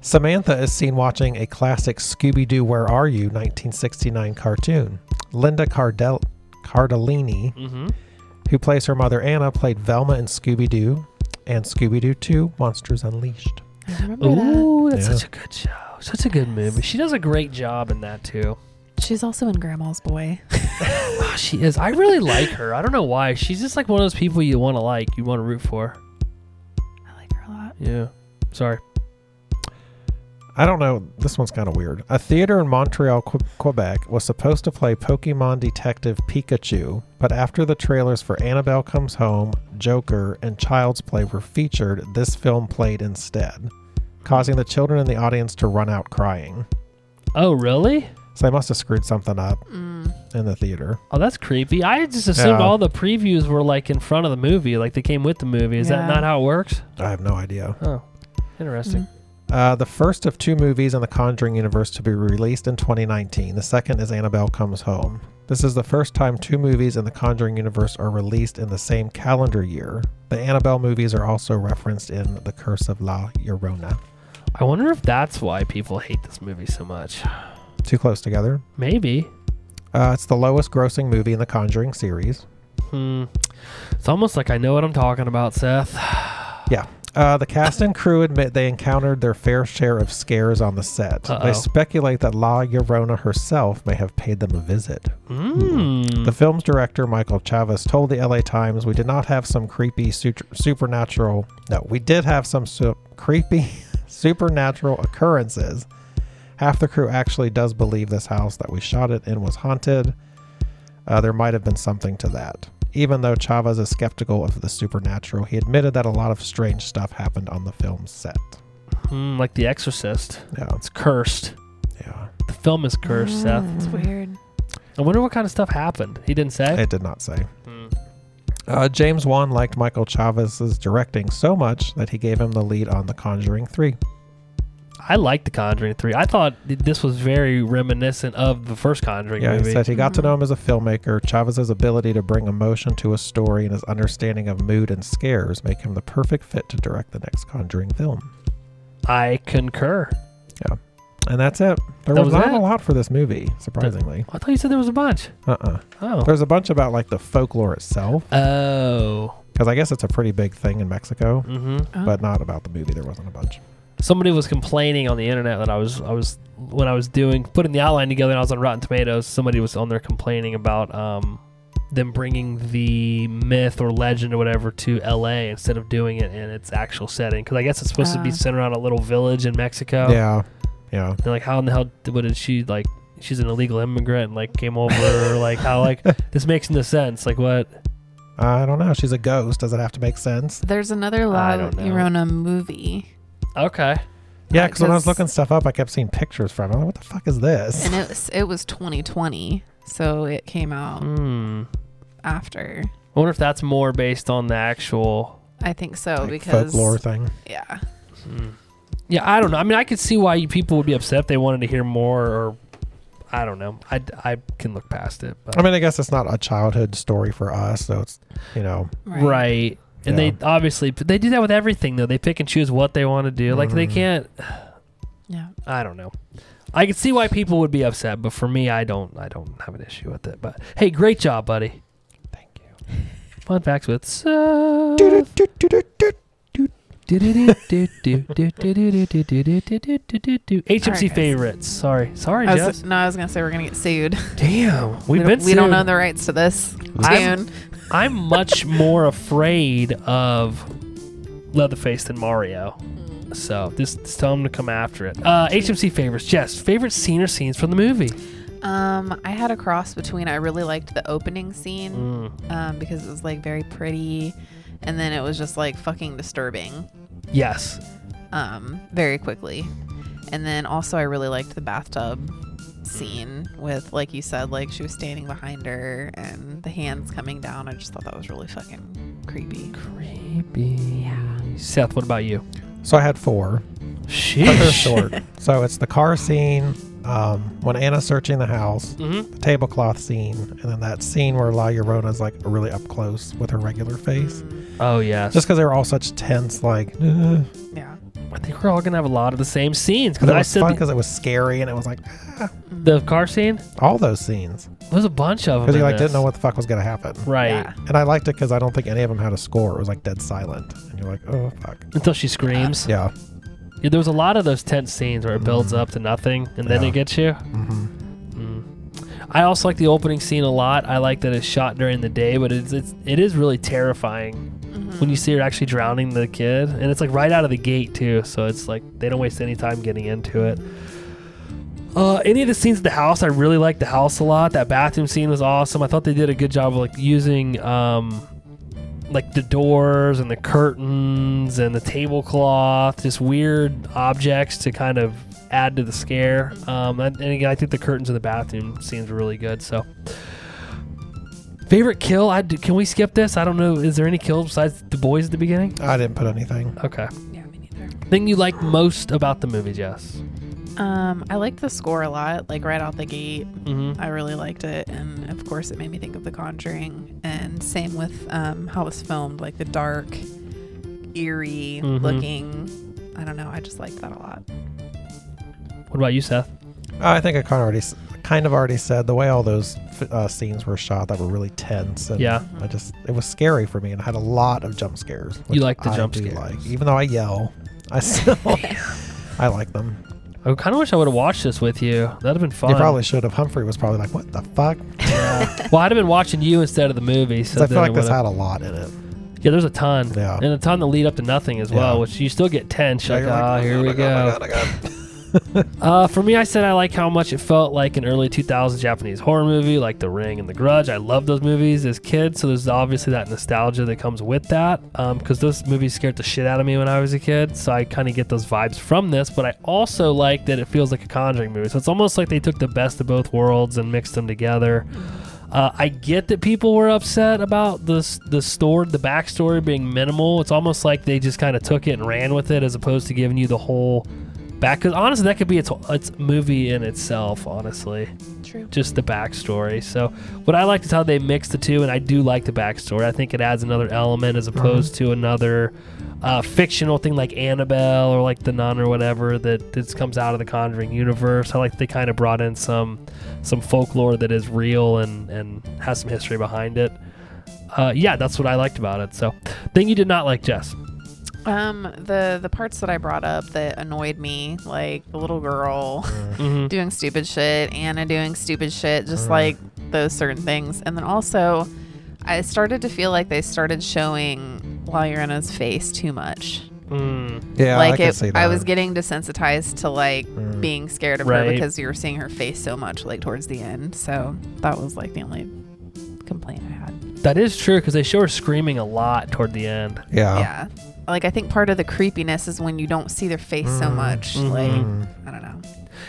B: Samantha is seen watching a classic Scooby Doo Where Are You 1969 cartoon. Linda Cardell- Cardellini,
A: mm-hmm.
B: who plays her mother Anna, played Velma in Scooby Doo and Scooby Doo 2 Monsters Unleashed.
D: I remember that.
A: Ooh, that's
B: Yeah.
A: such a good show. Such a good movie. She does a great job in that too.
D: She's also in Grandma's Boy.
A: Oh, she is. I really like her. I don't know why. She's just like one of those people you want to like. You want to root for.
D: I like her a lot.
A: Yeah. Sorry.
B: I don't know. This one's kind of weird. A theater in Montreal, Que- Quebec was supposed to play Pokemon Detective Pikachu, but after the trailers for Annabelle Comes Home, Joker, and Child's Play were featured, this film played instead, causing the children in the audience to run out crying.
A: Oh, really?
B: So they must have screwed something up
D: Mm.
B: in the theater.
A: Oh, that's creepy. I just assumed
B: Yeah.
A: all the previews were like in front of the movie, like they came with the movie. Is that
D: Yeah.
A: not how it works?
B: I have no idea.
A: Oh, interesting.
B: Uh, the first of two movies in the Conjuring universe to be released in 2019. The second is Annabelle Comes Home. This is the first time two movies in the Conjuring universe are released in the same calendar year. The Annabelle movies are also referenced in The Curse of La Llorona.
A: I wonder if that's why people hate this movie so much.
B: Too close together.
A: Maybe.
B: Uh, it's the lowest grossing movie in the Conjuring series.
A: Hmm. It's almost like I know what I'm talking about, Seth.
B: Yeah. Uh, the cast and crew admit they encountered their fair share of scares on the set.
A: Uh-oh.
B: They speculate that La Llorona herself may have paid them a visit.
A: Mm.
B: The film's director, Michael Chavez, told the LA Times, We did not have some creepy su- supernatural. No, we did have some su- creepy supernatural occurrences. Half the crew actually does believe this house that we shot it in was haunted. Uh, there might have been something to that. Even though Chavez is skeptical of the supernatural, he admitted that a lot of strange stuff happened on the film set.
A: Hmm, like The Exorcist.
B: Yeah,
A: It's cursed.
B: yeah.
A: The film is cursed, Seth.
D: It's Mm. Ah, weird.
A: I wonder what kind of stuff happened. He didn't say.
B: It did not say.
A: Hmm.
B: Uh, James Wan liked Michael Chavez's directing so much that he gave him the lead on The Conjuring 3.
A: I liked The Conjuring 3. I thought th- this was very reminiscent of the first Conjuring
B: Yeah,
A: movie.
B: he said he got to know him as a filmmaker. Chavez's ability to bring emotion to a story and his understanding of mood and scares make him the perfect fit to direct the next Conjuring film.
A: I concur.
B: And that's it. There
A: That
B: was,
A: was
B: not
A: it?
B: a lot for this movie, surprisingly.
A: I thought you said there was a bunch.
B: Uh-uh.
A: Oh.
B: There's a bunch about like the folklore itself,
A: Oh.
B: because I guess it's a pretty big thing in Mexico,
A: Mm-hmm.
D: Oh.
B: but not about the movie. There wasn't a bunch.
A: somebody was complaining on the internet that I was I was when I was doing putting the outline together and I was on Rotten Tomatoes, somebody was on there complaining about um them bringing the myth or legend or whatever to LA instead of doing it in its actual setting because I guess it's supposed to be
D: Ah.
A: centered on a little village in Mexico.
B: Yeah, yeah.
A: And like how in the hell did- what did she like she's an illegal immigrant and like came over or, like how like this makes no sense. Like what?
B: I don't know. She's a ghost. Does it have to make sense?
D: There's another
A: I
D: La
A: don't know.
D: Llorona movie.
A: Okay.
B: Yeah, because when I was
D: 'cause-
B: looking stuff up, I kept seeing pictures from it. I'm like, what the fuck is this?
D: And it was, it was 2020. So it came out
A: Hmm.
D: after.
A: I wonder if that's more based on the actual
D: I think so
B: Like,
D: Oh, because
B: folklore thing.
D: yeah.
A: Yeah, I don't know. I mean, I could see why you- people would be upset if they wanted to hear more, or I don't know. I, I can look past it. But.
B: I mean, I guess it's not a childhood story for us, so it's you know,
A: right. And
B: Yeah.
A: they obviously they do that with everything though. They pick and choose what they want to do. Like they
B: Mhm.
A: can't.
D: Yeah.
A: I don't know. I can see why people would be upset, but for me, I don't. I don't have an issue with it. But hey, great job, buddy.
B: thank you.
A: Fun facts with Seth. HMC
D: guys.
A: favorites. Sorry, sorry,
D: I
A: Jess.
D: was, no, I was gonna say we're gonna get sued.
A: Damn, we've
D: we
A: been.
D: don't, we don't
A: sued.
D: know the rights to this
A: I'm-
D: tune.
A: I'm much more afraid of Leatherface than Mario. So just, just tell him to come after it. Uh, HMC favorites. Jess, favorite scene or scenes from the movie?
D: Um, I had a cross between. I really liked the opening scene
B: Mm.
D: um, because it was like very pretty, and then it was just like fucking disturbing.
A: Yes.
D: um, very quickly. And then also, I really liked the bathtub scene with, like you said, like she was standing behind her and the hands coming down. I just thought that was really fucking creepy.
A: Creepy. Yeah. Seth, what about you?
B: So I had four. But they're
A: Sheesh.
B: short. So it's the car scene, um, when Anna's searching the house,
A: Mhm.
B: the tablecloth scene, and then that scene where La Llorona's like really up close with her regular face.
D: Mm-hmm.
A: Oh yes.
B: Just because they were all such tense, like, uh,
D: Yeah.
A: I think we're all gonna have a lot of the same scenes
B: but
A: because
B: it
A: I
B: was
A: said
B: fun
A: the-
B: because it was scary and it was like ah,
D: Mm-hmm.
A: the car scene.
B: all those scenes
A: There's a bunch of them.
B: because you
A: in
B: like
A: this.
B: didn't know what the fuck was gonna happen.
A: Right.
D: Yeah.
B: And I liked it because I don't think any of them had a score. It was like dead silent, and you're like, oh fuck.
A: Until she screams.
B: Yeah.
A: Yeah, there was a lot of those tense scenes where it builds up to nothing and then
B: Yeah.
A: it gets you. Mm.
B: Mm-hmm.
A: I also like the opening scene a lot. I like that it's shot during the day, but it's, it's it is really terrifying when you see her actually drowning the kid, and it's like right out of the gate too. So it's like they don't waste any time getting into it. Uh, any of the scenes at the house, I really like the house a lot. That bathroom scene was awesome. I thought they did a good job of like using um, like the doors and the curtains and the tablecloth, just weird objects to kind of add to the scare. Um, and, and again, I think the curtains in the bathroom scenes were really good. So, favorite kill? I do, can we skip this? I don't know. Is there any kills besides the boys at the beginning?
B: I didn't put anything.
A: Okay.
D: Yeah, me neither.
A: Thing you like most about the movie, Jess?
D: Um, I liked the score a lot, like right out the gate.
A: Mm-hmm.
D: I really liked it, and of course, it made me think of The Conjuring. And same with um, how it was filmed, like the dark, eerie
A: Mhm.
D: looking. I don't know. I just liked that a lot.
A: What about you, Seth?
B: Uh, I think I kind of already, s- kind of already said the way all those f- uh, scenes were shot that were really tense. And
A: Yeah.
B: I just it was scary for me and I had a lot of jump scares.
A: You
B: which
A: like the
B: I
A: jump
B: do
A: scares.
B: Like even though I yell, I still I like them.
A: I kind of wish I would have watched this with you. That'd have been fun.
B: You probably should have. Humphrey was probably like, "What the fuck?"
A: Yeah. well, I'd have been watching you instead of the movie. So
B: Because I
A: then
B: feel
A: it
B: like this
A: would've-
B: had a lot in it.
A: Yeah, there's a ton.
B: Yeah.
A: And a ton that lead up to nothing as well,
B: Yeah.
A: which you still get tense. You're
B: Yeah,
A: like, ah, here
B: you're like, oh
A: we
B: my
A: go.
B: God, oh my God, oh my God."
A: Uh, for me, I said I like how much it felt like an early 2000s Japanese horror movie, like The Ring and The Grudge. I loved those movies as kids, so there's obviously that nostalgia that comes with that. Because those movies scared the shit out of me when I was a kid, so I kind of get those vibes from this. But I also like that it feels like a Conjuring movie, so it's almost like they took the best of both worlds and mixed them together. Uh, I get that people were upset about the s- the story, the backstory being minimal. It's almost like they just kind of took it and ran with it, as opposed to giving you the whole back because honestly that could be its, its movie in itself honestly
D: True.
A: just the backstory so what i liked is how they mixed the two and i do like the backstory i think it adds another element as opposed to another uh, fictional thing like annabelle or like the nun or whatever that this comes out of the conjuring universe i like they kind of brought in some some folklore that is real and and has some history behind it uh, yeah that's what i liked about it so thing you did not like jess
D: Um, the the parts that I brought up that annoyed me, like the little girl
B: Mm.
A: Mhm.
D: doing stupid shit, Anna doing stupid shit, just like those certain things. And then also, I started to feel like they started showing La Llorona's face too much.
A: Mm.
B: Yeah, I
D: like
B: can
D: it,
B: see that. Mm.
D: I was getting desensitized to like being scared of her
A: Right.
D: because you were seeing her face so much like towards the end. So that was like the only complaint I had.
A: That is true because they show her screaming a lot toward the end.
B: yeah.
D: yeah. Like I think part of the creepiness is when you don't see their face so
B: Mm.
D: much.
B: Mm-hmm.
A: Mm.
D: Like I don't know.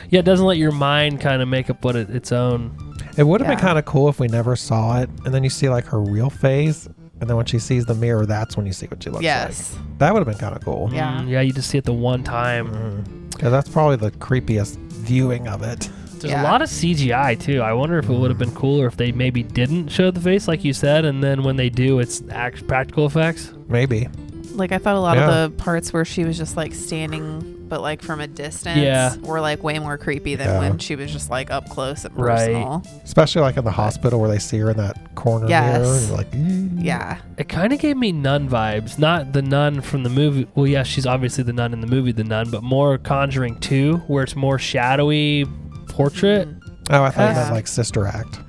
A: Yeah, it doesn't let your mind kind of make up what it, its own.
B: It would have been
D: Yeah.
B: kind of cool if we never saw it, and then you see like her real face, and then when she sees the mirror, that's when you see what she looks
D: yes.
B: like. That would have been kind of cool.
D: Yeah.
A: Mm, yeah, you just see it the one time.
B: Mm-hmm. Yeah, that's probably the creepiest viewing of it.
A: There's
D: Yeah.
A: a lot of CGI too. I wonder if it would have been cooler if they maybe didn't show the face, like you said, and then when they do, it's act- practical effects.
B: Maybe.
D: Like I thought a lot
B: Yeah.
D: of the parts where she was just like standing but like from a distance
A: Yeah.
D: were like way more creepy than
B: Yeah.
D: when she was just like up close and
A: Right.
D: personal.
B: Especially like in the hospital where they see her in that corner mirror.
D: Yes.
B: And you're like, "Mm."
D: Yeah.
A: It kind of gave me nun vibes. Not the nun from the movie. Well, yeah, she's obviously the nun in the movie, the nun, but more Conjuring 2, where it's more shadowy portrait.
B: Oh, I thought you
D: Yeah.
B: meant like Sister Act.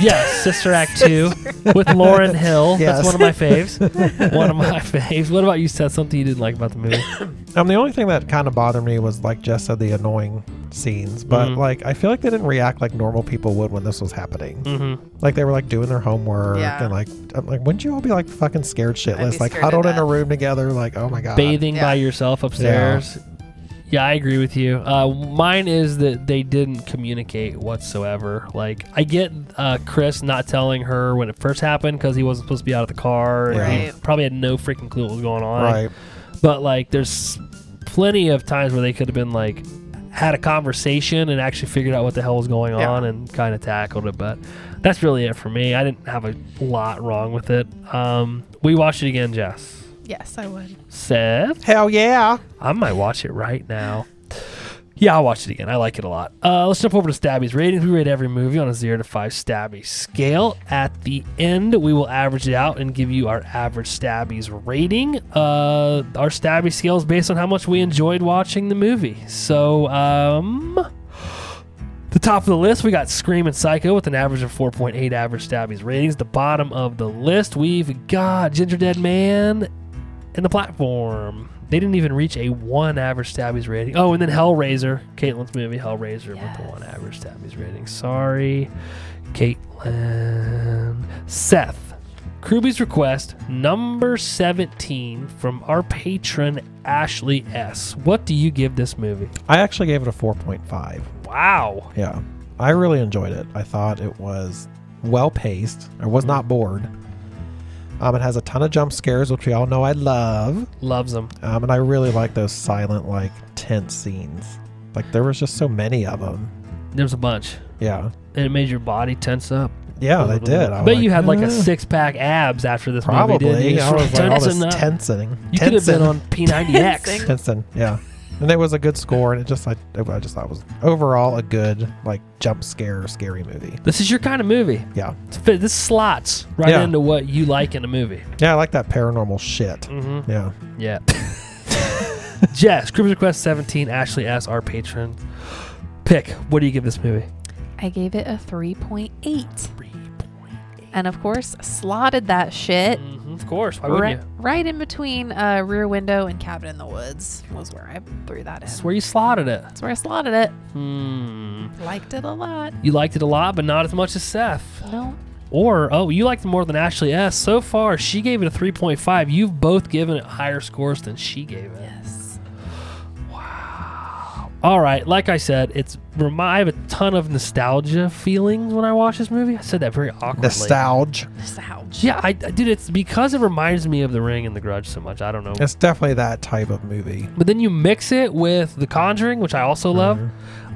A: Yes, Sister Act 2 with Lauren Hill.
B: Yes.
A: That's one of my faves. one of my faves. What about you, Seth? Something you didn't like about the movie?
B: Um, the only thing that kind of bothered me was, like Jess said, the annoying scenes, but
D: Mm-hmm.
A: Mhm.
B: like I feel like they didn't react like normal people would when this was happening.
A: Mm-hmm.
B: Like they were like doing their homework
D: Yeah.
B: and like I'm like wouldn't you all be like fucking scared shitless,
D: be
B: like
D: scared to
B: huddled in a
D: death.
B: room together, like oh my god.
A: Bathing
D: Uh, Yeah.
A: by yourself upstairs. Yeah. I agree with you. Uh, mine is that they didn't communicate whatsoever. Like I get uh, Chris not telling her when it first happened because he wasn't supposed to be out of the car. and he
D: Right.
A: probably had no freaking clue what was going on.
B: Right.
A: But like, there's plenty of times where they could have been like had a conversation and actually figured out what the hell was going
B: Yeah.
A: on and kind of tackled it. But that's really it for me. I didn't have a lot wrong with it. Um, we watched it again, Jess.
D: Yes, I would.
A: Seth,
B: Hell yeah.
A: I might watch it right now. Yeah, I'll watch it again. I like it a lot. Uh, let's jump over to Stabby's ratings. We rate every movie on a zero to five Stabby scale. At the end, we will average it out and give you our average Stabby's rating. Uh, our Stabby scale is based on how much we enjoyed watching the movie. So, um, the top of the list, we got Scream and Psycho with an average of 4.8 average Stabby's ratings. The bottom of the list, we've got Ginger Dead Man and the platform. They didn't even reach a one average Stabby's rating. Oh, and then Hellraiser, Caitlin's movie Hellraiser with the one average Stabby's rating. Sorry, Caitlin. Seth, Kruby's request number seventeen from our patron Ashley S. What do you give this movie?
B: I actually gave it a 4.5.
A: Wow.
B: Yeah. I really enjoyed it. I thought it was well paced. I was not bored. Um, it has a ton of jump scares, which we all know I love.
A: Loves them.
B: Um, and I really like those silent, like tense scenes. Like there was just so many of them.
A: There's a bunch.
B: Yeah,
A: And it made your body tense up.
B: yeah,
A: a
B: they
A: little
B: did.
A: bit.
B: I
A: I
B: was
A: bet you had like
B: "Eh."
A: a six pack abs after this movie. didn't
B: probably.
A: you?
B: I was like all this
A: Tensing up.
B: tensing.
A: You could have been
B: Tensing.
A: on P90X.
B: Tensing, yeah. And it was a good score, and it just I, I just thought it was overall a good like jump scare scary movie.
A: This is your kind of movie.
B: Yeah,
A: It's fit- This slots right
B: Yeah.
A: into what you like in a movie.
B: yeah, I like that paranormal shit.
A: Mm-hmm.
B: Yeah,
A: Yeah. Jess, Cruise Request 17, Ashley S., our patron. Pick, what do you give this movie?
D: I gave it a 3.8. And of course, slotted that shit
A: Mm-hmm, of course. Why
D: right,
A: wouldn't you?
D: right in between uh, Rear Window and Cabin in the Woods was where I threw that in.
A: That's where you slotted it.
D: That's where I slotted it.
A: Hmm.
D: Liked it a lot.
A: You liked it a lot, but not as much as Seth.
D: No,
A: Or, oh, you liked it more than Ashley S. So far, she gave it a 3.5. You've both given it higher scores than she gave it.
D: yes.
A: All right, like I said, it's remi- I have a ton of nostalgia feelings when I watch this movie. I said that very awkwardly.
B: nostalgia.
D: Ouch.
A: Yeah, I, I- dude, it's because it reminds me of The Ring and The Grudge so much. I don't know.
B: It's definitely that type of movie.
A: But then you mix it with The Conjuring, which I also love.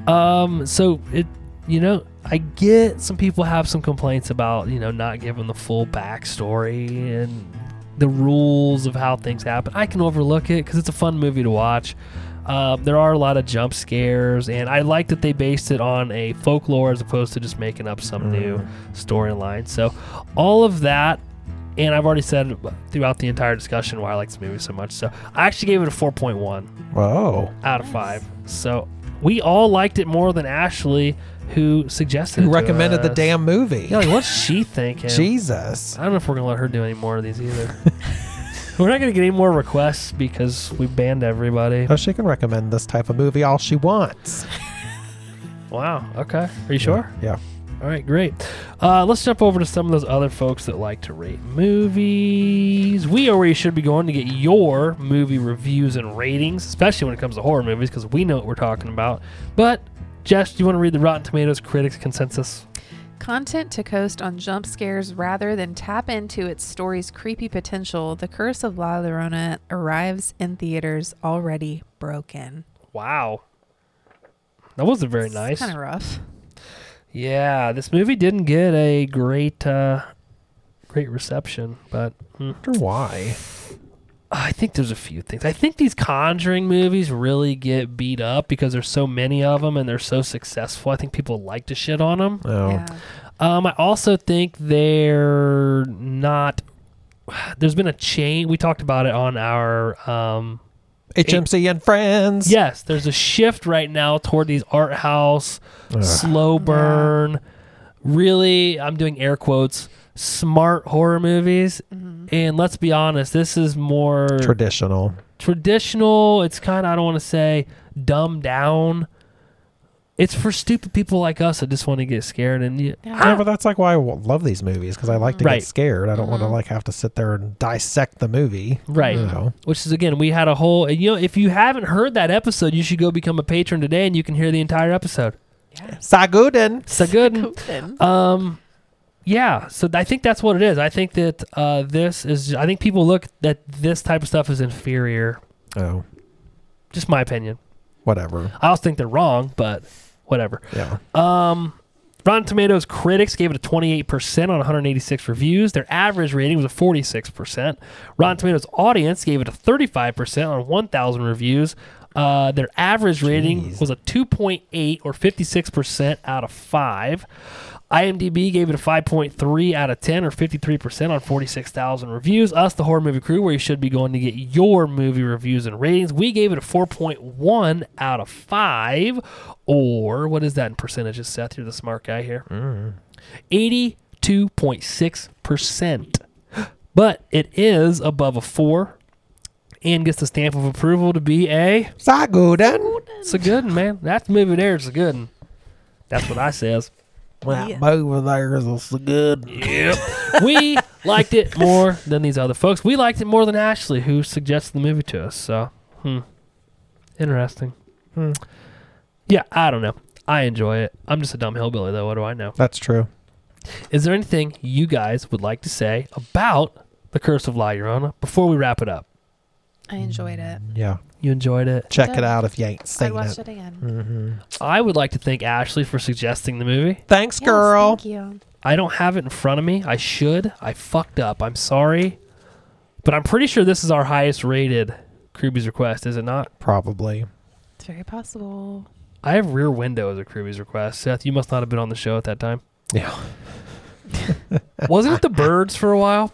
A: Um, so it, you know, I get some people have some complaints about you know not giving the full backstory and the rules of how things happen. I can overlook it because it's a fun movie to watch. Um, there are a lot of jump scares, and I like that they based it on a folklore as opposed to just making up some new storyline. So, all of that, and I've already said throughout the entire discussion why I like this movie so much. So, I actually gave it a 4.1
B: Whoa,
A: out of five. So we all liked it more than Ashley, who suggested.
B: who
A: it to
B: recommended the
A: us.
B: damn movie?
A: Yeah, like what's she thinking?
B: Jesus.
A: I don't know if we're gonna let her do any more of these either. we're not gonna get any more requests because we banned everybody.
B: Oh, she can recommend this type of movie all she wants.
A: Wow. Okay. Are you sure?
B: Yeah.
A: All right. Great. Uh, let's jump over to some of those other folks that like to rate movies. We are where you should be going to get your movie reviews and ratings, especially when it comes to horror movies, because we know what we're talking about. But Jess, do you want to read the Rotten Tomatoes critics consensus?
D: Content to coast on jump scares rather than tap into its story's creepy potential, The Curse of La Llorona arrives in theaters already broken.
A: Wow. That wasn't very nice.
D: Kind of rough.
A: Yeah, this movie didn't get a great, uh, great reception, but mm,
B: I wonder why.
A: I think there's a few things. I think these Conjuring movies really get beat up because there's so many of them and they're so successful. I think people like to shit on them.
B: Oh.
D: Yeah.
A: Um, I also think they're not. There's been a change. We talked about it on our. Um,
B: HMC and Friends.
A: yes, there's a shift right now toward these art house,
B: Ugh.
A: slow burn. Really, I'm doing air quotes. Smart horror movies, and let's be honest, this is more
B: Traditional.
A: traditional. It's kind of I don't want to say dumbed down, It's for stupid people like us that just want to get scared and you,
B: Yeah, but that's like why I w- love these movies because I like to
A: Right. Mm-hmm.
B: get scared. I don't want to like have to sit there and dissect the movie.
A: Right.
B: You know.
A: Which is again, we had a whole. You know, if you haven't heard that episode, you should go become a patron today, and you can hear the entire episode.
B: Sagudin.
A: So good. Um, yeah. So I think that's what it is. I think that uh, this is. I think people look that this type of stuff is inferior.
B: Oh,
A: Just my opinion.
B: whatever.
A: I also think they're wrong, but whatever.
B: Yeah.
A: Um, Rotten Tomatoes critics gave it a 28% on 186 reviews. Their average rating was a 46%. Rotten Tomatoes audience gave it a 35% on 1,000 reviews. Uh, their average rating
B: Jeez.
A: was a 2.8 or 56% out of 5. IMDb gave it a 5.3 out of 10 or 53% on 46,000 reviews. Us, the horror movie crew, where you should be going to get your movie reviews and ratings, we gave it a 4.1 out of 5 or what is that in percentages, Seth? You're the smart guy here. 82.6%. But it is above a 4 and gets the stamp of approval to be a.
B: Sagudin.
A: It's a good one, man. That movie there is a good one. That's what I says.
B: That over there is a Sagudin.
A: we liked it more than these other folks. We liked it more than Ashley, who suggested the movie to us. So, hmm. Interesting.
B: Hmm.
A: Yeah, I don't know. I enjoy it. I'm just a dumb hillbilly, though. What do I know?
B: That's true.
A: Is there anything you guys would like to say about The Curse of La Llorona before we wrap it up?
D: I enjoyed it.
B: Yeah.
A: You enjoyed it.
B: Check it
D: Done.
B: out if you ain't
D: I
B: seen
D: watched
B: it.
D: it again.
B: hmm
A: I would like to thank Ashley for suggesting the movie.
B: Thanks, girl.
G: Thank you.
A: I don't have it in front of me. I should. I fucked up. I'm sorry. But I'm pretty sure this is our highest rated Kruby's request, is it not?
B: Probably.
D: It's very possible.
A: I have Rear Window as a Kruby's request. Seth, you must not have been on the show at that time.
B: Yeah.
A: Wasn't it The Birds for a while?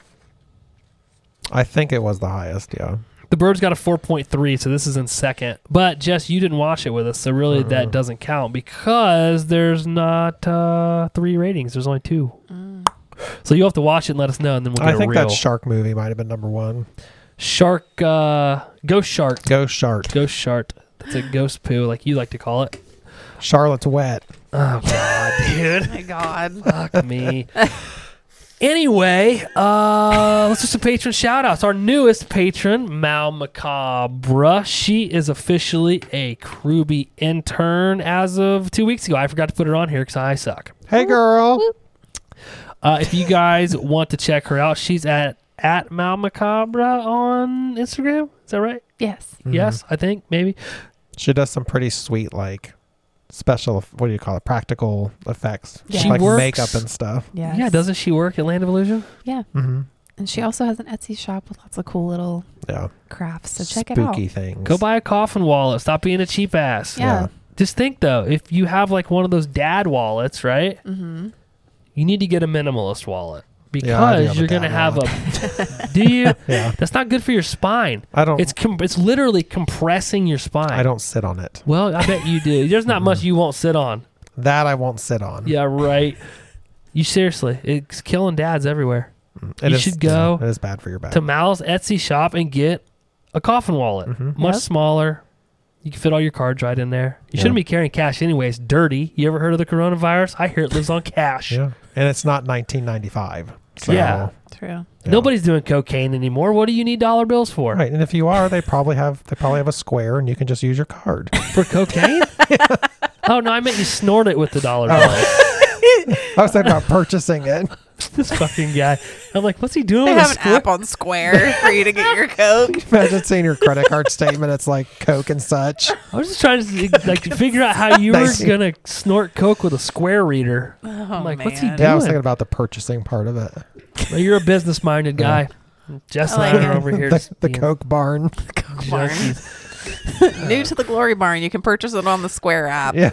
B: I think it was the highest. Yeah.
A: The Birds got a 4.3, so this is in second. But Jess, you didn't watch it with us, so really that doesn't count because there's not uh, three ratings. There's only two.
D: Mm.
A: So you'll have to watch it and let us know, and then we'll get
B: I
A: a
B: think
A: real
B: that shark movie might have been number one.
A: shark, uh, ghost shark,
B: Go shark.
A: ghost shark. That's a ghost poo, like you like to call it.
B: Charlotte's wet.
A: Oh God, dude,
D: My God.
A: fuck me. Anyway, uh, let's do some patron shout outs. Our newest patron, Mal Macabre. She is officially a Kruby intern as of two weeks ago. I forgot to put her on here because I suck.
B: Hey, girl.
A: Uh, if you guys want to check her out, she's at at Mal Macabre on Instagram. Is that right?
D: yes.
A: Yes, I think maybe.
B: Mm-hmm. She does some pretty sweet, like, special, what do you call it? Practical effects.
D: Yeah.
A: She
B: like
A: works-
B: makeup and stuff.
D: Yes.
A: Yeah, doesn't she work at Land of Illusion?
D: Yeah.
B: Mm-hmm.
D: And she also has an Etsy shop with lots of cool little
B: Yeah.
D: crafts. So check
B: Spooky
D: it out.
B: things.
A: Go buy a coffin wallet. Stop being a cheap ass.
D: Yeah.
A: Just think though, if you have like one of those dad wallets, right?
D: Mm-hmm.
A: You need to get a minimalist wallet
B: Yeah, I do
A: because
B: have a
A: you're gonna
B: dad
A: have a. do you?
B: Yeah.
A: That's not good for your spine.
B: I don't.
A: It's com- it's literally compressing your spine.
B: I don't sit on it.
A: Well, I bet you do. There's not much you won't sit on.
B: That I won't sit on.
A: Yeah, right. You seriously, it's killing dads everywhere.
B: Mm. It
A: You
B: is-
A: should go
B: yeah, it is bad for your back.
A: to Mal's Etsy shop and get a coffin wallet. Much
B: Mm-hmm.
D: Yep.
A: smaller. You can fit all your cards right in there. You shouldn't
B: Yeah.
A: be carrying cash anyways. Dirty. You ever heard of the coronavirus? I hear it lives on cash.
B: yeah. And it's not 1995. So,
A: Yeah.
D: True.
B: yeah.
A: Nobody's doing cocaine anymore. What do you need dollar bills for?
B: Right, and if you are, they probably have they probably have a square, and you can just use your card.
A: For cocaine? oh no, I meant you snort it with the dollar
B: Oh.
A: bill.
B: I was thinking about purchasing it.
A: This fucking guy. I'm like, what's he doing
F: They
A: with
F: have an
A: a square?
F: app on Square for you to get your Coke.
B: Imagine seeing your credit card statement. It's like Coke and such.
A: I was just trying to like figure out how you were
B: Nice.
A: gonna snort coke with a square reader.
F: Oh,
A: I'm like,
F: man.
A: what's he
B: Yeah, I was
A: Good.
B: thinking about the purchasing part of it.
A: Well, you're a business minded guy. Jess and
F: I
A: I
F: like
A: are
F: it.
A: over here.
B: the,
A: just
B: the
A: being
B: Coke barn.
F: Coke barn.
A: junkies.
F: New to the Glory Barn. You can purchase it on the Square app.
B: Yeah,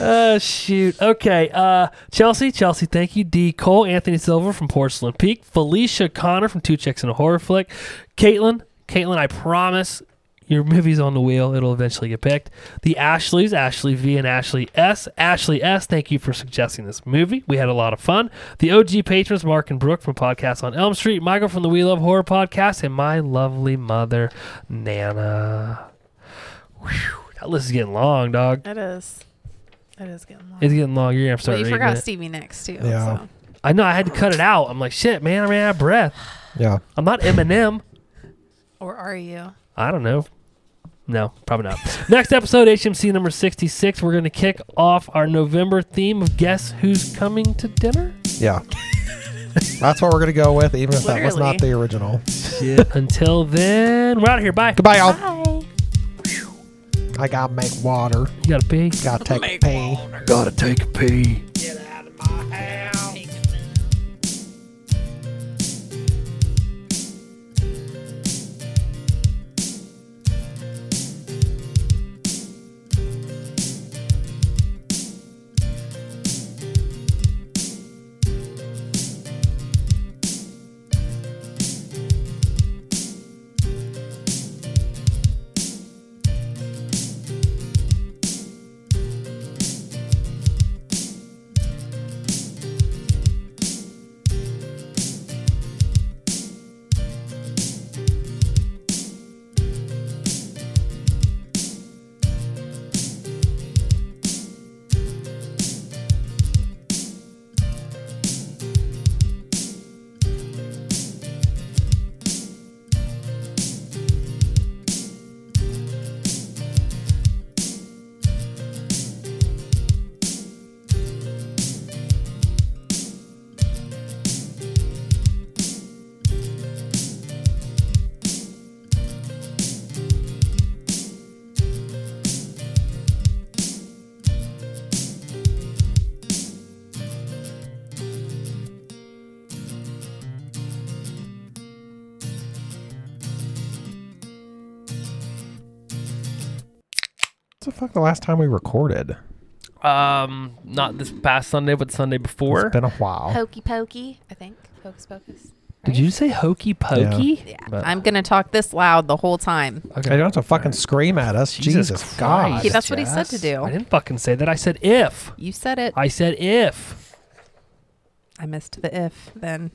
A: Uh, shoot. Okay. Uh, Chelsea, Chelsea, thank you. D. Cole, Anthony Silver from Porcelain Peak, Felicia Connor from Two Chicks and a Horror Flick, Caitlin, Caitlin, I promise your movie's on the wheel. It'll eventually get picked. The Ashleys, Ashley V and Ashley S. Ashley S, thank you for suggesting this movie. We had a lot of fun. The OG patrons, Mark and Brooke from Podcast on Elm Street, Michael from the We Love Horror Podcast, and my lovely mother, Nana. Whew, that That list is getting long, dog.
D: It is. It is getting long.
A: It's getting long. You're gonna have to
D: well,
A: start
D: you
A: reading
D: forgot
A: it.
D: Stevie next too.
B: Yeah.
D: So.
A: I know I had to cut it out. I'm like, shit, man. I'm out of breath.
B: Yeah.
A: I'm not Eminem.
D: Or are you?
A: I don't know. No, probably not. Next episode, HMC number 66, we're going to kick off our November theme of Guess Who's Coming to Dinner?
B: Yeah. That's what we're going to go with, even if that was not the
D: Literally.
B: original.
A: Until then, we're out of here. Bye.
B: Goodbye, y'all. I got to make water.
A: You got to pee.
B: Got to take a pee.
A: Gotta take a pee.
B: What's the fuck the last time we recorded?
A: Um, not this past Sunday, but Sunday before.
B: It's been a while.
G: Hokey pokey.
D: I think. Hocus pocus.
A: Did you say hokey pokey?
D: Yeah.
A: But-
D: I'm gonna talk this loud the whole time.
B: You don't have to fucking scream at us. Jesus, God.
A: Christ,
D: that's what he said to
A: Jess.
D: do.
A: I didn't fucking say that. I said if.
D: You said it.
A: I said if.
D: I missed the if then.